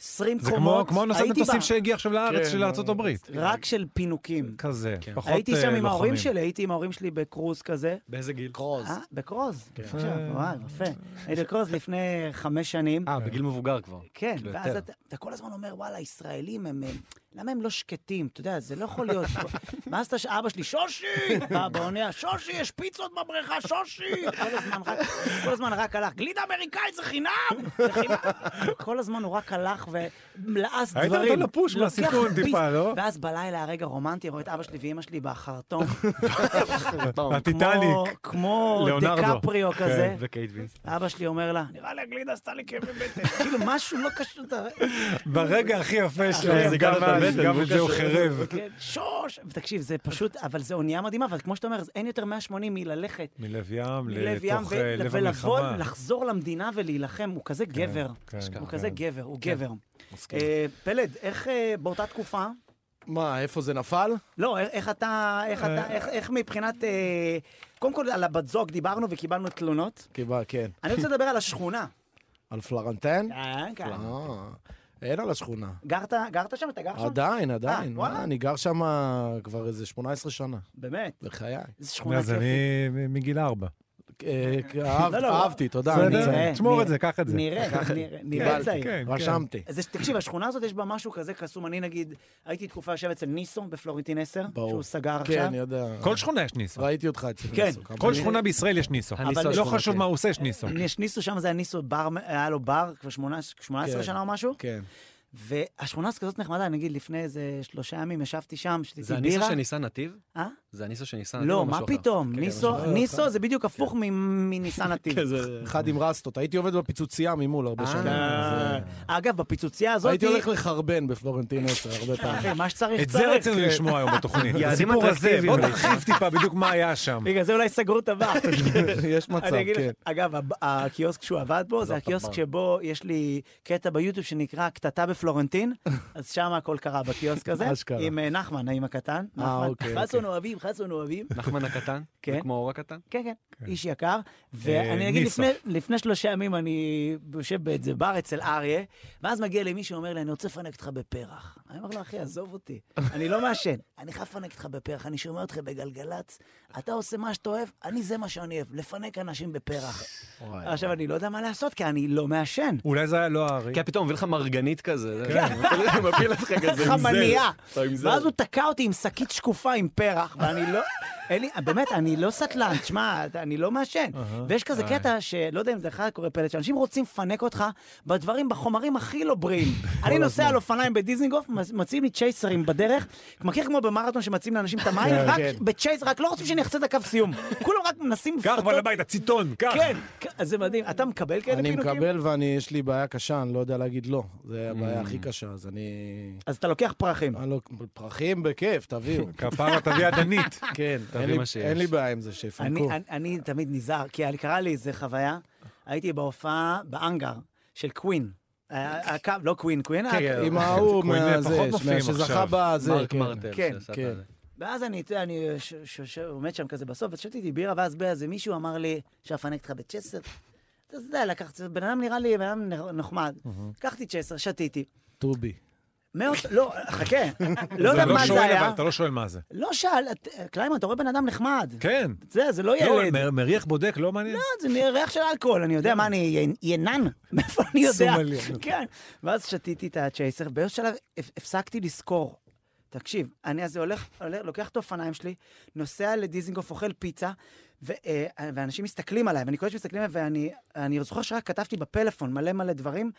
C: 20
B: זה
C: קומות.
B: כמו- כמו נושא
C: הייתי
B: מטוסים
C: בה,
B: שהגיע עכשיו
E: כן,
B: לארץ, של ארצות הברית.
C: רק של פינוקים.
B: כזה, פחות
C: כן. הייתי
B: אה,
C: שם עם ההורים
B: לוחמים.
C: שלי, הייתי עם ההורים שלי בקרוז כזה.
D: באיזה גיל?
C: אה, בקרוז. עכשיו, וואי, יפה. הייתי בקרוז לפני חמש שנים.
D: אה, בגיל מבוגר כבר.
C: כן,
D: כאילו,
C: ואז
D: יותר.
C: אתה, אתה כל הזמן אומר, וואלה, ישראלים הם... הם- למה הם לא שקטים? אתה יודע, זה לא יכול להיות. ואז אתה, ש- אבא שלי, שושי! בא באונייה, שושי, יש פיצות בבריכה, שושי! כל הזמן רק, כל הזמן רק הלך, גלידה אמריקאית זה חינם! זה חינם! כל הזמן הוא רק הלך ולעס
B: היית
C: דברים.
B: נותן לו פוש
C: לוקח
B: מהסרטון
C: פיס-
B: טיפה, לא?
C: ואז בלילה, הרגע רומנטי, רואה את אבא שלי ואימא שלי בחרטום.
B: הטיטניק.
C: כמו- כמו
B: אה, ליאונרדו. כן.
C: דיקפריו כזה.
D: וקייט וינסט.
C: אבא שלי אומר לה, נראה לי הגלידה עשתה לי כאבי בטן. כאילו, משהו לא קשור. אתה-
B: ברגע הכי
C: אה,
B: יפה שלהם,
D: מחזיקה
B: גם
D: לו
B: אז,
D: את הבטן,
B: גם
D: והוא
B: את זה הוא
D: קשור.
B: חירב.
C: כן, שוש! תקשיב, זה פשוט, אבל זה אונייה מדהימה, אבל כמו שאתה אומר, אין יותר 180 מללכת.
B: מלב ים
C: מלב ים
B: לתוך
C: ו-
B: אה, לב
C: ולבוא,
B: המלחמה.
C: לחזור למדינה ולהילחם, הוא כזה גבר.
B: כן,
C: הוא
B: כן.
C: כזה גבר, הוא גבר. אה, פלד, איך אה, באותה תקופה,
H: מה, איפה זה נפל?
C: לא, איך- איך אתה, איך
B: אה.
C: אתה, איך- איך מבחינת, אה, קודם כל על הבת זוג דיברנו וקיבלנו תלונות.
H: כי מה, כן.
C: אני רוצה לדבר על השכונה.
H: על פלרנטן?
C: כן, כן.
H: אה, אין על השכונה.
C: גרת, גרת שם? אתה גר שם?
H: עדיין, עדיין.
C: נכון. אה, וואלה.
H: מה, אני גר שם כבר איזה 18 שנה,
C: באמת.
H: בחיי.
C: איזה שכונה
B: אז
C: כיפית. כן,
B: אני מ- מגיל ארבע.
H: אה, אהב-
C: לא, לא,
H: אהבתי, תודה.
C: בסדר.
H: אני
C: נראה,
H: צעיר.
B: תשמור את
C: נראה.
B: זה, קח את זה.
C: נראה, נראה, נראה
H: קיבלתי,
C: צעיר.
B: כן, כן.
H: רשמתי.
C: אז יש- תקשיב, השכונה הזאת יש בה משהו כזה קסום. אני נגיד, הייתי תקופה יושב אצל ניסו בפלורנטין 10,
H: ברור.
C: שהוא סגר
H: כן,
C: עכשיו.
H: אני יודע.
B: כל שכונה יש ניסו.
H: ראיתי אותך אצל
C: כן,
H: ניסו כמה
B: כל
H: פעמים.
B: שכונה בישראל יש ניסו.
D: הניסו
B: אבל לא
D: השכונה,
B: חשוב
D: כן.
B: מה הוא עושה, יש ניסו.
C: יש ניסו שם, זה היה ניסו בר, היה לו בר כבר שמונה- 18
H: כן.
C: שנה או משהו.
H: כן.
C: והשכונה הזאת כזאת נחמדה, נגיד לפני איזה שלושה ימים ישבתי שם, שתיתי
D: זה הניסו
C: בירה.
D: שניסה נתיב?
C: אה?
D: זה הניסו שניסה נתיב?
C: לא,
D: או
C: מה
D: משהו אחר?
C: פתאום,
D: כן,
C: ניסו,
H: משהו אחר.
C: ניסו זה בדיוק הפוך מ- מניסן נתיב.
D: כן, זה-
H: אחד עם רסטות. הייתי עובד בפיצוצייה ממול הרבה
D: אה.
H: שנים.
C: אה,
H: אז,
C: אגב, בפיצוצייה
H: אה,
C: הזאת...
H: הייתי הולך לחרבן בפלורנטין 10 הרבה פעמים.
C: אחי, מה שצריך,
B: את זה
C: צריך. כן.
B: רצינו לשמוע היום בתוכנית. את
D: יעדים
B: הסיפור הזה,
D: אטרקטיביים.
B: בוא תרחיב טיפה בדיוק מה היה שם.
C: בגלל זה אולי סגרו את הבר.
H: יש מצב,
C: אני אגיד
H: כן.
C: לך, אגב, הב- הקיוסק שהוא עבד בו, זה הקיוסק שבו יש לי קטע ביוטיוב שנקרא קטטה בפלורנטין, אז שם הכל קרה בקיוסק הזה,
H: אשכרה.
C: עם אה, נחמן, האם הקטן. נחמן,
H: אוקיי,
C: חסון אוהבים, חסון אוהבים.
D: נחמן הקטן?
C: כן.
D: זה כמו האור הקטן?
C: כן, כן, איש יקר. ואני
B: אה,
C: אגיד,
B: ניסו.
C: לפני- לפני שלושה ימים אני יושב באיזה בר אצל אריה, ואז מגיע לי מישהו אומר לי, אני רוצה לפנק אותך בפרח. אני אומר לו, אחי, עזוב אותי, אני לא מעשן. אני חייב לפנק אותך בפרח, אני שומע אותך בגלגלצ, אתה עושה מה שאתה אוהב, אני זה מה שאני אוהב, לפנק אנשים בפרח. עכשיו, אני לא יודע מה לעשות, כי אני לא מעשן.
B: אולי זה היה לא הארי.
D: כן, פתאום מביא לך מרגנית כזה. זה- מפיל אותך כזה עם
C: חמנייה.
D: זר. עם זר.
C: כן. ואז הוא תקע אותי עם שקית שקופה עם פרח, ואני לא... אין לי, באמת, אני לא סטלן, תשמע, אני לא מעשן. ויש כזה קטע שלא יודע אם זה לך קורה פלט, שאנשים רוצים לפנק אותך בדברים, בחומרים הכי לא בריאים. אני נוסע על אופניים בדיזינגוף, מ- מציעים לי צ'ייסרים בדרך, מכיר כמו במרתון שמציעים לאנשים את המים, רק בצ'ייס, רק לא רוצים שאני אחצה את הקו סיום. כולם רק מנסים
B: קח, בוא
C: לפתות-
B: הביתה, ציטון, קח.
C: כן, כ- זה מדהים. אתה מקבל כאלה
H: אני
C: פינוקים?
H: מקבל ואני, יש לי בעיה קשה, אני לא יודע להגיד לא. זה הבעיה
C: Mm.
H: הכי קשה, אז אני...
C: אז אתה לוקח פרחים.
H: אני לא- פרחים בכיף, תביאו.
B: כפרה תביא עדנית.
H: כן, אין
D: מה
H: לי-
D: שיש.
H: אין לי בעיה עם זה,
C: אני,
H: שיפנקו.
C: אני, אני תמיד נזהר, כי אני- קרה לי איזה חוויה, הייתי בהופעה באנגר של קווין. היה- הקו, לא קווין, קווין
B: כן,
C: היה...
H: כן,
B: אה,
H: עם ההוא
B: קווין
H: מהזה,
B: פחות מופיעים
H: שזכה
B: עכשיו.
H: בזה.
D: מרק
H: כן.
D: מרטל.
C: כן,
D: שעשה את
H: כן.
D: הזה.
C: ואז אני, אתה יודע, אני ש- ש- ש- עומד שם כזה בסוף, אז שתיתי בירה, ואז בא איזה מישהו אמר לי, אפשר לפנק אותך בצ'סר? אתה יודע, לקחתי, בן אדם נראה לי, בן אדם נחמד. לקחתי צ'סר, שתיתי.
H: טובי.
C: מאות, לא, חכה. לא
B: אתה
C: יודע מה
B: שואל,
C: זה
B: אבל
C: היה.
B: אתה לא שואל מה זה.
C: לא שאל, את- קליימן, אתה רואה בן אדם נחמד.
B: כן.
C: זה, זה לא
B: לא,
C: ילד.
B: מ- מריח בודק, לא מעניין?
C: לא, זה נראה ריח של אלכוהול, אני יודע, מה, אני ינן? מאיפה אני יודע?
B: סומלי.
C: כן. ואז שתיתי את הצ'ייסר, באיזשהו שלב הפ- הפסקתי לזכור. תקשיב, אני אז הולך, הולך, לוקח את האופניים שלי, נוסע לדיזינגוף, אוכל פיצה, ו, אה, ואנשים מסתכלים עליי, ואני קולט שמסתכלים עליי, ואני אני זוכר שרק כתבתי בפלאפון מלא מלא דברים.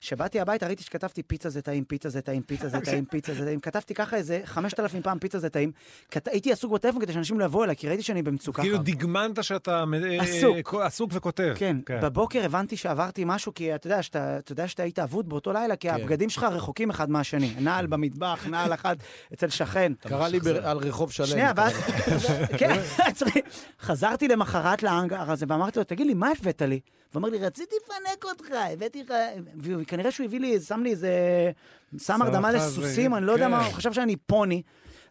C: כשבאתי הביתה ראיתי שכתבתי פיצה זה טעים, פיצה זה טעים, פיצה זה טעים, פיצה זה טעים. כתבתי ככה איזה 5,000 פעם פיצה זה טעים. כת... הייתי עסוק בטלפון כדי שאנשים לא יבואו אליי, כי ראיתי שאני במצוקה.
B: כאילו
C: כבר.
B: דגמנת שאתה אה,
C: עסוק.
B: אה, עסוק וכותב.
C: כן, בבוקר הבנתי שעברתי משהו, כי אתה יודע שאתה, אתה יודע שאתה היית אבוד באותו לילה, כי הבגדים שלך רחוקים אחד מהשני. נעל במטבח, נעל אחת אצל שכן.
H: קרה לי ב- על רחוב שלם.
C: שנייה, ואז... כן, צריך- חזרתי למחרת להאנגר הזה, ואמרתי לו, תגיד לי, מה הבאת לי? והוא אמר לי, רציתי לפנק אותך, הבאתי לך... וכנראה שהוא הביא לי, שם לי איזה... שם הרדמה
B: לך
C: לסוסים,
B: זה-
C: אני לא יודע מה,
B: כן.
C: הוא חשב שאני פוני.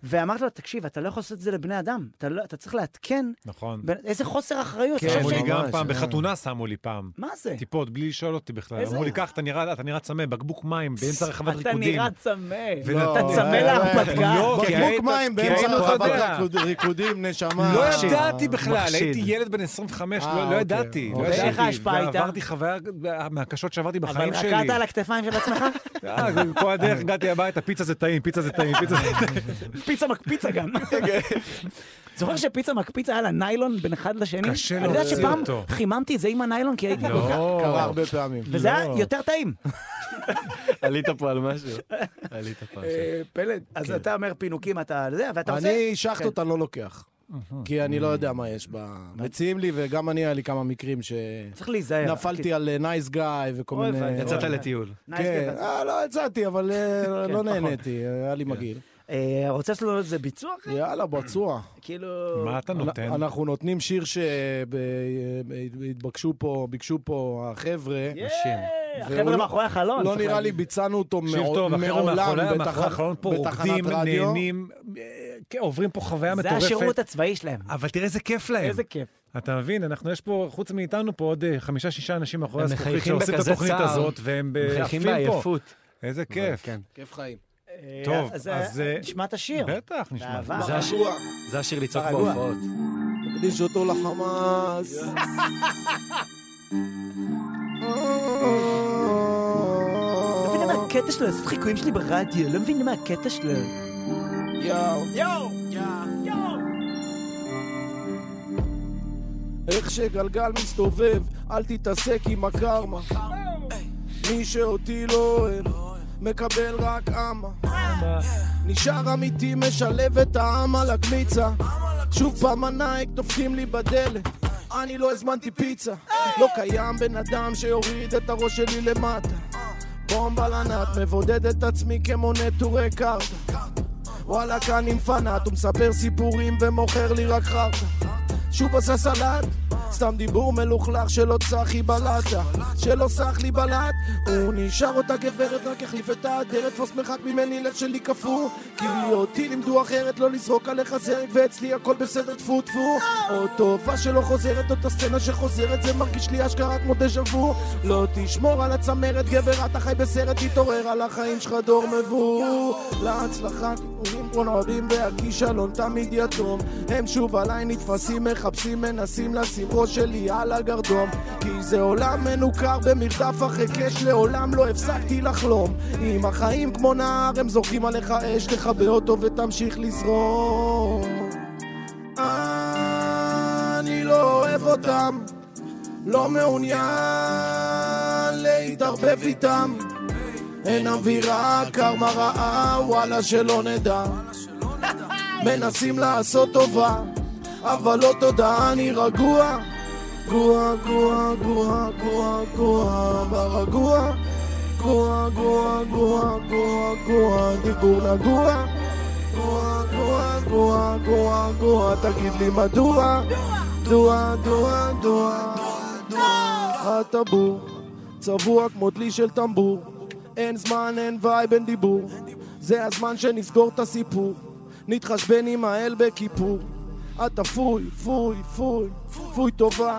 C: ואמרתי לו, תקשיב, אתה לא יכול לעשות את זה לבני אדם. אתה לא- אתה צריך לעדכן.
B: נכון.
C: בין- איזה חוסר אחריות.
H: כן,
C: אתה
B: שמו
C: חושב
B: לי
H: ממש,
B: גם
H: אה.
B: פעם, בחתונה שמו לי פעם.
C: ש- מה זה?
B: טיפות, בלי לשאול אותי בכלל.
C: איזה-
B: אמרו לי, קח, אתה נראה- אתה נראה צמא, בקבוק מים, באמצע רחבת ריקודים.
C: אתה נראה צמא.
H: לא,
B: ונתתי-
C: אתה צמא להרפתקה. לא
B: לא, כי היית-
H: אה, בקבוק מים
B: כי היית-
H: באמצע
B: אתה
H: רחבת
B: יודע.
H: ריקוד- ריקודים, נשמה.
B: לא ידעתי בכלל,
D: מחשיד.
B: הייתי ילד בן 25,
H: אה,
B: לא- לא
H: אוקיי.
B: ידעתי. לא
H: אוקיי.
B: ידעתי.
C: ואיך ההשפעה הייתה?
B: ועברתי חוויה מהקשות שעברתי
C: אבל
B: בחיים שלי.
C: רקעת על הכתפיים של עצמך?
B: אה, כל הדרך הגעתי הביתה, פיצה זה טעים, פיצה זה טעים, פיצה זה טעים.
C: פיצה מקפיצה גם. זוכר שפיצה מקפיצה היה לה ניילון בין אחד לשני?
B: קשה
C: אני יודע
B: להוציא
C: שפעם
B: אותו.
C: חיממתי את זה עם הניילון כי הייתי...
B: לא.
H: קרה הרבה פעמים. לא.
C: וזה היה יותר טעים.
D: עלית פה על משהו. עלית פה על משהו.
C: פלד, אז אתה אומר פינוקים, אתה זה, ואתה עושה...
H: אה,
C: כן.
H: אני שחטות אני לא לוקח. כי אני לא יודע מה יש ב...
C: לא.
H: מציעים לי, וגם אני, היה לי כמה מקרים ש...
C: צריך להיזהר.
H: נפלתי על נייס גיא וכל
C: אוקיי. אוי,
H: מיני...
C: ואבוי.
D: יצאת
B: אוקיי.
D: לטיול.
C: Nice
H: כן,
C: guy.
H: אה, לא יצאתי, אבל אה,
C: כן,
H: לא
C: פחות.
H: נהניתי, היה
B: כן.
H: לי מגעיל.
C: אה, רוצה לעשות לנו איזה ביצוע אחי?
H: יאללה, בצוע.
C: כאילו...
B: מה אתה נותן?
H: אנחנו נותנים שיר שהתבקשו פה, ביקשו פה החבר'ה.
C: יאה,
D: נשים.
H: והוא
C: אה, החבר'ה
H: לא-
C: מאחורי החלון.
H: לא
C: צריך
H: נראה לי
C: להגיד.
H: ביצענו אותו
B: תקשיב
H: מעו-
B: טוב, החבר'ה
H: מעולם
B: מאחורי
H: בתחנת-
B: מאחורי החלון פה
H: בתחנת
B: רוקדים,
H: רדיו.
B: נהנים, אה, כן, עוברים פה חוויה
C: זה השירות
B: מטורפת. כן.
C: הצבאי שלהם.
B: אבל תראה איזה כיף להם.
C: איזה כיף.
B: אתה מבין, אנחנו, יש פה, חוץ מאיתנו פה עוד אה, חמישה-שישה אנשים מאחורי
D: הם
B: הזכוכית
D: מחייכים
B: שעושים את
D: בכזה
B: התוכנית
D: צער.
B: הזאת, והם
D: מחייכים
B: עפים פה.
D: בעייפות.
B: איזה כיף.
D: כן.
H: כיף חיים.
C: אה,
B: טוב, אז, אה,
C: נשמע את השיר.
B: בטח, נשמע.
C: באהבה.
D: זה השיר- זה השיר לצעוק
C: רגוע.
D: בהופעות.
C: אה.
H: נקדיש אותו לחמאס.
C: לא מבין מה הקטע שלו, לעשות חיקויים שלי ברדיו, לא מבין מה הקטע שלו.
H: יאו.
C: יואו! יואו!
H: איך שגלגל מסתובב, אל תתעסק עם הקרמה. מי שאותי לא אוהב, מקבל רק אמה. נשאר אמיתי, משלב את העם על הגליצה. שוב פעם הנייק דופקים לי בדלת. אני לא הזמנתי פיצה. לא קיים בן אדם שיוריד את הראש שלי למטה. בומבה לנאט, מבודד את עצמי כמו נטורי קרתא. וואלכ, אני מפנאט, הוא מספר סיפורים ומוכר לי רק חרטא. שוב עשה סלט, סתם דיבור מלוכלך שלא צחי בלטה, שלא סח לי בלט, הוא נשאר אותה גברת, רק החליף את האדרת, תפוס מרחק ממני, לב שלי קפוא, כי אותי לימדו אחרת, לא לזרוק עליך זרק, ואצלי הכל בסדר, טפו טפו. עוד תופעה שלא חוזרת, אותה סצנה שחוזרת, זה מרגיש לי אשכרה כמו דז'ה וו. לא תשמור על הצמרת, גבר, אתה חי בסרט, תתעורר על החיים שלך דור מבוא. להצלחה, תיאורים פרונודים והכישלון תמיד יתום. הם שוב עליי נתפסים, מחפשים, מנסים לשים ראש שלי על הגרדום. כי זה עולם מנוכר במרדף אחרי קש, לעולם לא הפסקתי לחלום. אם החיים כמו נער, הם זורקים עליך אש, תכבה אותו ותמשיך לזרום. אני לא אוהב אותם, לא מעוניין להתערבב איתם. אין אווירה, קרמה רעה, וואלה שלא נדע. מנסים לעשות טובה, אבל לא תודה, אני רגוע. גוע, גוע, גוע, גוע, גוע, ברגוע. גוע, גוע, גוע, גוע, גוע, דיבור נגוע. גוע, גוע, גוע, גוע, גוע, תגיד לי מדוע? דוע, דוע, דוע, דוע. הטבור, צבוע כמו דלי של טמבור. אין זמן, אין וייב, אין דיבור. זה הזמן שנסגור את הסיפור. נתחשבן עם האל בכיפור. אתה פוי, פוי, פוי, פוי טובה,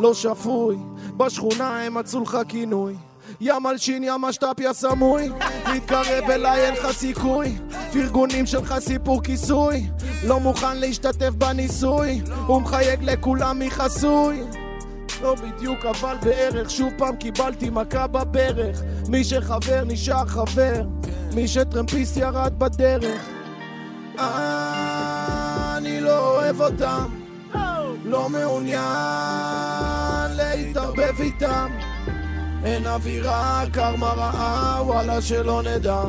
H: לא שפוי. בשכונה הם מצאו לך כינוי. יא מלשין, יא משת"פ, יא סמוי, להתקרב אליי אין לך סיכוי, פרגונים שלך סיפור כיסוי, לא מוכן להשתתף בניסוי, הוא מחייג לכולם מחסוי. לא בדיוק, אבל בערך, שוב פעם קיבלתי מכה בברך, מי שחבר נשאר חבר, מי שטרמפיסט ירד בדרך. אני לא אוהב אותם, לא מעוניין להתערבב איתם. אין אווירה, קרמה רעה, וואלה שלא נדע.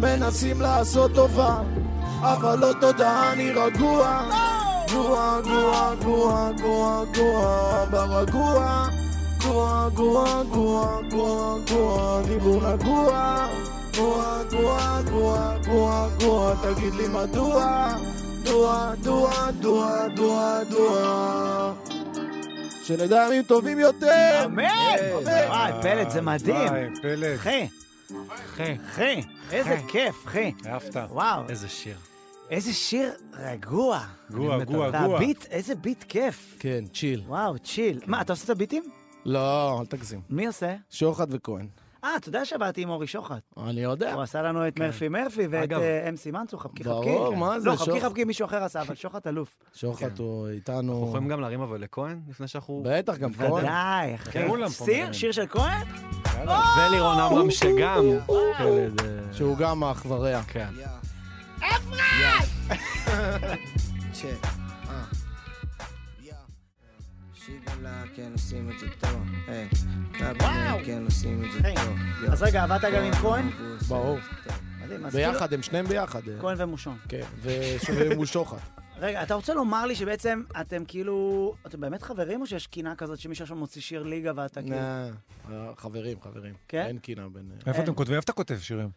H: מנסים לעשות טובה, אבל לא תודה, אני רגוע. גוע, גוע, גוע, גוע, גוע, ברגוע. גוע, גוע, גוע, גוע, גוע, דיבור נגוע. גוע, גוע, גוע, גוע, גוע, תגיד לי מדוע. דוע, דוע, דוע, דוע, דוע. שנדע ימים טובים יותר!
C: אמן! וואי, אה, פלט, זה מדהים.
B: וואי, פלט.
C: אחי,
B: אחי,
C: אחי, איזה כיף, אחי.
B: אהבת.
C: וואו,
D: איזה שיר.
C: איזה שיר רגוע.
B: גוע, גוע, גוע.
C: והביט, איזה ביט כיף.
H: כן, צ'יל.
C: וואו, צ'יל. מה, אתה עושה את הביטים?
H: לא, אל תגזים.
C: מי עושה?
H: שוחד וכהן.
C: אה, אתה יודע שעבדתי עם אורי שוחט.
H: אני יודע.
C: הוא עשה לנו את מרפי מרפי ואת
B: כן. אגב.
C: אה, אמסי מנצור, חבקי חבקי.
H: ברור, מה זה,
C: לא, חבקי
H: שוחט.
C: חבקי מישהו אחר עשה, אבל שוחט אלוף.
H: שוחד הוא
D: אנחנו
H: איתנו...
D: יכולים גם להרים אבל לכהן, לפני שאנחנו...
H: בטח, גם כהן.
C: ודאי, אחי.
B: כן, כולם פה מדברים.
C: שיר? שיר של כהן? אה,
D: ולירון עמרם שגם. ילד, אה,
H: שהוא גם האחבריה.
D: כן.
C: אז רגע, עבדת גם עם כהן?
H: ברור.
C: מדהים, אז כאילו-
H: ביחד, הם שניהם ביחד. אה.
C: כהן ומושון.
H: כן, ושומעים מול שוחד.
C: רגע, אתה רוצה לומר לי שבעצם אתם כאילו... אתם באמת חברים או שיש קינה כזאת שמישהו שם מוציא שיר ליגה ואתה כאילו...
H: אה, חברים, חברים.
C: כן?
H: אין קינה בין...
B: איפה אתם כותבים? איפה אתה כותב שירים?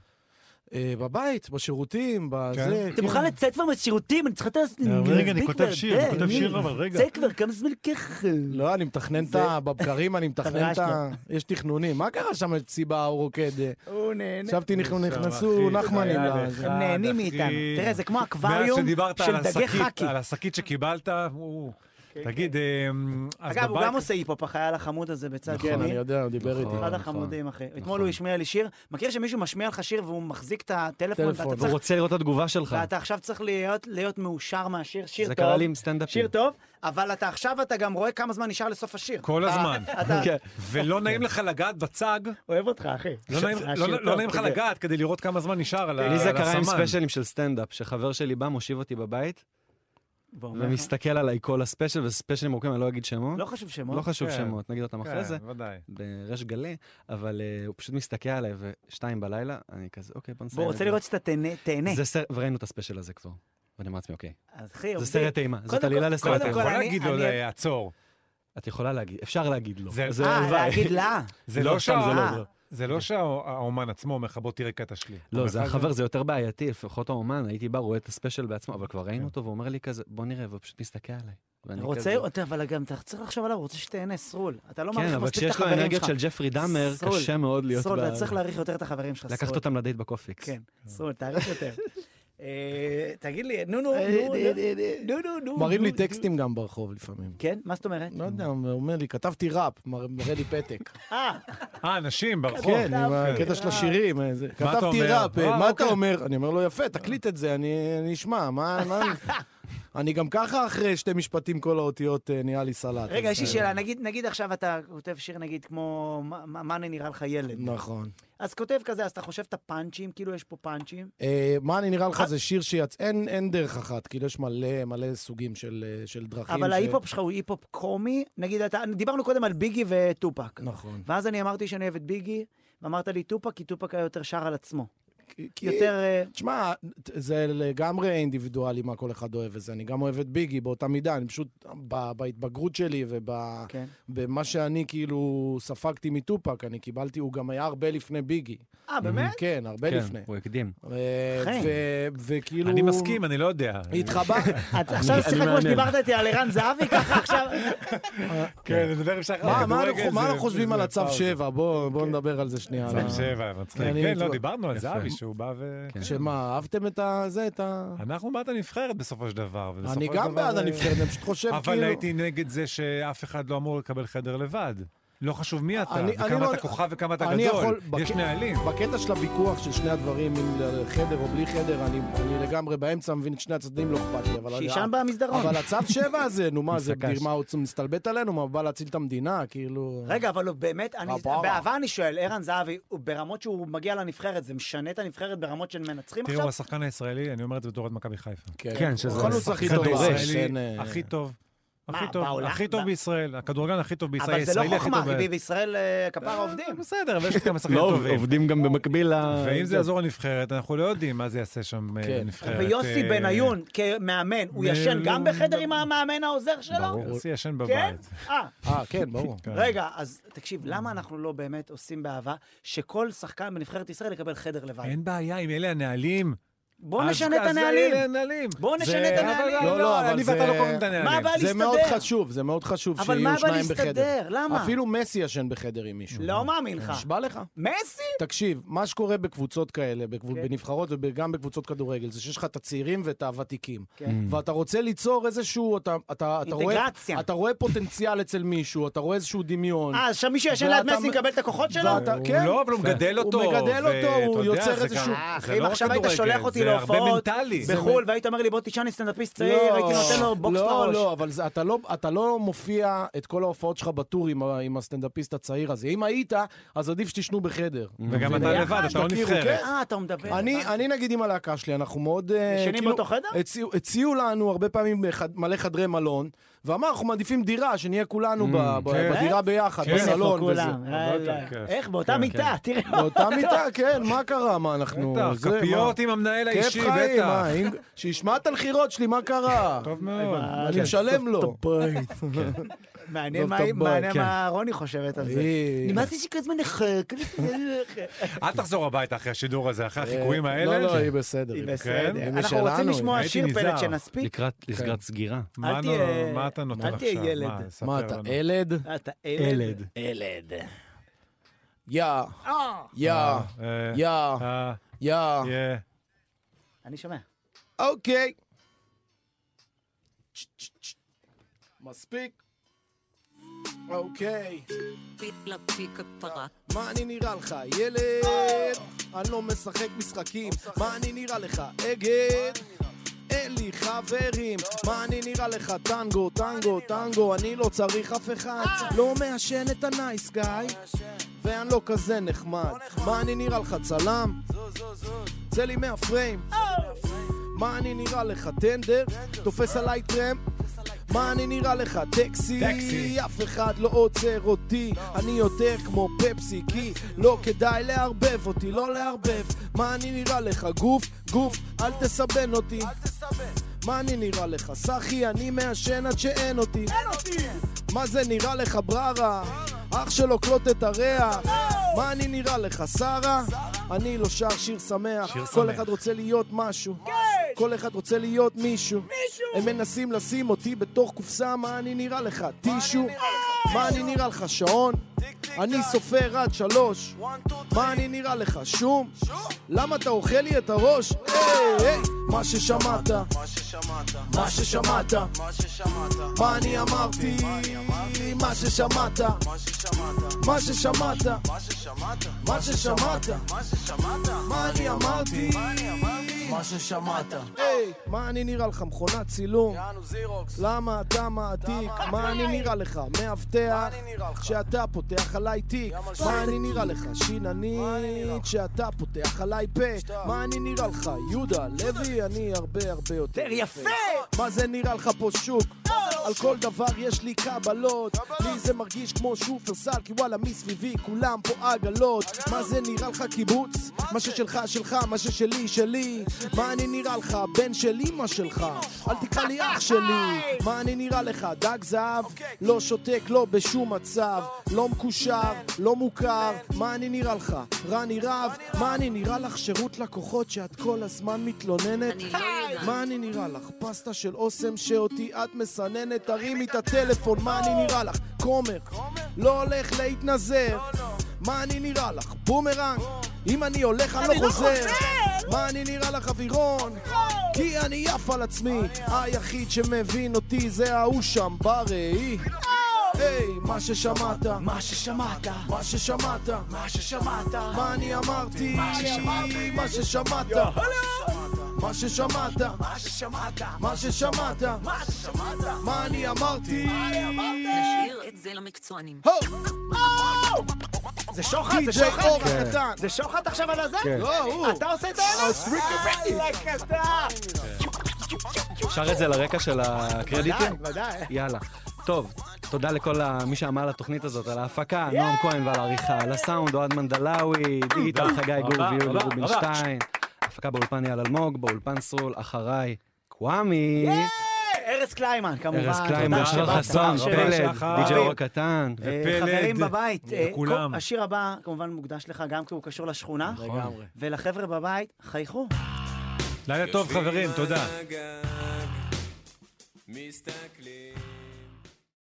H: אה, בבית, בשירותים, בזה. כן.
C: אתם מוכן לצאת כבר מהשירותים? אני צריכה את ה...
J: רגע, אני כותב שיר, אני כותב שיר, אבל רגע.
C: צא כבר, כמה זמן ככה.
H: לא, אני מתכנן את ה... בבקרים אני מתכנן את ה... יש תכנונים. מה קרה שם אצלי רוקד?
C: הוא נהנה.
H: אה,
C: לא,
H: חשבתי נכנסו
B: אחי,
H: נחמנים.
B: היה
H: ל-
B: לך.
C: הם נהנים
B: אחי.
C: מאיתנו. תראה, זה כמו
B: מאז
C: אקווריום
B: שדיברת על
C: של דגי
B: השקית,
C: חאקי. כן,
B: על השקית שקיבלת, הוא... תגיד, אמ, אז
C: אגב, הוא
B: בבית- נכון.
C: גם עושה היפ-הופ, החייל החמוד הזה בצד
H: כן, אני
C: שני.
H: יודע, הוא דיבר איתי.
C: אחד
D: נכון.
C: החמודים, אחי. אתמול הוא השמיע לי שיר. מכיר שמישהו משמיע לך שיר והוא מחזיק את הטלפון
H: טלפון,
C: ואתה
D: הוא
C: צריך...
D: רוצה לראות את התגובה שלך.
C: ואתה עכשיו צריך להיות- להיות מאושר מהשיר, שיר טוב.
D: נכון. זה קרה לי עם סטנדאפים.
C: שיר טוב, אבל אתה עכשיו אתה גם רואה כמה זמן נשאר לסוף השיר.
B: כל הזמן.
C: אתה
D: כן.
B: ולא נעים לך לגעת בצג,
C: אוהב אותך, אחי.
B: לא נעים- לא- לא- לא נעים לך לגעת כדי לראות כמה זמן נשאר על ה- על
D: לי
B: הסמן.
C: אה,
D: זה קרה עם ספיישלים של סטנדאפ, שחבר שלי בא, מושיב אותי בבית, ומסתכל עליי כל הספיישל, וספיישלים ארוכים, אני לא אגיד שמות.
C: לא חשוב שמות.
D: לא חשוב
B: כן.
D: שמות, נגיד אותם אחרי זה,
B: כן, ודאי.
D: בריש גלי, אבל אה, הוא פשוט מסתכל עליי, ושתיים בלילה, אני כזה, אוקיי, בוא נסיים.
C: והוא
D: את
C: רוצה
D: זה."
C: לראות שאתה תהנה- תהנה.
D: זה סרט, וראינו את הספיישל הזה כבר. ואני אומר לעצמי, אוקיי,
C: אז אחי,
D: זה
C: עובדים.
D: סרט אימה, זאת
C: קודם
D: עלילה
C: כל-
D: לסרט
B: אתה
C: קודם
D: אימה.
B: יכול
C: כל, אני-
B: להגיד לו,
C: אני-
B: "אה, עצור.
D: את יכולה להגיד, אפשר להגיד לא.
B: זה-
D: זה
C: אה,
D: הלוואי.
C: להגיד לה.
B: זה
D: לא,
B: לא
D: סתם זה
B: שה-
D: לא,
B: אה,
D: לא.
B: זה לא שהאומן עצמו אומר לך, בוא תראה קטע שלי.
D: לא,
B: אומר
D: זה
B: לך,
D: החבר, זה יותר בעייתי, לפחות האומן, הייתי בא, רואה את הספיישל בעצמו, אבל כבר ראינו אותו, והוא אומר לי כזה, בוא נראה, והוא פשוט מסתכל עליי. ואני
C: רוצה,
D: כזה-
C: אתה- אבל גם אתה צריך לחשוב עליו, הוא רוצה שתהנה, סרול. אתה לא
D: כן,
C: מעריך
D: אבל
C: מספיק את
D: כשיש לו
C: החברים
D: אנרגיות
C: שלך.
D: של ג'פרי דאמר,
C: סרול.
D: קשה מאוד להיות
C: סרול,
D: ב-
C: אתה צריך להעריך יותר את החברים שלך,
D: לקחת
C: סרול.
D: אותם לדייט בקופיקס.
C: כן, סרול, תעריך יותר. אה, תגיד לי, נו, נו, נו,
D: אה,
C: נו, נו, נו.
H: מראים לי
C: נו,
H: טקסטים גם ברחוב לפעמים.
C: כן? מה זאת אומרת?
H: לא יודע, הוא אומר לי, כתבתי ראפ, מר- מראה לי פתק.
C: אה,
B: אה, אנשים ברחוב.
H: כן, עם הקטע של השירים. אה, זה.
B: אתה
H: כתבתי
B: אומר?
H: ראפ, אה,
B: אה,
H: מה אתה
B: אוקיי.
H: אומר? אני אומר לו, יפה, תקליט את זה, אני אני אשמע, מה... מה- אני גם ככה אחרי שתי משפטים כל האותיות אה, נראה לי סלט.
C: רגע,
H: אז,
C: יש לי
H: אה,
C: שאלה. נגיד- נגיד עכשיו אתה כותב שיר, נגיד, כמו "מה- מה מה אני נראה לך ילד.
H: נכון.
C: אז כותב כזה, אז אתה חושב את הפאנצ'ים, כאילו יש פה פאנצ'ים.
H: אה, מה אני נראה לך, זה שיר שיצא, אין אין דרך אחת, כאילו יש מלא מלא סוגים של אה, של דרכים.
C: אבל
H: ש-
C: ההיפ-הופ שלך הוא היפ-הופ קומי. נגיד, אתה, דיברנו קודם על ביגי וטופק.
H: נכון.
C: ואז אני אמרתי שאני אוהב את ביגי, ואמרת לי טופק, כי טופק היה יותר שר על עצמו.
H: כי-
C: יותר... אה,
H: תשמע, זה לגמרי אינדיבידואלי מה כל אחד אוהב וזה. אני גם אוהב את ביגי באותה מידה, אני פשוט, ב- בהתבגרות שלי
C: כן.
H: ובמה שאני כאילו ספגתי מטופק, אני קיבלתי, הוא גם היה הרבה לפני ביגי.
C: אה, באמת?
H: כן, הרבה
D: כן,
H: לפני.
D: הוא הקדים.
H: אה,
C: חן.
H: ו- וכאילו...
B: אני מסכים, אני לא יודע.
H: התחבא,
C: את- עכשיו יש לך כמו שדיברת איתי על ערן זהבי, ככה עכשיו...
B: כן, אני מדבר עם שחר.
H: מה- מה
B: כדורגל
H: אנחנו- מה
B: זה-
H: אנחנו חושבים
B: זה-
H: על
B: זה
H: הצו
B: פעם.
H: 7?
C: כן.
H: בואו נדבר על זה שנייה. על ה-
B: צו שבע, מצחיק.
H: אני כן.
B: כן, לא,
H: בטוח.
B: דיברנו על זהבי
D: יפה.
B: שהוא בא ו...
H: שמה, אהבתם את ה... זה, את ה...
B: אנחנו בעד הנבחרת בסופו של דבר. ובסופו
H: אני כאילו-
B: של
H: גם
B: דבר,
H: בעד
B: אה,
H: הנבחרת, אני פשוט חושב כאילו...
B: אבל הייתי נגד זה שאף אחד לא אמור לקבל חדר לבד. לא חשוב מי אתה,
H: אני- אני
B: וכמה
H: לא-
B: אתה כוכב וכמה אתה
H: אני
B: גדול.
H: יכול-
B: יש
H: בק-
B: נהלים.
H: בקטע של הוויכוח של שני הדברים, אם חדר או בלי חדר, אני, אני לגמרי באמצע מבין את שני הצדדים, לא אכפת לי. אבל-
C: שישן במסדרון.
H: אבל הצו שבע הזה, נו מה, זה
D: מסקש.
H: מה, הוא מסתלבט עלינו? מה, הוא בא להציל את המדינה? כאילו...
C: רגע, אבל הוא באמת, אני-
H: הפרה.
C: באהבה אני שואל, ערן זהבי, הוא ברמות שהוא מגיע לנבחרת, זה משנה את הנבחרת ברמות של מנצחים
B: תראו,
C: עכשיו?
B: השחקן הישראלי, אני אומר את זה בתור עד מכבי חיפה.
D: כן, שזה-
H: כל נוסח הכי טוב.
B: הכדורגל
H: בארץ, אין,
B: הישראלי
H: אה,
B: הכי טוב.
C: מה,
B: הכי טוב,
C: בעולם?
B: הכי טוב
C: ב-
B: בישראל, הכדורגלן הכי טוב בישראל,
C: אבל זה לא
B: הישראלי הכי
C: חוכמה,
B: טוב.
C: כי
B: ב-
C: בישראל אה, כפרה עובדים.
B: בסדר, אבל יש לי כמה שחקנים
C: אוקיי,
D: לא,
B: טובים.
D: עובדים גם במקביל ל...
B: ואם זה יעזור לנבחרת, אנחנו לא יודעים מה זה יעשה שם אה,
H: כן.
B: לנבחרת.
C: ויוסי
B: אה,
C: בניון, כמאמן, הוא
B: אה,
C: ישן
B: לא,
C: גם
B: לא,
C: בחדר
B: לא.
C: עם המאמן העוזר שלו?
B: יוסי ישן
C: לא- כן?
B: בבית.
C: אה,
H: אה, כן, ברור.
B: כן.
C: רגע, אז תקשיב, למה אנחנו לא באמת עושים באהבה שכל שחקן בנבחרת ישראל יקבל חדר לבד?
B: אין בעיה, אם אלה הנהלים.
C: בואו
B: אז-
C: נשנה את
B: אז
C: הנהלים.
B: אלה הנהלים.
C: בואו נשנה את
B: אבל
C: הנהלים.
H: לא, לא, אבל
B: אני
H: זה-
B: ואתה לא קובעים את הנהלים.
C: מה הבעיה
H: זה
C: להסתדר?
H: מאוד חשוב, זה מאוד חשוב
C: אבל מה
H: שיהיו
C: הבעיה
H: שניים בחדר.
C: להסתדר? למה?
H: אפילו מסי ישן בחדר עם מישהו.
C: לא מאמין לך.
H: נשבע לך.
C: מסי?
H: תקשיב, מה שקורה בקבוצות כאלה, בקבוצ...
C: כן.
H: בנבחרות וגם בקבוצות כדורגל, זה שיש לך את הצעירים ואת הוותיקים.
C: כן.
B: Mm.
H: ואתה רוצה ליצור איזשהו, אתה, אתה, אתה, רואה,
C: אינטגרציה.
H: אתה רואה פוטנציאל אצל מישהו, אתה רואה איזשהו דמיון.
C: אה, אז שם מישהו ישן ליד
H: ואתה-
C: מסי יקבל את הכוחות שלו? אה,
H: ואתה-
B: הוא
H: כן.
B: לא, אבל הוא מגדל
H: הוא
B: אותו.
H: מגדל
B: ואתה
H: אותו, הוא
B: יודע,
H: יוצר
B: זה
H: איזשהו-
B: גם-
C: אח,
B: זה
C: אם
B: לא רק
C: אה, עכשיו היית
B: כדורגל,
C: שולח אותי
B: זה הרבה
C: להופעות
B: מנטלי.
C: בחו"ל, והיית אומר לי, בוא תשאל לי סטנדאפיסט צעיר, הייתי נותן לו בוקס
H: לא,
C: לראש.
H: לא, אבל זה, אתה, לא, אתה לא מופיע את כל ההופעות שלך בטור עם, ה- עם הסטנדאפיסט הצעיר הזה. אם היית, אז עדיף שתשנו בחדר.
B: וגם אתה
C: ביחד,
B: לבד, אתה לא
H: תכירו,
B: נבחרת.
H: כן?
C: אה, אתה מדבר.
H: אני,
C: הבנתי.
H: אני נגיד עם הלהקה שלי, אנחנו מאוד... אה,
C: ישנים
H: כאילו,
C: באותו חדר?
H: הציעו, הציעו לנו הרבה פעמים חד, מלא חדרי מלון, ואמרנו, אנחנו מעדיפים דירה, שנהיה כולנו ב, ב,
B: כן.
H: בדירה ביחד,
B: כן.
H: בסלון
C: איפה
H: וזה.
C: כולם?
B: הרבה
C: אה,
B: יותר
C: לא.
B: כיף.
C: איך? באותה מיטה, תראה.
H: באותה מיטה, כן, מה קרה? מה, אנחנו...
B: בטח,
H: זה, מה?
B: כפיות עם המנהל
H: כיף
B: האישי,
H: חיים, מה,
B: בטח.
H: אם- שישמע את הנחירות שלי, מה קרה?
B: טוב מאוד. כן.
H: אני משלם לו. כן.
C: מעניין
H: טוב,
C: מה-
H: טוב, ביי,
C: מעניין
B: כן.
C: מה רוני חושבת על זה.
H: אה.
C: נמאס לי שכל הזמן נחק.
B: אל תחזור הביתה אחרי השידור הזה, אחרי החיקויים
H: לא,
B: האלה.
H: לא, היא בסדר.
C: היא
H: היא
C: בסדר.
H: היא
C: אנחנו
H: משלנו,
C: רוצים לשמוע
B: הייתי
C: שיר פלט
B: נזהר.
C: שנספיק.
D: לקראת לסגרת סגירה.
B: כן. מה
C: אל תהיה-
B: נו- מה אתה נותן
C: אל
B: עכשיו?
C: תהיה ילד.
B: מה, ספר
H: מה אתה,
B: לנו.
H: ילד?
C: אתה ילד.
H: ילד. יא,
C: אה.
H: יא, יא,
B: אה,
H: יא,
B: יא.
C: אני שומע.
H: אוקיי. מספיק. אוקיי. מה אני נראה לך, ילד? אני לא משחק משחקים. מה אני נראה לך, אגד? אין לי חברים. מה אני נראה לך, טנגו, טנגו, טנגו, אני לא צריך אף אחד. לא מעשן את הנייס גיא, ואני לא כזה נחמד. מה אני נראה לך, צלם? צא לי מהפריים. מה אני נראה לך, טנדר? תופס עליי טרמפ? מה אני נראה לך, טקסי?
B: טקסי.
H: אף אחד לא עוצר אותי, אני יותר כמו פפסי, כי לא כדאי לערבב אותי, לא לערבב. מה אני נראה לך, גוף? גוף, אל תסבן אותי. מה אני נראה לך, סחי? אני מעשן עד שאין אותי. אין אותי! מה זה נראה לך, בררה? אח שלו קלוט את הריח. מה אני נראה לך, לא. שרה? אני לא שר שיר שמח.
B: שיר
H: כל
B: שמח.
H: אחד רוצה להיות משהו. כל אחד רוצה להיות כן. מישהו. הם מנסים לשים אותי בתוך קופסה, מה אני נראה לך? טישו? מה אני נראה לך? שעון? אני סופר עד שלוש. מה אני נראה לך? שום? למה אתה אוכל לי את הראש? היי, היי, מה ששמעת, מה ששמעת, מה אני אמרתי, מה ששמעת, מה ששמעת, מה ששמעת, מה אני אמרתי, מה ששמעת. היי, מה אני נראה לך? מכונת צילום? למה אתה מעתיק? מה אני נראה לך? מאבטח? שאתה פותח עליי תיק? מה אני נראה לך? שיננית? שאתה פותח עליי פה? מה אני נראה לך? יהודה לוי? אני הרבה הרבה יותר יפה! מה זה נראה לך פה שוק? על כל דבר יש לי קבלות לי זה מרגיש כמו שופרסל כי וואלה מסביבי כולם פה עגלות מה זה נראה לך קיבוץ? מה ששלך שלך, מה ששלי שלי מה אני נראה לך? בן שלי מה שלך? אל תקרא לי אח שלי מה אני נראה לך? דג זהב? לא שותק, לא בשום מצב לא מקושר, לא מוכר מה אני נראה לך? רני רב? מה אני נראה לך? שירות לקוחות שאת כל הזמן מתלוננת? מה אני נראה לך? פסטה של אוסם שאותי את מסננת, תרימי את הטלפון, מה אני נראה לך? כומר, לא הולך להתנזר. מה אני נראה לך? בומרנג? אם אני הולך אני לא חוזר. מה אני נראה לך אווירון? כי אני
C: אה,
H: עף על עצמי. היחיד שמבין אותי זה ההוא שם בראי. היי, היי, מה ששמעת,
C: מה ששמעת,
H: מה ששמעת,
C: מה ששמעת,
H: מה אני אמרתי,
C: מה ששמעתי.
H: מה ששמעת, מה ששמעת,
C: מה ששמעת,
H: מה ששמעת,
C: מה ששמעת.
H: מה אני אמרתי.
K: נשאיר את זה למקצוענים.
C: זה שוחד, זה
H: די.ג'יי
C: שוחד.
H: אור הקטן.
C: זה שוחד עכשיו על הזה? אה,
H: כן. לא, הוא.
C: אתה עושה את האלה? איי, לקטן.
D: שר את זה לרקע של הקרדיטים?
C: ודאי, ודאי.
D: יאללה. טוב, תודה לכל ה- מי שעמל על התוכנית הזאת, על ההפקה, נועם כהן ועל העריכה, על הסאונד, אוהד מנדלאווי, דיגיטל חגי גור
B: רבה,
D: ויולי
B: רבה,
D: רובינשטיין, הפקה באולפן יאל אלמוג, באולפן סרול, אחריי, קוואמי,
C: ארז קליימן, כמובן.
D: ארז קליין,
C: תודה
D: אשר
C: שבאת,
D: חסון,
C: שבאת.
B: תודה
D: פלד,
B: שחר.
D: די.ג'י אור הקטן.
C: אה,
B: ופלד,
C: חברים בבית, אה,
B: לכולם.
C: כל- השיר הבא כמובן מוקדש לך גם כי הוא קשור לשכונה,
H: לגמרי.
C: ולחבר'ה בבית, חייכו.
B: לילה טוב, חברים, תודה.
A: הגג, מסתכלים